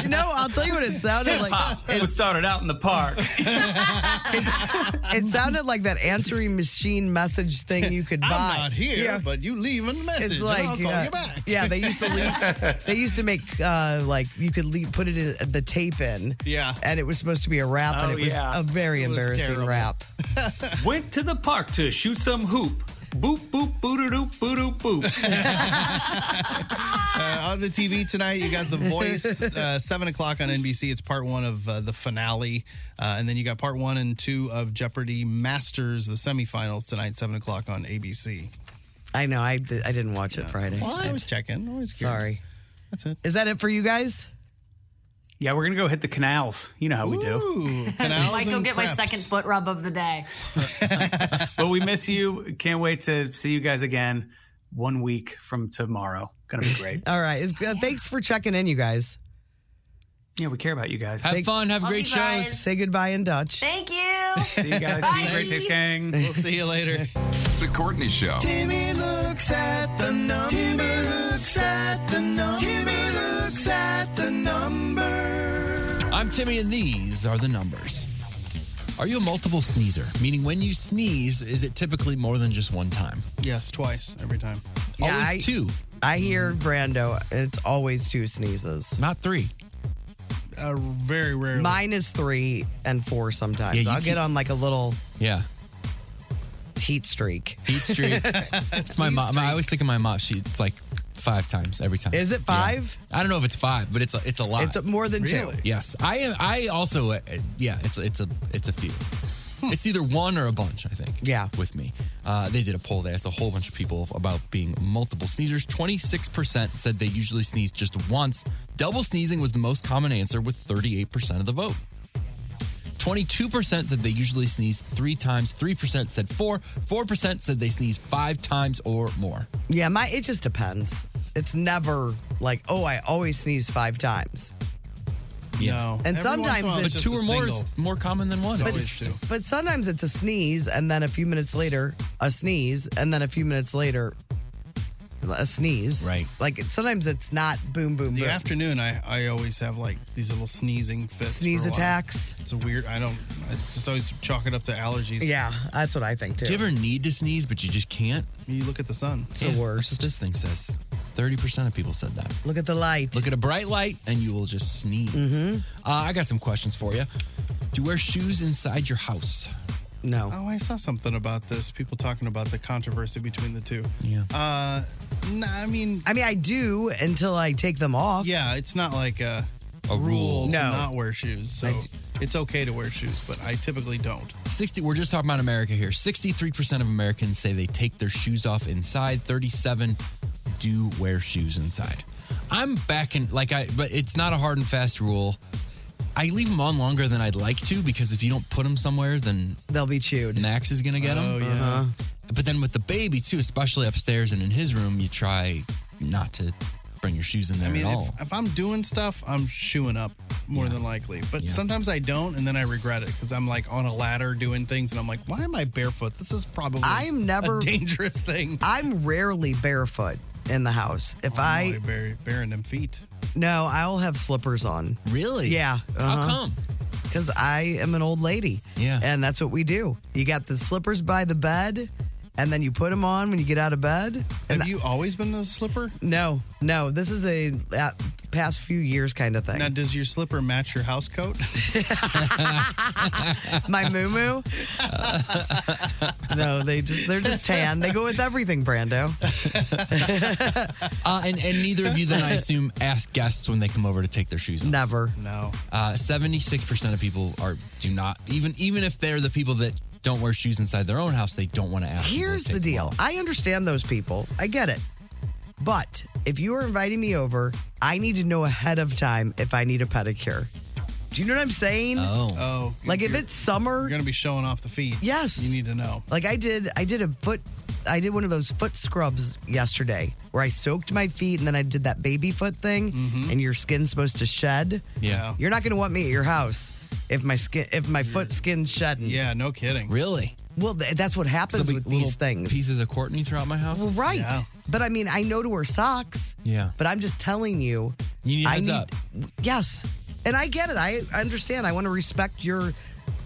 C: no, I'll tell you what it sounded like.
F: Hip-hop was started out in the park.
C: It sounded like that answering machine message thing you could buy.
E: I'm not here, but you leave a message and I'll call
C: yeah,
E: you back.
C: Yeah, they used to leave. they used to make uh, like you could leave, put it in uh, the tape in.
E: Yeah.
C: and it was supposed to be a rap, and
F: Oh,
C: it was
F: yeah.
C: a very
F: It was
C: embarrassing
F: terrible.
C: rap.
F: Went to the park to shoot some hoop. Boop, boop, boo doop, boo doop, boop.
E: Uh, on the TV tonight, you got The Voice, uh, 7 o'clock on NBC. It's part one of uh, the finale. Uh, and then you got part one and two of Jeopardy Masters, the semifinals tonight, 7 o'clock on ABC.
C: I know. I, di- I didn't watch it Friday.
E: What? I was checking. Always curious.
C: Sorry.
E: That's it.
C: Is that it for you guys?
F: Yeah, we're gonna go hit the canals. You know how we do.
Q: like, go get my second foot rub of the day.
F: But we miss you. Can't wait to see you guys again one week from tomorrow. Gonna be great.
C: All right. It's, uh, thanks for checking in, you guys.
F: Yeah, we care about you guys.
C: Say- Say goodbye in Dutch.
Q: Thank you.
F: See you guys. See you, Great Taste Gang.
E: We'll see you later.
G: The Courtney Show.
B: Timmy looks at the number. Timmy looks at the number. Timmy looks at the number.
D: I'm Timmy, and these are the numbers. Are you a multiple sneezer? Meaning, when you sneeze, is it typically more than just one time?
E: Yes, twice every time.
D: Always
C: I,
D: two.
C: I hear Brando. It's always two sneezes.
D: Not three.
E: Uh, very rarely.
C: Mine is three and four sometimes.
D: Yeah, you
C: I'll get
D: keep-
C: on like a little.
D: Yeah.
C: heat streak.
D: Heat streak. it's my mom. I always think of my mom. She it's like five times every time.
C: Is it
D: Yeah.
C: five?
D: I don't know if it's five, but it's a, it's a lot.
C: It's a- more than two. Really?
D: Yes, I am. I also uh, yeah. It's it's a it's a few. It's either one or a bunch. I think.
C: Hmm. Yeah.
D: With me, uh, they did a poll. They asked a whole bunch of people about being multiple sneezers. Twenty six percent said they usually sneeze just once. Double sneezing was the most common answer with thirty eight percent of the vote. 22% said they usually sneeze three times, 3% said four, 4% said they sneeze five times or more.
C: Yeah, my it just depends. It's never like, oh, I always sneeze five times.
D: Yeah.
C: And sometimes
D: but
C: it's
D: two or more is more common than one.
C: But, but sometimes it's a sneeze, and then a few minutes later, a sneeze, and then a few minutes later, a sneeze. Right. Like it- sometimes it's not boom, boom,
E: In the
C: boom.
E: afternoon, I, I always have like these little sneezing fits.
C: Sneeze
E: for a while.
C: attacks.
E: It's a weird. I don't. I just always chalk it up to allergies.
C: Yeah, that's what I think too.
D: Do you ever need to sneeze, but you just can't?
E: You look at the sun.
D: It's the worst. That's what this thing says. 30% of people said that.
C: Look at the light. Mm-hmm.
D: Look at a bright light, and you will just sneeze. Uh, I got some questions for you. Do you wear shoes inside your house?
C: No.
E: Oh, I saw something about this. People talking about the controversy between the two.
D: Yeah.
E: Uh, no, I mean,
C: I mean, I do until I take them off.
E: Yeah, it's not like a, a rule to not wear shoes. So it's okay to wear shoes, but I typically don't.
D: 60 we're just talking about america here 63% of americans say they take their shoes off inside 37 do wear shoes inside i'm back in like i but it's not a hard and fast rule i leave them on longer than i'd like to because if you don't put them somewhere then
C: they'll be chewed
D: max is gonna get them
E: Oh, yeah. Uh-huh.
D: but then with the baby too especially upstairs and in his room you try not to bring your shoes in there
E: I mean,
D: at all
E: if, if I'm doing stuff, I'm shoeing up more than likely. But sometimes I don't, and then I regret it because I'm like on a ladder doing things, and I'm like, why am I barefoot? This is probably
C: I'm never
E: a dangerous thing. Oh
C: I'm rarely barefoot in the house. If
E: I'm
C: I
E: only bare- baring them feet.
C: no, I'll have slippers on.
D: Really?
C: Yeah.
E: How come?
C: Because I am an old lady.
D: Yeah.
C: And that's what we do. You got the slippers by the bed, and then you put them on when you get out of bed. And
E: have you always been a slipper?
C: No, no. This is a uh, past few years kind of thing.
E: Now, does your slipper match your house coat?
C: My moo moo? no, they just they're just tan. They go with everything, Brando.
D: uh, and, and neither of you then i assume ask guests when they come over to take their shoes off
C: never
E: no
D: uh, 76% of people are do not even even if they're the people that don't wear shoes inside their own house they don't want to ask people to
C: Here's
D: take
C: the
D: them
C: deal. I understand those people. I get it. But if you are inviting me over, I need to know ahead of time if I need a pedicure. Do you know what I'm saying?
D: Oh.
E: Oh.
C: Like if
E: you're-
C: it's summer, you're
E: going to be showing off the feet.
C: Yes.
E: You need to know.
C: Like I did I did a foot I did one of those foot scrubs yesterday where I soaked my feet and then I did that baby foot thing
E: Mm-hmm.
C: and your skin's supposed to shed.
D: Yeah.
C: You're not going to want me at your house if my skin if my foot skin's shedding.
E: Yeah, no kidding.
D: Really?
C: Well, th- that's what
D: So there'll
C: happens
D: be
C: with
D: little
C: these things.
D: pieces of courtney throughout my house
C: Well, right. But I mean, I know to wear socks.
D: Yeah.
C: But I'm just telling you.
D: You need a
C: I
D: heads up.
C: Yes. And I get it. I understand. I want to respect your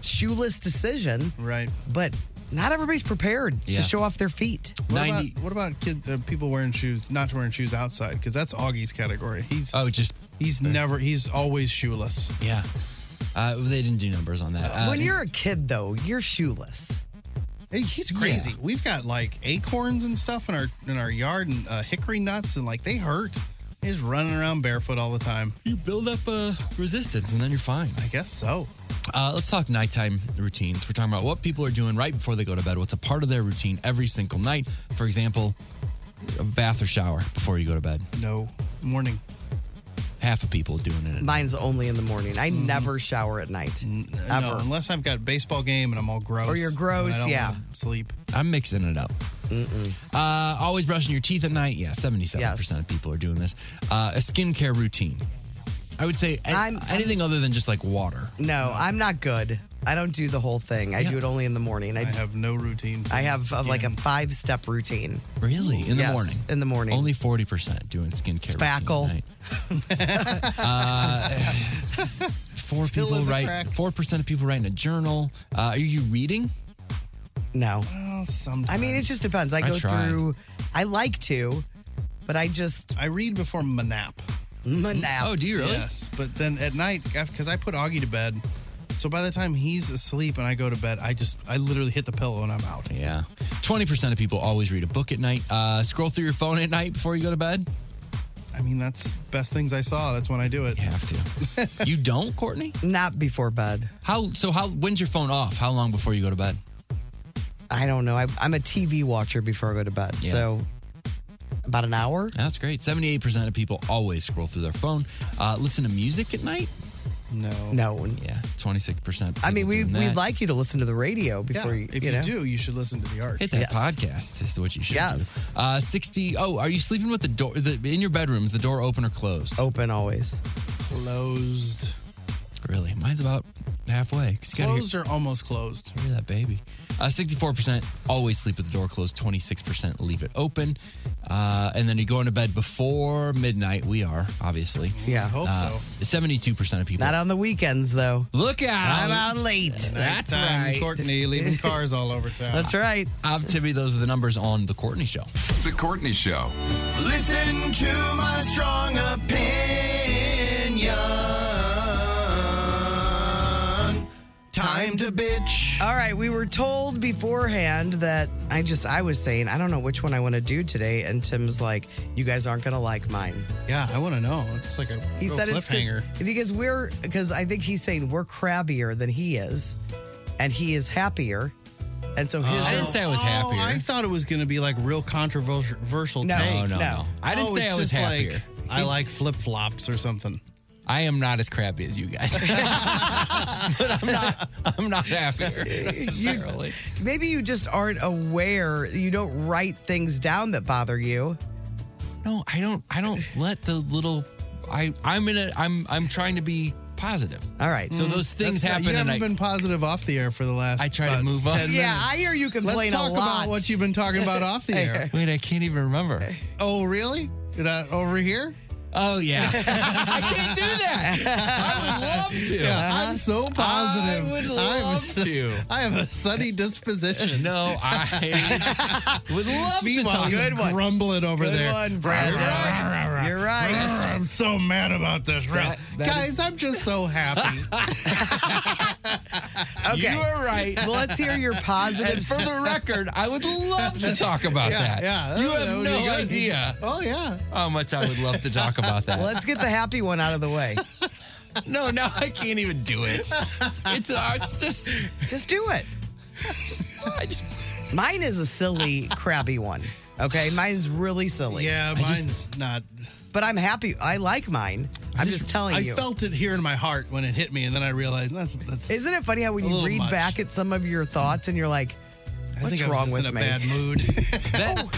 C: shoeless decision.
E: Right.
C: But not everybody's prepared
E: Yeah.
C: to show off their feet.
E: What about what about kids? Uh, people wearing shoes, not wearing shoes outside, because that's Augie's category. He's
D: oh, just
E: he's never he's always shoeless.
D: Yeah, uh, they didn't do numbers on that. Uh,
C: when you're a kid, though, you're shoeless.
E: He's crazy. We've got like acorns and stuff in our in our yard and uh, hickory nuts and like they hurt. He's running around barefoot all the time.
D: You build up uh, resistance and then you're fine.
E: I guess so.
D: Uh, let's talk nighttime routines. We're talking about what people are doing right before they go to bed. What's a part of their routine every single night? For example, a bath or shower before you go to bed.
E: No, morning.
D: Half of people doing it.
C: Mine's only in the morning.
D: Mm.
C: I never shower at night. Ever.
E: No, unless I've got a baseball game and I'm all gross.
C: Or you're
E: and
C: gross,
E: I don't
C: yeah.
E: wanna Sleep.
D: I'm mixing it up. Uh, always brushing your teeth at night. Yeah, 77% of people are doing this. Uh, a skincare routine. I would say an- anything other than just like water.
C: No, I'm not good. I don't do the whole thing. I do it only in the morning. I,
E: have no routine.
C: I have uh, like a five step routine.
D: Really? In the
C: Yes,
D: morning?
C: In the morning.
D: Only 40% doing skincare.
C: Spackle.
D: Uh, four
C: Fill in
D: people
C: the
D: write,
C: cracks.
D: 4% of people write in a journal. Uh, are you reading?
C: No.
E: Well, sometimes.
C: I mean, it just depends. I
D: I
C: go
D: tried.
C: through. I like to, but I just.
E: I read before my nap.
C: My nap.
D: Oh,
E: Yes, but then at night, because I put Augie to bed, So by the time he's asleep and I go to bed, I just I literally hit the pillow and I'm out.
D: Yeah. 20% of people always read a book at night. Uh, scroll through your phone at night before you go to bed.
E: I mean, that's best things I saw. That's when I do it. You
D: have to. you don't, Courtney?
C: Not before bed.
D: How so how when's your phone off? How long before you go to bed?
C: I don't know. I, I'm a TV watcher before I go to bed.
D: Yeah.
C: So about an hour.
D: That's great. 78% of people always scroll through their phone. Uh, listen to music at night?
E: No.
C: No.
D: Yeah. 26%.
C: I mean, we,
D: doing
C: we'd
D: that.
C: like you to listen to the radio before you,
D: if you
C: you, know.
D: do,
E: you should listen to the art.
D: Hit that podcast is what you should
C: Yes.
D: do. Uh, 60. Oh, are you sleeping with the door the, in your bedroom? Is the door open or closed?
C: Open always.
E: Closed.
D: Really? Mine's about halfway. 'cause you gotta hear-
E: Closed or almost closed.
D: Hear that baby. Uh, 64% always sleep with the door closed, 26% leave it open. Uh, and then you go into bed before midnight. We are, obviously.
C: Yeah. Hope
D: so. 72% of people.
C: Not on the weekends though.
D: Look out.
C: I'm out late.
D: That's
E: Nighttime,
D: right.
E: Courtney leaving cars all over town.
C: That's right.
D: I'm Timmy. Those are the numbers on The Courtney Show.
G: The Courtney Show.
B: Listen to my strong opinion. Time to bitch.
C: All right, we were told beforehand that I just I was saying I don't know which one I want to do today, and Tim's like, "You guys aren't gonna like mine."
E: Yeah, I want to know. It's like a
C: He
E: real
C: said it's 'cause-
E: cliffhanger.
C: because we're because I think he's saying we're crabbier than he is, and he is happier, and so his.
E: Oh, I thought it was going to be like real controversial.
C: No,
E: take.
C: no, no.
D: I didn't
E: Oh,
D: say
E: it's
D: I was
E: just like,
D: happier.
E: I like flip flops or something.
D: I am not as crappy as you guys. but I'm not, I'm not happier necessarily.
C: Maybe you just aren't aware. You don't write things down that bother you.
D: No, I don't. I don't let the little. I I'm in a. I'm I'm trying to be positive.
C: All right.
D: So those
E: Mm. Mm-hmm. That's
D: things
E: not-
D: happen,
E: You
D: and
E: haven't
D: I
E: been positive off the air for the last. I
D: try to move on. Yeah,
C: I hear you complain
E: Let's
C: a
E: talk
C: lot.
E: about what you've been talking about off the air.
D: Wait, I can't even remember.
E: Oh, really? You're not over here?
D: Oh yeah. I can't do that. I would love to.
E: Yeah, I'm so positive.
D: I would
E: I'm-
D: love to.
E: I have a sunny disposition.
D: No, I would love to
E: Meanwhile,
D: talk-
E: he's
D: Good one.
E: grumbling over
D: Good
E: there.
D: one, Brad.
E: Rah,
D: You're
E: rah,
D: right.
E: rah, rah.
D: You're right.
E: Rah, I'm so mad about this. Rah.
D: That- that
E: Guys,
D: is-
E: I'm just so happy.
C: Okay.
D: You are right.
C: Well, let's hear your
D: And
C: positives.
D: for the record, I would love to talk about
C: Yeah,
D: that.
C: yeah,
D: you
C: that
D: have
C: would be
D: no
C: good.
D: idea.
E: Oh yeah.
D: How much I would love to talk about that.
C: Let's get the happy one out of the way.
D: No, now I can't even do it. It's uh, it's just
C: Just do it. Mine is a silly, crabby one. Okay, mine's really silly.
E: Yeah, I just- mine's not.
C: But I'm happy. I like mine. I'm just, telling
E: I
C: you.
E: felt it here in my heart when it hit me, and then I realized that's that's.
C: Isn't it funny how when
E: a
C: you
E: little
C: read
E: much.
C: back at some of your thoughts and you're like,
E: I
C: "What's
E: think I was
C: wrong
E: just
C: with
E: in a
C: me?"
E: bad mood.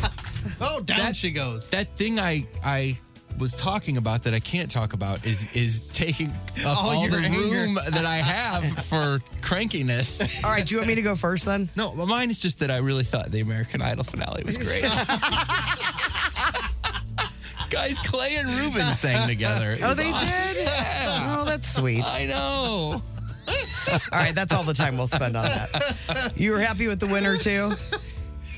D: Oh,
E: down she goes.
D: That thing I I was talking about that I can't talk about is is taking up
C: All
D: all, the
C: your anger.
D: room that I have for crankiness.
C: All right, do you want me to go first then?
D: No, but mine is just that I really thought the American Idol finale was great. Guys, Clay and Ruben sang together. It
C: Oh,
D: was
C: they
D: awesome.
C: did?
D: Yeah.
C: Oh, that's sweet.
D: I know.
C: all right, that's all the time we'll spend on that. You were happy with the winner too?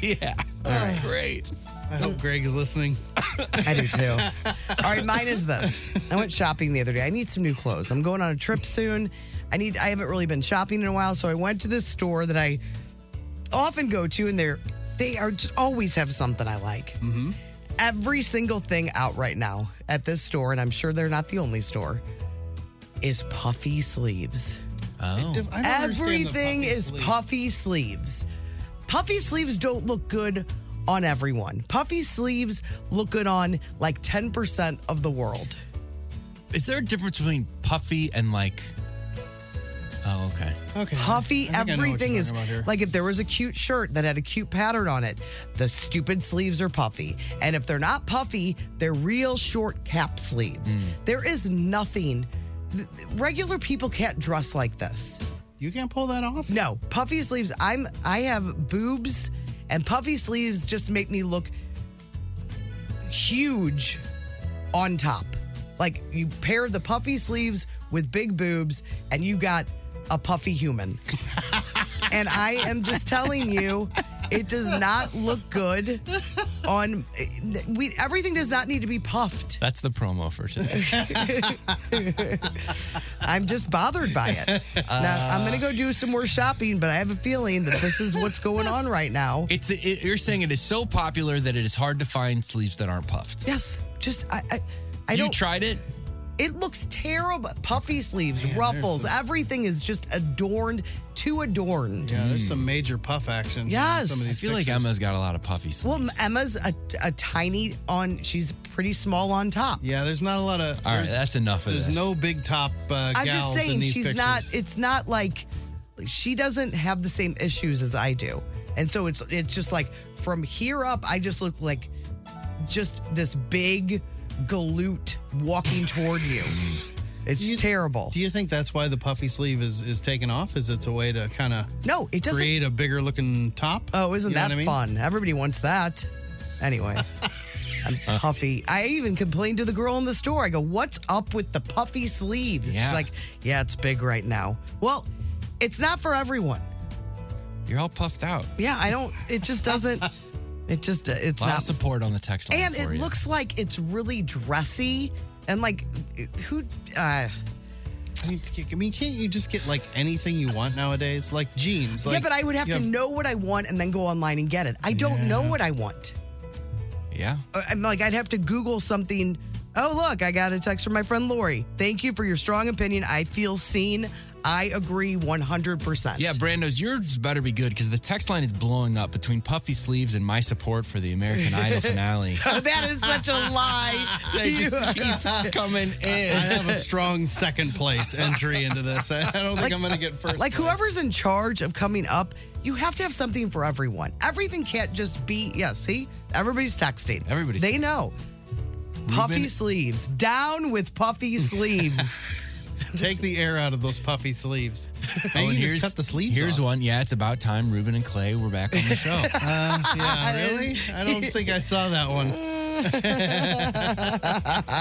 D: Yeah. That's
C: uh,
D: great.
E: I hope Oh, Greg is listening.
C: I do too. All right, mine is this. I went shopping the other day. I need some new clothes. I'm going on a trip soon. I need I haven't really been shopping in a while, so I went to this store that I often go to and they're they are just always have something I like.
B: Mm-hmm.
C: Every single thing out right now at this store, and I'm sure they're not the only store, is puffy sleeves.
D: Oh.
E: I don't understand the
C: Everything
E: puffy
C: is
E: sleeve.
C: puffy sleeves. Puffy sleeves don't look good on everyone. Puffy sleeves look good on like 10% of the world.
D: Is there a difference between puffy and like? Oh, okay.
E: Okay.
C: Puffy,
D: I think I know what you're
C: everything is
D: talking about here.
C: like if there was a cute shirt that had a cute pattern on it, the stupid sleeves are puffy. And if they're not puffy, they're real short cap sleeves.
D: Hmm.
C: There is nothing. th- Regular people can't dress like this.
E: You can't pull that off?
C: No. Puffy sleeves, I'm I have boobs and puffy sleeves just make me look huge on top. Like you pair the puffy sleeves with big boobs and you got a puffy human. and I am just telling you it does not look good on we everything does not need to be puffed.
D: That's the promo for today.
C: I'm just bothered by it. now, I'm going to go do some more shopping, but I have a feeling that this is what's going on right now.
D: It's it, you're saying it is so popular that it is hard to find sleeves that aren't puffed.
C: Yes, just I, I, I
D: You
C: don't.
D: tried it?
C: It looks terrible. Puffy sleeves, ruffles, everything is just adorned, too adorned.
E: Yeah, there's some major puff action.
C: Mm. Yes.
E: in some of these
C: I feel like
E: pictures.
D: Emma's got a lot of puffy sleeves.
C: Well, Emma's a, a tiny on. She's pretty small on top.
E: Yeah, there's not a lot of.
D: All right,
E: there's-
D: that's enough of
E: There's
D: this.
E: no big top. Uh,
C: I'm just
E: gals in
C: saying
E: these
C: she's
E: pictures.
C: not it's not like she doesn't have the same issues as I do. And so it's it's just like from here up I just look like just this big galoot walking toward you. It's terrible.
E: Do you think that's why the puffy sleeve is is taken off? Is it's a way to kind of
C: no, it doesn't
E: create a bigger looking top?
C: Oh, isn't
E: You know
C: that
E: what I mean?
C: fun? Everybody wants that. Anyway, I'm puffy. I even complained to the girl in the store. I go, "What's up with the puffy sleeves?"
D: Yeah.
C: She's like, "Yeah, it's big right now." Well, it's not for everyone.
D: You're all puffed out.
C: Yeah, I don't. It just doesn't. it just. uh, It's
D: a lot
C: not.
D: of support on the text line.
C: and
D: for
C: it
D: you.
C: looks like it's really dressy and like who. uh
E: I mean, c- I mean, can't you just get like anything you want nowadays? Like jeans. Like,
C: yeah, but I would have
E: you
C: to know what I want and then go online and get it. I don't know what I want.
D: Yeah.
C: Uh, I'm like, I'd have to Google something. Oh, look, I got a text from my friend Lori. Thank you for your strong opinion. I feel seen. I agree 100%.
D: Yeah, Brando's, yours better be good because the text line is blowing up between puffy sleeves and my support for the American Idol finale.
C: that is such a lie.
D: They just keep coming in.
E: I have a strong second place entry into this. I I don't think
C: Like- uh,
E: I'm going to get first.
C: Like, whoever's in charge of coming up, you have to have something for everyone. Everything can't just be, yeah, see? Everybody's texting.
D: Everybody's
C: They
D: texting.
C: know. Puffy
E: Ruben-
C: sleeves. Down with puffy sleeves.
E: Take the air out of those puffy sleeves.
D: Oh,
E: Maybe
D: and
E: you just cut the sleeves
D: Here's
E: off.
D: one. Yeah, it's about time. Ruben and Clay were back on the show.
E: Uh, yeah, really? I don't think I saw that one.
C: All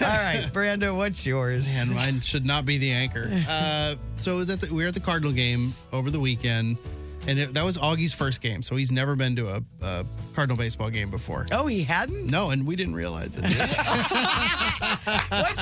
C: right, Brando, what's yours?
E: Man, mine should not be the anchor. Uh, so it was at the, we were at the Cardinal game over the weekend, and it, that was Augie's first game. So he's never been to a, a Cardinal baseball game before.
C: Oh, he hadn't?
E: No, and we didn't realize it.
C: Once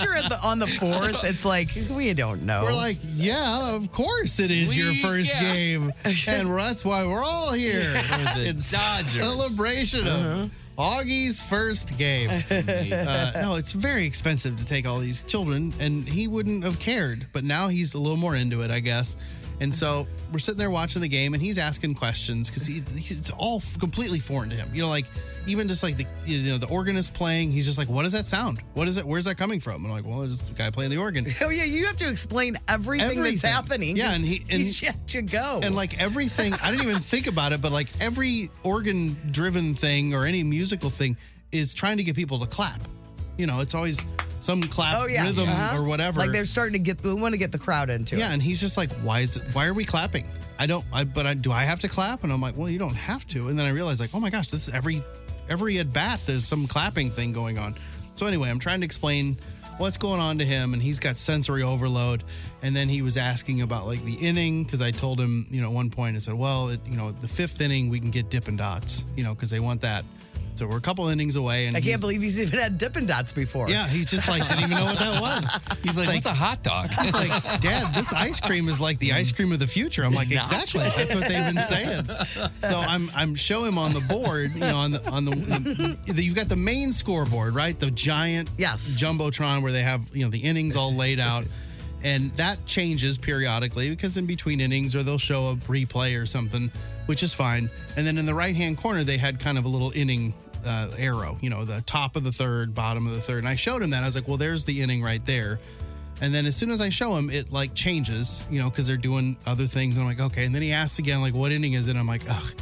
C: you're at the, on the fourth, it's like, we don't know.
E: We're like, yeah, of course it is
C: We-
E: your first
C: yeah.
E: game. And that's why we're all here.
D: For the
E: It's
D: Dodgers.
E: Celebration
C: Uh-huh.
E: of Augie's first game. Uh, no, it's very expensive to take all these children, and he wouldn't have cared. But now he's a little more into it, I guess. And so we're sitting there watching the game, and he's asking questions because he, he's it's all f- completely foreign to him. You know, like even just like the you know the organist playing, he's just like, "What does that sound? What is it? Where's that coming from?" And I'm like, "Well, it's just the guy playing the organ."
C: Oh yeah, you have to explain everything, that's
E: Everything.
C: happening.
E: Yeah,
C: 'cause
E: and he- and-
C: he's yet to go.
E: And like everything, I didn't even think about it, but like every organ driven thing or any musical thing is trying to get people to clap. You know, it's always some clap
C: oh yeah,
E: rhythm
C: uh-huh.
E: or whatever.
C: Like they're starting to get, we want to get the crowd into
E: yeah,
C: it.
E: and he's just like, why is it, why are we clapping? I don't, I, but I, do I have to clap? And I'm like, well, you don't have to. And then I realized like, oh my gosh, this is every, every at bat, there's some clapping thing going on. So anyway, I'm trying to explain what's going on to him and he's got sensory overload. And then he was asking about like the inning. Cause I told him, you know, at one point I said, well, it, you know, the fifth inning, we can get Dippin' dots, you know, cause they want that. So we're a couple innings away. And
C: I
E: he-
C: can't believe he's even had Dippin' Dots before.
E: yeah, he just like didn't even know what that was.
D: He's like, what's a hot dog?
E: He's like, Dad, this ice cream is like the ice cream of the future. I'm like, exactly. That's what they've been saying. So I'm I'm showing him on the board, you know, on the on the, the you've got the main scoreboard, right? The giant yes. jumbotron where they have you know the innings all laid out. And that changes periodically because in between innings, or they'll show a replay or something, which is fine. And then in the right hand corner, they had kind of a little inning uh, arrow, you know, the top of the third, bottom of the third. And I showed him that. I was like, well, there's the inning right there. And then as soon as I show him, it like changes, you know, because they're doing other things. And I'm like, okay. And then he asks again, like, what inning is it? I'm like, ugh,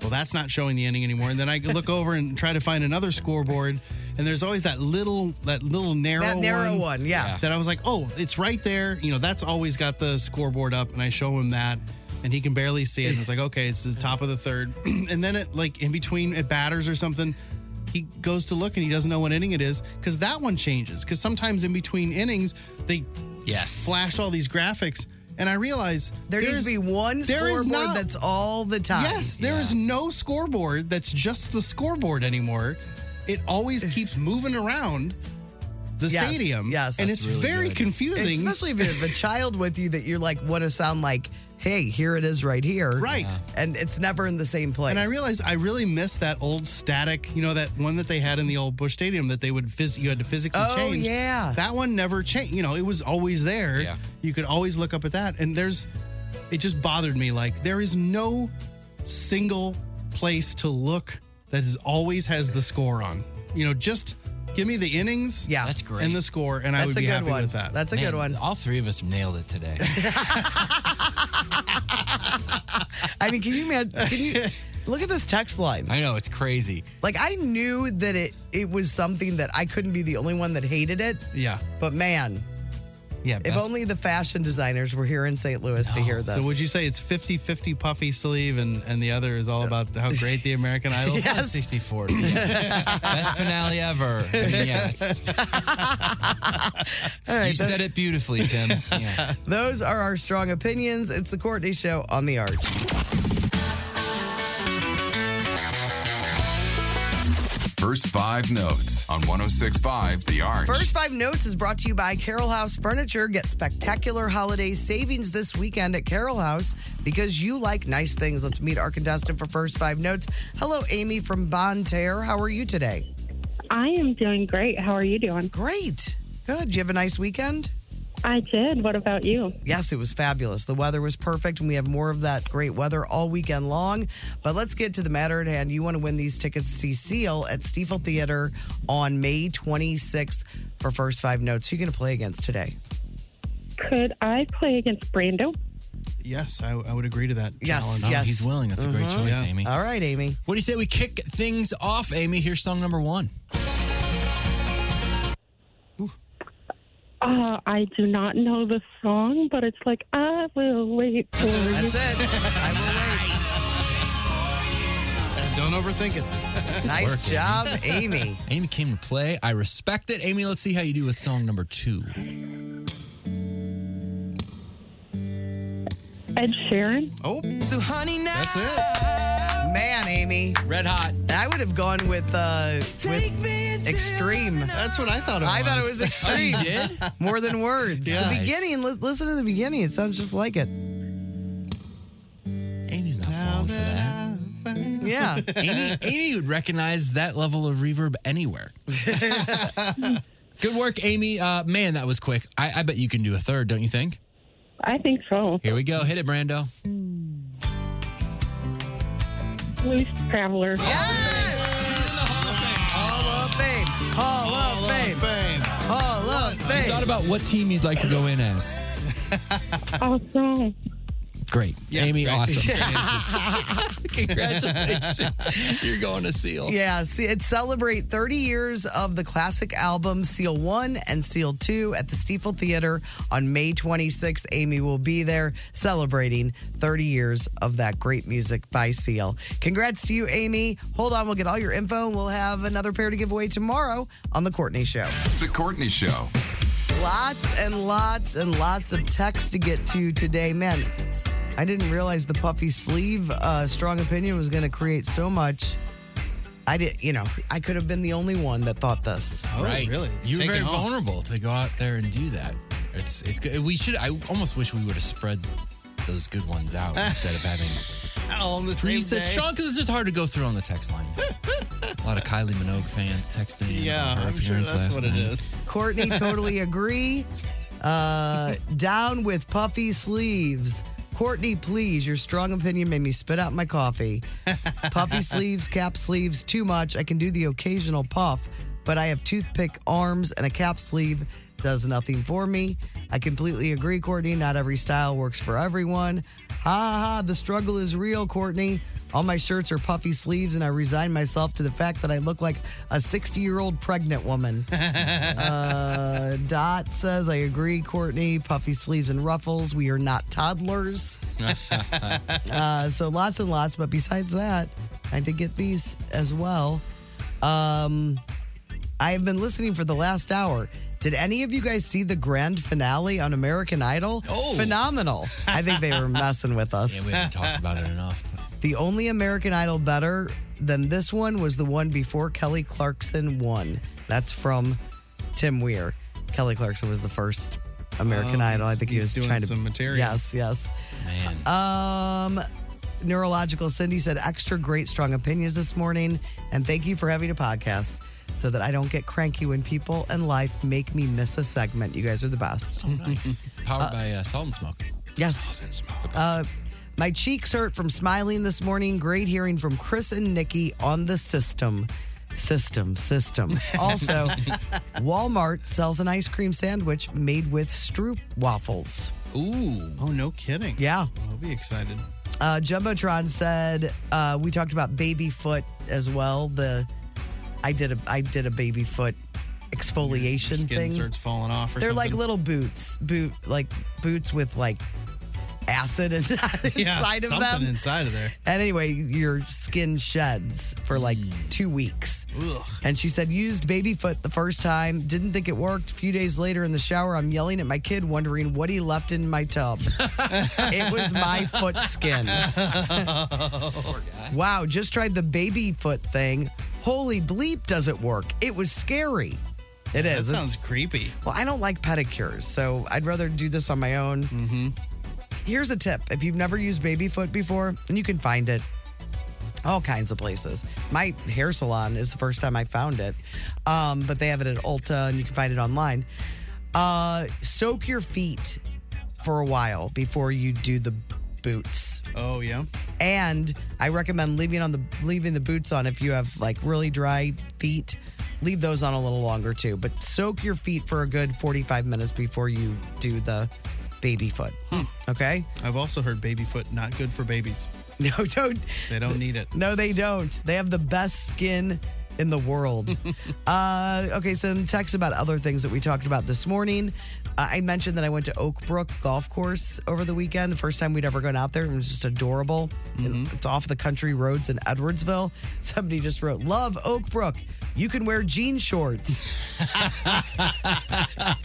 E: well, that's not showing the inning anymore. And then I look over and try to find another scoreboard. And there's always that little, that little narrow,
C: That narrow one, yeah. Yeah.
E: That I was like, oh, it's right there. You know, that's always got the scoreboard up. And I show him that, and he can barely see it. And I was like, okay, it's the top of the third. and then it like in between at batters or something, he goes to look and he doesn't know what inning it is because that one changes. Because sometimes in between innings, they
D: yes
E: flash all these graphics. And I realize
C: There needs to be one scoreboard that's all the time.
E: Yes, there is no scoreboard that's just the scoreboard anymore. It always keeps moving around. the
C: Yes,
E: stadium.
C: Yes,
E: and it's very confusing.
C: especially if you have a child with you that you're like want to sound like, "Hey, here it is, right here."
E: Right. Yeah.
C: and it's never in the same place.
E: And I realized I really miss that old static, you know, that one that they had in the old Bush Stadium that they would phys- you had to physically
C: Oh,
E: change.
C: yeah.
E: That one never changed. You know, it was always there. Yeah. You could always look up at that. And there's, it just bothered me. Like, there is no single place to look that is always has the score on. You know, just give me the innings. Yeah. That's
D: great.
E: And the score. And I would be happy with that.
D: Man, All three of us nailed it today.
C: I mean, can you imagine? Can you look at this text line?
D: I know it's crazy.
C: Like I knew that it it was something that I couldn't be the only one that hated it.
E: Yeah.
C: But man,
D: Yeah.
C: if only the fashion designers were here in St. Louis to hear this.
E: So would you say it's 50-50 puffy sleeve and, and the other is all about how great the American Idol is?
C: Yes.
D: 60-40. Best finale ever. Yes.
C: All right,
D: you
C: that-
D: said it beautifully, Tim. Yeah.
C: Those are our strong opinions. It's the Courtney Show on the Arch.
G: First five notes on 1065 The Arch.
C: First Five Notes is brought to you by Carroll House Furniture. Get spectacular holiday savings this weekend at Carroll House because you like nice things. Let's meet our contestant for First Five Notes. Hello, Amy from Bon Terre. How are you today?
B: I am doing great. How are you doing?
C: Great. Good. You have a nice weekend?
B: I did. What about you?
C: Yes, it was fabulous. The weather was perfect, and we have more of that great weather all weekend long. But let's get to the matter at hand. You want to win these tickets to see Seal at Stiefel Theater on May 26th for First Five Notes. Who you going to play against today?
B: Could I play against Brando?
E: Yes, I, I would agree to that.
C: Yes,
E: challenge.
D: Oh, He's willing. That's a great
C: Uh-huh.
D: choice,
C: Yeah.
D: Amy.
C: All right, Amy.
D: What do you say we kick things off, Amy? Here's song number one.
B: Uh, I do not know the song, but it's like I will wait for you.
C: That's it. I will wait.
E: Don't overthink it.
D: Work, Amy came to play. I respect it. Amy, let's see how you do with song number two.
B: Ed Sharon.
E: Oh.
C: So, honey, now.
E: That's it.
C: Man, Amy.
D: Red hot.
C: I would have gone with uh with extreme.
E: That's what I thought
C: I thought it was extreme.
D: Oh, you did?
C: More than words.
D: Yeah.
C: The
D: Nice.
C: beginning, li- listen to the beginning. It sounds just like it.
D: Amy's not falling for that.
C: Yeah.
D: Amy, Amy would recognize that level of reverb anywhere. Good work, Amy. Uh, man, that was quick. I, I bet you can do a third, don't you think?
B: I think so.
D: Here we go. Hit it, Brando.
B: Loose Traveler.
C: Hall of Fame. Hall, of Fame. Hall of
D: You
C: Fame.
D: thought about what team you'd like to go in as.
B: Awesome.
D: Great. Amy, awesome.
S: Congratulations. You're going to seal.
C: Yeah, see, it celebrate 30 years of the classic album Seal 1 and Seal 2 at the Stiefel Theater on May 26th. Amy will be there celebrating 30 years of that great music by Seal. Congrats to you, Amy. Hold on, we'll get all your info and we'll have another pair to give away tomorrow on The Courtney Show.
G: The Courtney Show.
C: Lots and lots and lots of text to get to today. Man, I didn't realize the puffy sleeve uh, strong opinion was going to create so much. I did, you know, I could have been the only one that thought this.
D: right. You're very vulnerable to go out there and do that. It's it's good. We should. I almost wish we would have spread those good ones out instead of having
E: All on the same
D: presets.
E: day.
D: Strong because it's just hard to go through on the text line. A lot of Kylie Minogue fans texting. in
E: Yeah,
D: about her
E: I'm sure
D: appearance
E: that's
D: last
E: what it
D: night.
E: is.
C: Courtney, totally agree. Uh, down with puffy sleeves. Courtney, please, your strong opinion made me spit out my coffee. Puffy sleeves, cap sleeves, too much. I can do the occasional puff, but I have toothpick arms and a cap sleeve does nothing for me. I completely agree, Courtney. Not every style works for everyone. Ha ha, ha, the struggle is real, Courtney. All my shirts are puffy sleeves, and I resign myself to the fact that I look like a 60 year old pregnant woman. uh, Dot says, I agree, Courtney. Puffy sleeves and ruffles. We are not toddlers. Uh, so lots and lots. But besides that, I did get these as well. Um, I have been listening for the last hour. Did any of you guys see the grand finale on American Idol? Oh, phenomenal! I think they were messing with us.
D: Yeah, we haven't talked about it enough.
C: The only American Idol better than this one was the one before Kelly Clarkson won. That's from Tim Weir. Kelly Clarkson was the first American
E: Oh,
C: Idol. I
E: he's-
C: think he
E: he's
C: was
E: doing
C: trying to
E: some material.
C: Yes, yes. Um, neurological Cindy said extra great strong opinions this morning, and thank you for having a podcast so that I don't get cranky when people and life make me miss a segment. You guys are the best.
D: nice. Powered by uh, Salt and Smoke.
C: Yes. Uh, my cheeks hurt from smiling this morning. Great hearing from Chris and Nikki on the system. System, system. Also, Walmart sells an ice cream sandwich made with Stroop waffles.
E: Ooh. Oh, no kidding.
C: Yeah.
E: I'll be excited.
C: Uh, Jumbotron said uh, we talked about baby foot as well. The I did a I did a baby foot exfoliation
E: Your skin
C: thing.
E: starts falling off or
C: They're like
E: something.
C: little boots, boot like boots with like acid in- inside of
E: something
C: them.
E: inside of there.
C: And anyway, your skin sheds for like two weeks.
E: Mm. Ugh.
C: And she said, used baby foot the first time, didn't think it worked. A few days later in the shower, I'm yelling at my kid, wondering what he left in my tub. it was my foot skin. wow, just tried the baby foot thing. Holy bleep, does it work? It was scary. It
E: That
C: is.
E: sounds creepy.
C: Well, I don't like pedicures, so I'd rather do this on my own. Mm-hmm. Here's a tip if you've never used baby foot before, and you can find it all kinds of places. My hair salon is the first time I found it, um, but they have it at Ulta and you can find it online. Uh, soak your feet for a while before you do the boots.
E: Oh yeah.
C: And I recommend leaving on the leaving the boots on if you have like really dry feet. Leave those on a little longer too, but soak your feet for a good 45 minutes before you do the baby foot.
E: Hmm.
C: Okay?
E: I've also heard baby foot not good for babies.
C: No, don't.
E: They don't need it.
C: No, they don't. They have the best skin in the world. uh, okay, some text about other things that we talked about this morning. Uh, I mentioned that I went to Oak Brook Golf Course over the weekend, the first time we'd ever gone out there. It was just adorable. It's off the country roads in Edwardsville. Somebody just wrote, Love Oak Brook. You can wear jean shorts.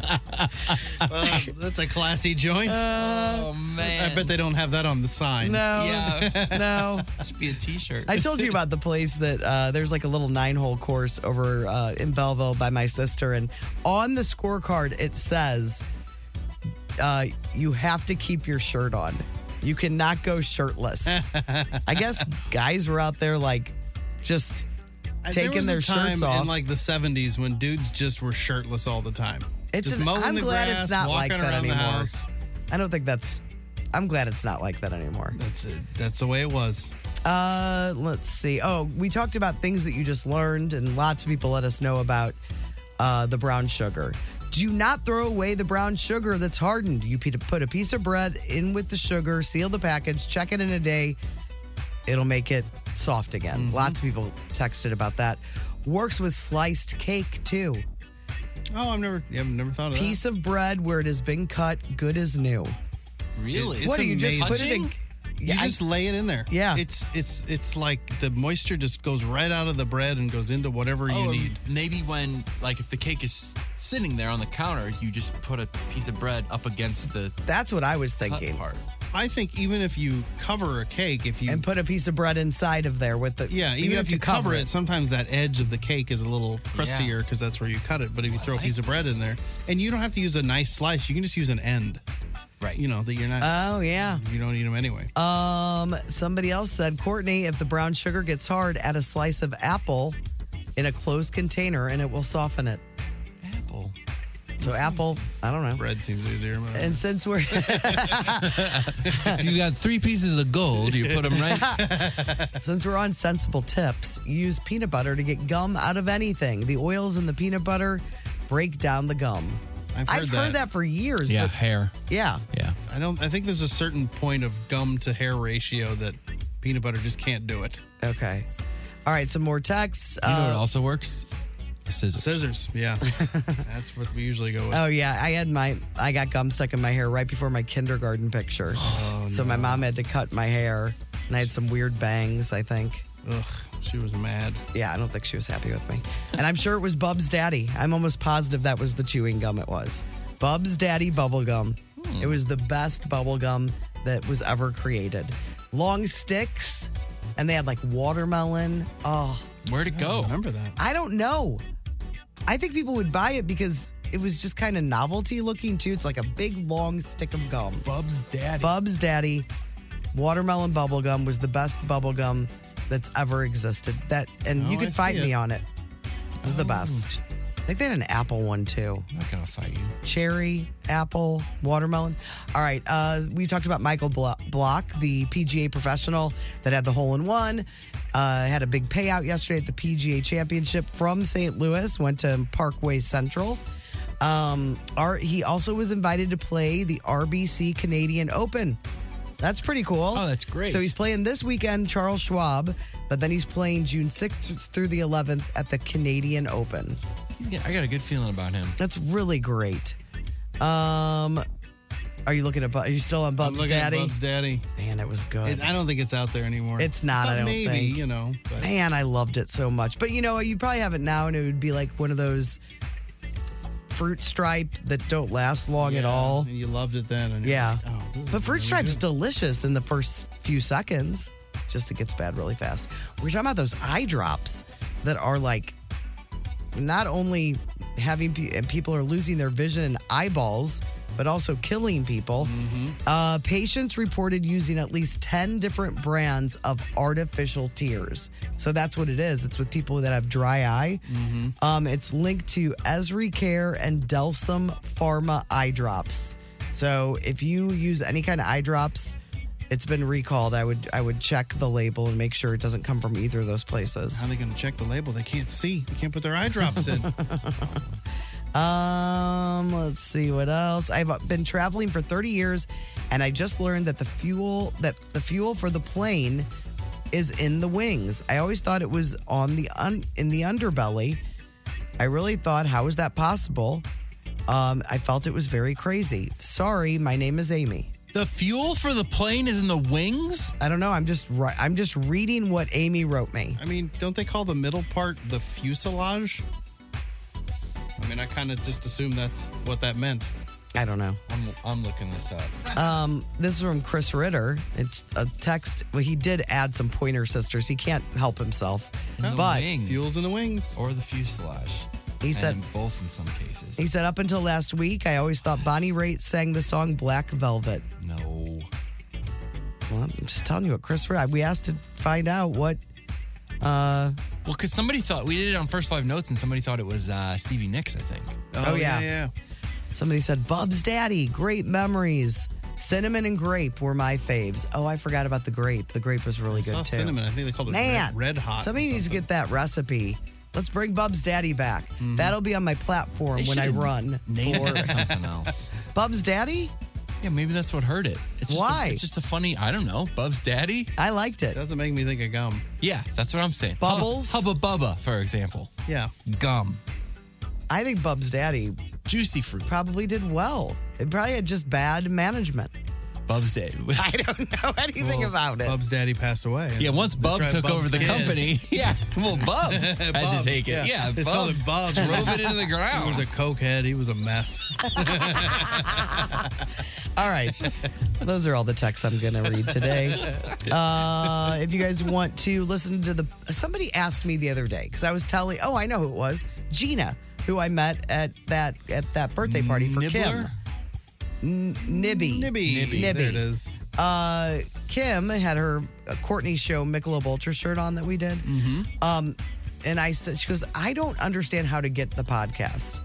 E: Well, that's a classy joint.
C: Oh,
E: man. I bet they don't have that on the sign.
C: No. Yeah. No.
D: Just be a T-shirt.
C: I told you about the place that uh, there's like a little nine hole course over uh, in Belleville by my sister, and on the scorecard it says uh, you have to keep your shirt on. You cannot go shirtless. I guess guys were out there like just
E: There
C: taking
E: was
C: their
E: a time
C: shirts off.
E: in like the '70s when dudes just were shirtless all the time.
C: it's
E: just
C: an,
E: mowing
C: I'm
E: the
C: glad
E: grass,
C: it's not like
E: walking
C: that
E: around the
C: anymore.
E: house.
C: I don't think that's. I'm glad it's not like that anymore.
E: That's it. That's the way it was.
C: Uh, let's see. Oh, we talked about things that you just learned, and lots of people let us know about uh, the brown sugar. Do not throw away the brown sugar that's hardened. You pe- put a piece of bread in with the sugar, seal the package, check it in a day. It'll make it soft again.
E: Mm-hmm.
C: Lots of people texted about that. Works with sliced cake too.
E: Oh, I've never, yeah, I've never thought of
C: Piece of bread where it has been cut, good as new.
E: Really?
C: What do you just put it in?
E: You just lay it in there. Yeah, it's it's it's like the moisture just goes right out of the bread and goes into whatever you
R: Oh, or
E: need.
R: maybe when, like, if the cake is sitting there on the counter, you just put a piece of bread up against the.
C: That's what I
E: Uh,
C: was thinking.
R: Part.
E: I think even if you cover a cake, if you
C: and put a piece of bread inside of there with the
E: Yeah, even
C: you have
E: if you
C: to
E: cover, it, sometimes that edge of the cake is a little crustier
C: Yeah.
E: because that's where you cut it. But if you throw a piece of bread in there, and you don't have to use a nice slice, you can just use an end. Right. You know that you're not.
C: Oh yeah.
E: You don't eat them anyway.
C: Um, somebody else said, Courtney, if the brown sugar gets hard, add a slice of apple in a closed container and it will soften it. Apple. So apple, I don't know.
E: Bread seems easier. uh,
C: And since we're
D: if you got three pieces of gold, you put them right.
C: Since we're on sensible tips, use peanut butter to get gum out of anything. The oils in the peanut butter break down the gum.
E: I've heard that.
C: for years.
E: Yeah,
D: hair.
C: But yeah.
D: Yeah.
E: I don't. I think there's a certain point of gum to hair ratio that peanut butter just can't do it.
C: Okay. All right, some more texts.
E: You know what
C: Uh,
D: also works. Scissors.
E: Scissors. Yeah. That's what we usually go with.
C: Oh yeah, I had my I got gum stuck in my hair right before my kindergarten picture.
E: Oh,
C: so my mom had to cut my hair, and I had some weird bangs. I think.
E: Ugh, she was mad.
C: Yeah, I don't think she was happy with me, and I'm sure it was Bub's daddy. I'm almost positive that was the chewing gum it was. Bub's daddy bubble gum. It was the best bubble gum that was ever created. Long sticks, and they had like watermelon. Oh,
R: where'd it go?
E: remember that?
C: I don't know. I think people would buy it because it was just kind of novelty looking too. It's like a big long stick of gum.
S: Bub's Daddy.
C: Bub's Daddy. Watermelon bubble gum was the best bubble gum that's ever existed. That and
S: Oh,
C: you
S: I
C: could
S: see
C: fight me
S: it. Oh.
C: on it. It was the best. I think they had an apple one too.
R: I'm not gonna fight you.
C: Cherry, apple, watermelon. All right. Uh, we talked about Michael Blo- Block, the PGA professional that had the hole in one. Uh, had a big payout yesterday at the PGA Championship from St. Louis. Went to Parkway Central. Um, our, he also was invited to play the RBC Canadian Open. That's pretty cool. Oh, that's
R: great.
C: So he's playing this weekend, Charles Schwab, but then he's playing June 6th through the 11th at the Canadian Open.
R: He's got, I got a good feeling about him.
C: That's really great.
R: Uh,
C: Um, are you looking at? Bu- Are you still on
E: I'm
C: Bub's
E: looking
C: Daddy?
E: at Bub's Daddy.
C: Man, it was good.
E: I don't think it's out there anymore.
C: It's not.
E: But
C: I don't
E: maybe,
C: think.
E: you know. but-
C: Man, I loved it so much. But you know, you probably have it now, and it would be like one of those fruit stripe that don't last long at all.
E: And you loved it then. And you're
C: Yeah.
E: like, oh, this is
C: but fruit
E: really
C: stripe's delicious in the first few seconds. Just it gets bad really fast. We're talking about those eye drops that are like not only having pe- and people are losing their vision and eyeballs, but also killing people.
E: Mm-hmm.
C: Uh, patients reported using at least 10 different brands of artificial tears. So that's what it is. It's with people that have dry eye.
B: Mm-hmm.
C: Um, it's linked to Esri Care and Delsum Pharma eye drops. So if you use any kind of eye drops, it's been recalled. I would I would check the label and make sure it doesn't come from either of those places. How
E: are they going to check the label? They can't see. They can't put their eye drops in.
C: Um, let's see what else. I've uh, been traveling for 30 years and I just learned that the fuel that the fuel for the plane is in the wings. I always thought it was on the un, in the underbelly. I really thought how is that possible? Um, I felt it was very crazy. Sorry, my name is Amy.
R: The fuel for the plane is in the wings?
C: I don't know. I'm just ri- I'm just reading what Amy wrote me.
E: I mean, don't they call the middle part the fuselage? I mean, I kind of just assumed that's what that meant.
C: I don't know.
E: I'm, I'm looking this up.
C: Um, this is from Chris Ritter. It's a text. Well, he did add some pointer sisters. He can't help himself. but
E: fuels in the wings
R: or the fuselage.
C: He
R: And
C: said-
R: both in some cases.
C: he said, up until last week, I always thought Bonnie Raitt sang the song Black Velvet.
R: No.
C: Well, I'm just telling you what Chris Ritter. We asked to find out what. Uh,
R: Well, because somebody thought we did it on first five notes, and somebody thought it was uh, Stevie Nicks. I think.
C: Oh, yeah. Somebody said, Bub's Daddy, great memories. Cinnamon and grape were my faves. Oh, I forgot about the grape. The grape was really
E: I
C: good
E: saw
C: too.
E: cinnamon. I think they called it
C: Man,
E: red, red hot.
C: Somebody needs to get that recipe. Let's bring Bub's Daddy back. That'll be on my platform
R: They
C: when I
R: should've
C: run.
R: named
C: for-
R: it something else.
C: Bub's Daddy?
R: Yeah, maybe that's what hurt it. It's just
C: Why?
R: A, it's just a funny. I don't know. Bub's Daddy.
C: I liked it.
E: Doesn't make me think of gum.
R: Yeah, that's what I'm saying.
C: Bubbles?
R: Hubba, Hubba Bubba, for example.
E: Yeah.
R: Gum.
C: I think Bub's Daddy
R: Juicy fruit
C: probably did well. It probably had just bad management.
R: Bub's Daddy.
C: I don't know anything
E: Well,
C: about it.
E: Bub's daddy passed away.
R: Yeah, once
E: That's
R: Bub
E: right,
R: took
E: Bub's
R: over the
E: kid.
R: company, yeah, well, Bub had to
E: Bub,
R: take it. Yeah,
E: It's called it Bub.
R: drove it into the
E: He
R: ground.
E: was a cokehead. He was a mess.
C: All right. Those are all the texts I'm going to read today. Uh, if you guys want to listen to the. Somebody asked me the other day because I was telling. Oh, I know who it was. Gina, who I met at that at that birthday party for Kim.
R: Nibbler?
C: N- Nibby.
E: Nibby. Nibby. There it is.
C: Uh, Kim had her uh, Courtney show Michelob Ultra shirt on that we did.
R: Mm-hmm.
C: Um, and I said, she goes, I don't understand how to get the podcast.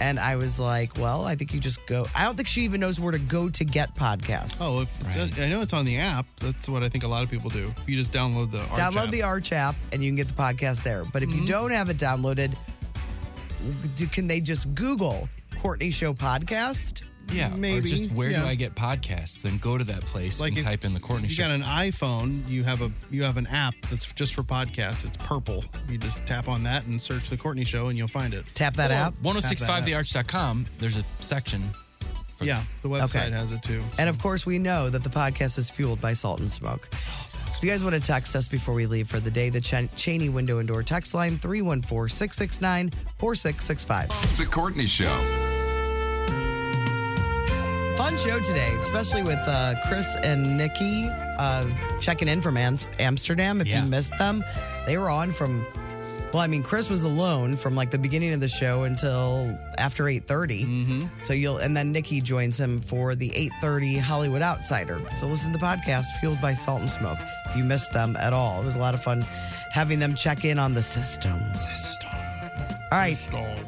C: And I was like, well, I think you just go. I don't think she even knows where to go to get podcasts.
E: Oh, if, I know it's on the app. That's what I think a lot of people do. You just download the Arch
C: download
E: app.
C: the Arch app and you can get the podcast there. But if
R: Mm-hmm.
C: you don't have it downloaded, do, can they just Google Courtney Show podcast?
R: yeah, or
C: maybe,
R: just where
C: yeah.
R: do I get podcasts? Then go to that place
E: Like
R: and
E: if-
R: type in the Courtney
E: you
R: Show.
E: got an iPhone, you have a you have an app that's just for podcasts. It's purple. You just tap on that and search the Courtney Show, and you'll find it.
R: Or
E: Tap
C: Tap
E: that app.
R: 1065thearch.com. There's a section.
E: Yeah, the website has it too.
C: And of course, we know that the podcast is fueled by salt and smoke. So, you guys want to text us before we leave for the day? The Chen- Cheney window and door text line 314 669 4665.
G: The Courtney Show.
C: Fun show today, especially with uh, Chris and Nikki uh, checking in from Ans- Amsterdam. If you missed them, they were on from Well, I mean, Chris was alone from like the beginning of the show until after 8:30. So you'll and then Nikki joins him for the 8:30 Hollywood Outsider. So listen to the podcast fueled by Salt and Smoke. If you missed them at all, it was a lot of fun having them check in on the system. System. All right.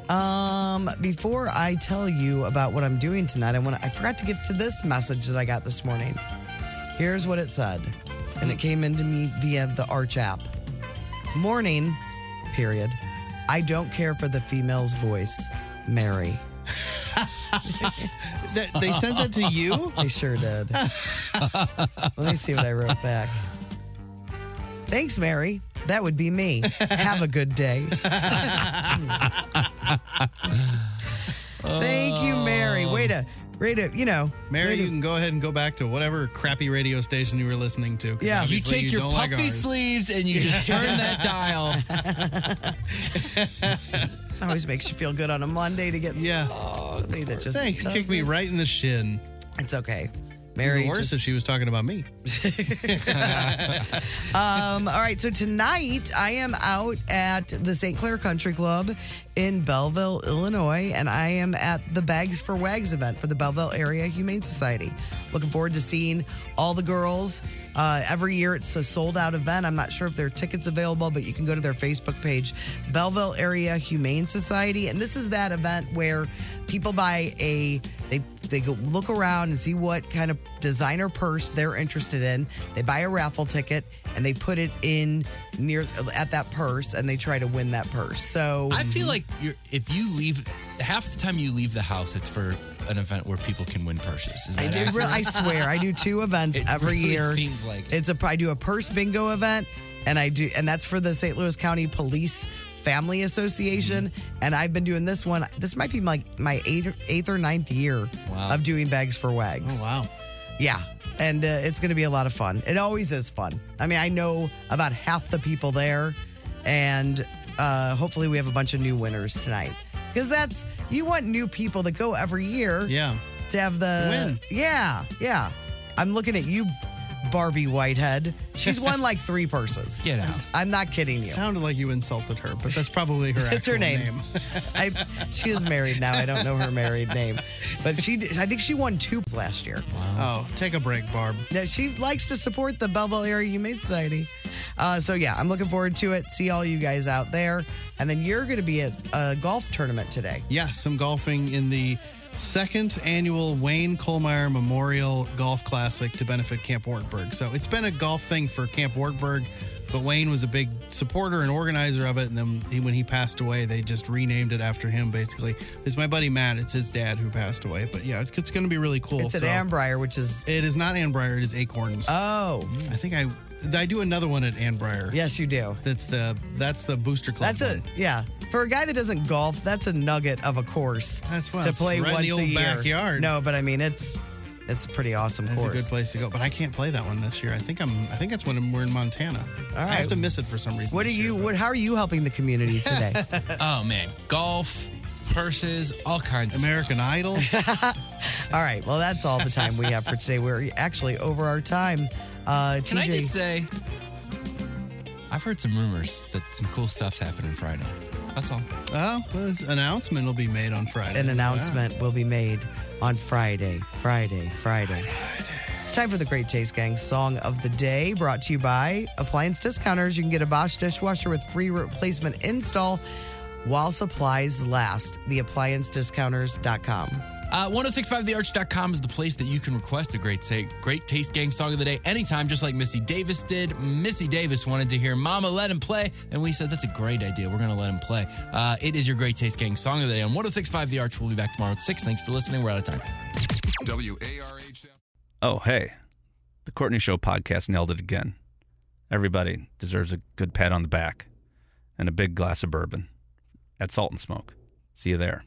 C: Um, before I tell you about what I'm doing tonight, I want I forgot to get to this message that I got this morning. Here's what it said, and it came into me via the Arch app. Morning, period. I don't care for the female's voice, Mary.
E: they sent that to you?
C: They sure did. Let me see what I wrote back. Thanks, Mary. That would be me. Have a good day. Thank you,
E: Oh.
C: Mary. Way
R: Um,
C: to, way to, you know.
E: Mary, you can go ahead and go back to whatever crappy radio station you were listening to. 'cause
C: Yeah. You
E: obviously
C: take
D: your
E: don't like
D: puffy
E: ours.
D: sleeves and you just turn that dial.
C: Always makes you feel good on a Monday to get
E: yeah
C: somebody that just
E: Thanks.
C: does
E: Kicked me
C: it.
E: right in the shin.
C: It's okay. Mary
E: Even worse
C: just-
E: if she was talking about me.
C: um, all right, so tonight I am out at the St. Clair Country Club in Belleville, Illinois, and I am at the Bags for Wags event for the Belleville Area Humane Society. Looking forward to seeing all the girls. Uh, every year it's a sold out event. I'm not sure if there are tickets available, but you can go to their Facebook page, Belleville Area Humane Society. And this is that event where people buy a they they go look around and see what kind of designer purse they're interested in. They buy a raffle ticket and they put it in near at that purse and they try to win that purse. So
R: I
E: Oh.
R: feel like you're, if you leave, half the time you leave the house, it's for an event where people can win purses. Is
C: I
R: that
C: do. Re-
R: accurate?
C: I swear, I do two events
R: It
C: every
R: really
C: year.
R: seems like it.
C: it's a. I do a purse bingo event, and I do, and that's for the St. Louis County Police Family Association.
R: Mm-hmm.
C: And I've been doing this one. This might be like my eighth, eighth or ninth year of doing bags for wags.
E: Oh, wow.
C: Yeah. And uh, it's going to be a lot of fun. It always is fun. I mean, I know about half the people there, and uh, hopefully we have a bunch of new winners tonight. Because that's, you want new people that go every year.
E: Yeah.
C: To have the
E: Win.
C: Yeah. Yeah. I'm looking at you, Barbie Whitehead. She's won like three purses.
E: Get out.
C: I'm not kidding you.
E: Sounded like you insulted her, but that's probably her.
C: It's her
E: actual
C: name. I, she is married now. I don't know her married name, but she. did- I think she won two last year.
E: Oh, take a break, Barb.
C: Yeah, she likes to support the Belleville Area Humane Society. Uh, so yeah, I'm looking forward to it. See all you guys out there, and then you're going to be at a golf tournament today.
E: Yeah, some golfing in the second annual Wayne Kohlmeyer Memorial Golf Classic to benefit Camp Wartburg. So it's been a golf thing for Camp Wartburg, but Wayne was a big supporter and organizer of it. And then he, when he passed away, they just renamed it after him, basically. It's my buddy Matt. It's his dad who passed away. But yeah, it's, it's going to be really cool.
C: It's at Ambrier, which is.
E: It is not Ambrier, it is Acorns.
C: Oh.
E: I think I. I do another one at Ambrier.
C: Yes, you do.
E: That's the that's the booster club.
C: That's a yeah. For a guy that doesn't golf, that's a nugget of a course.
E: That's why
C: to
E: it's
C: play
E: right in
C: once
E: the
C: a
E: old
C: year.
E: backyard.
C: No, but I mean it's it's a pretty awesome
E: That's
C: course.
E: a good place to go, but I can't play that one this year. I think I'm. I think that's when we're in Montana. I
C: right.
E: have to miss it for some reason.
C: What are you? What? How are you helping the community today?
R: oh, man. Golf, purses, all kinds of
E: American Idol.
C: all right. Well, that's all the time we have for today. We're actually over our time. Uh,
R: Can I
C: TJ
R: just say, I've heard some rumors that some cool stuff's happening Friday. That's all.
E: Oh, well, this announcement will be made on Friday.
C: an announcement will be made on Friday, Friday, Friday. It's time for the Great Taste Gang Song of the Day, brought to you by Appliance Discounters. You can get a Bosch dishwasher with free replacement install while supplies last. Theappliancediscounters.com.
R: Uh, 1065thearch.com is the place that you can request a great say, great taste gang song of the day anytime, just like Missy Davis did. Missy Davis wanted to hear Mama Let Him Play, and we said that's a great idea. We're going to let him play. Uh, it is your great taste gang song of the day on 1065 The Arch. We'll be back tomorrow at 6. Thanks for listening. We're out of time.
G: WARH.
S: Oh, hey. The Courtney Show podcast nailed it again. Everybody deserves a good pat on the back and a big glass of bourbon at Salt and Smoke. See you there.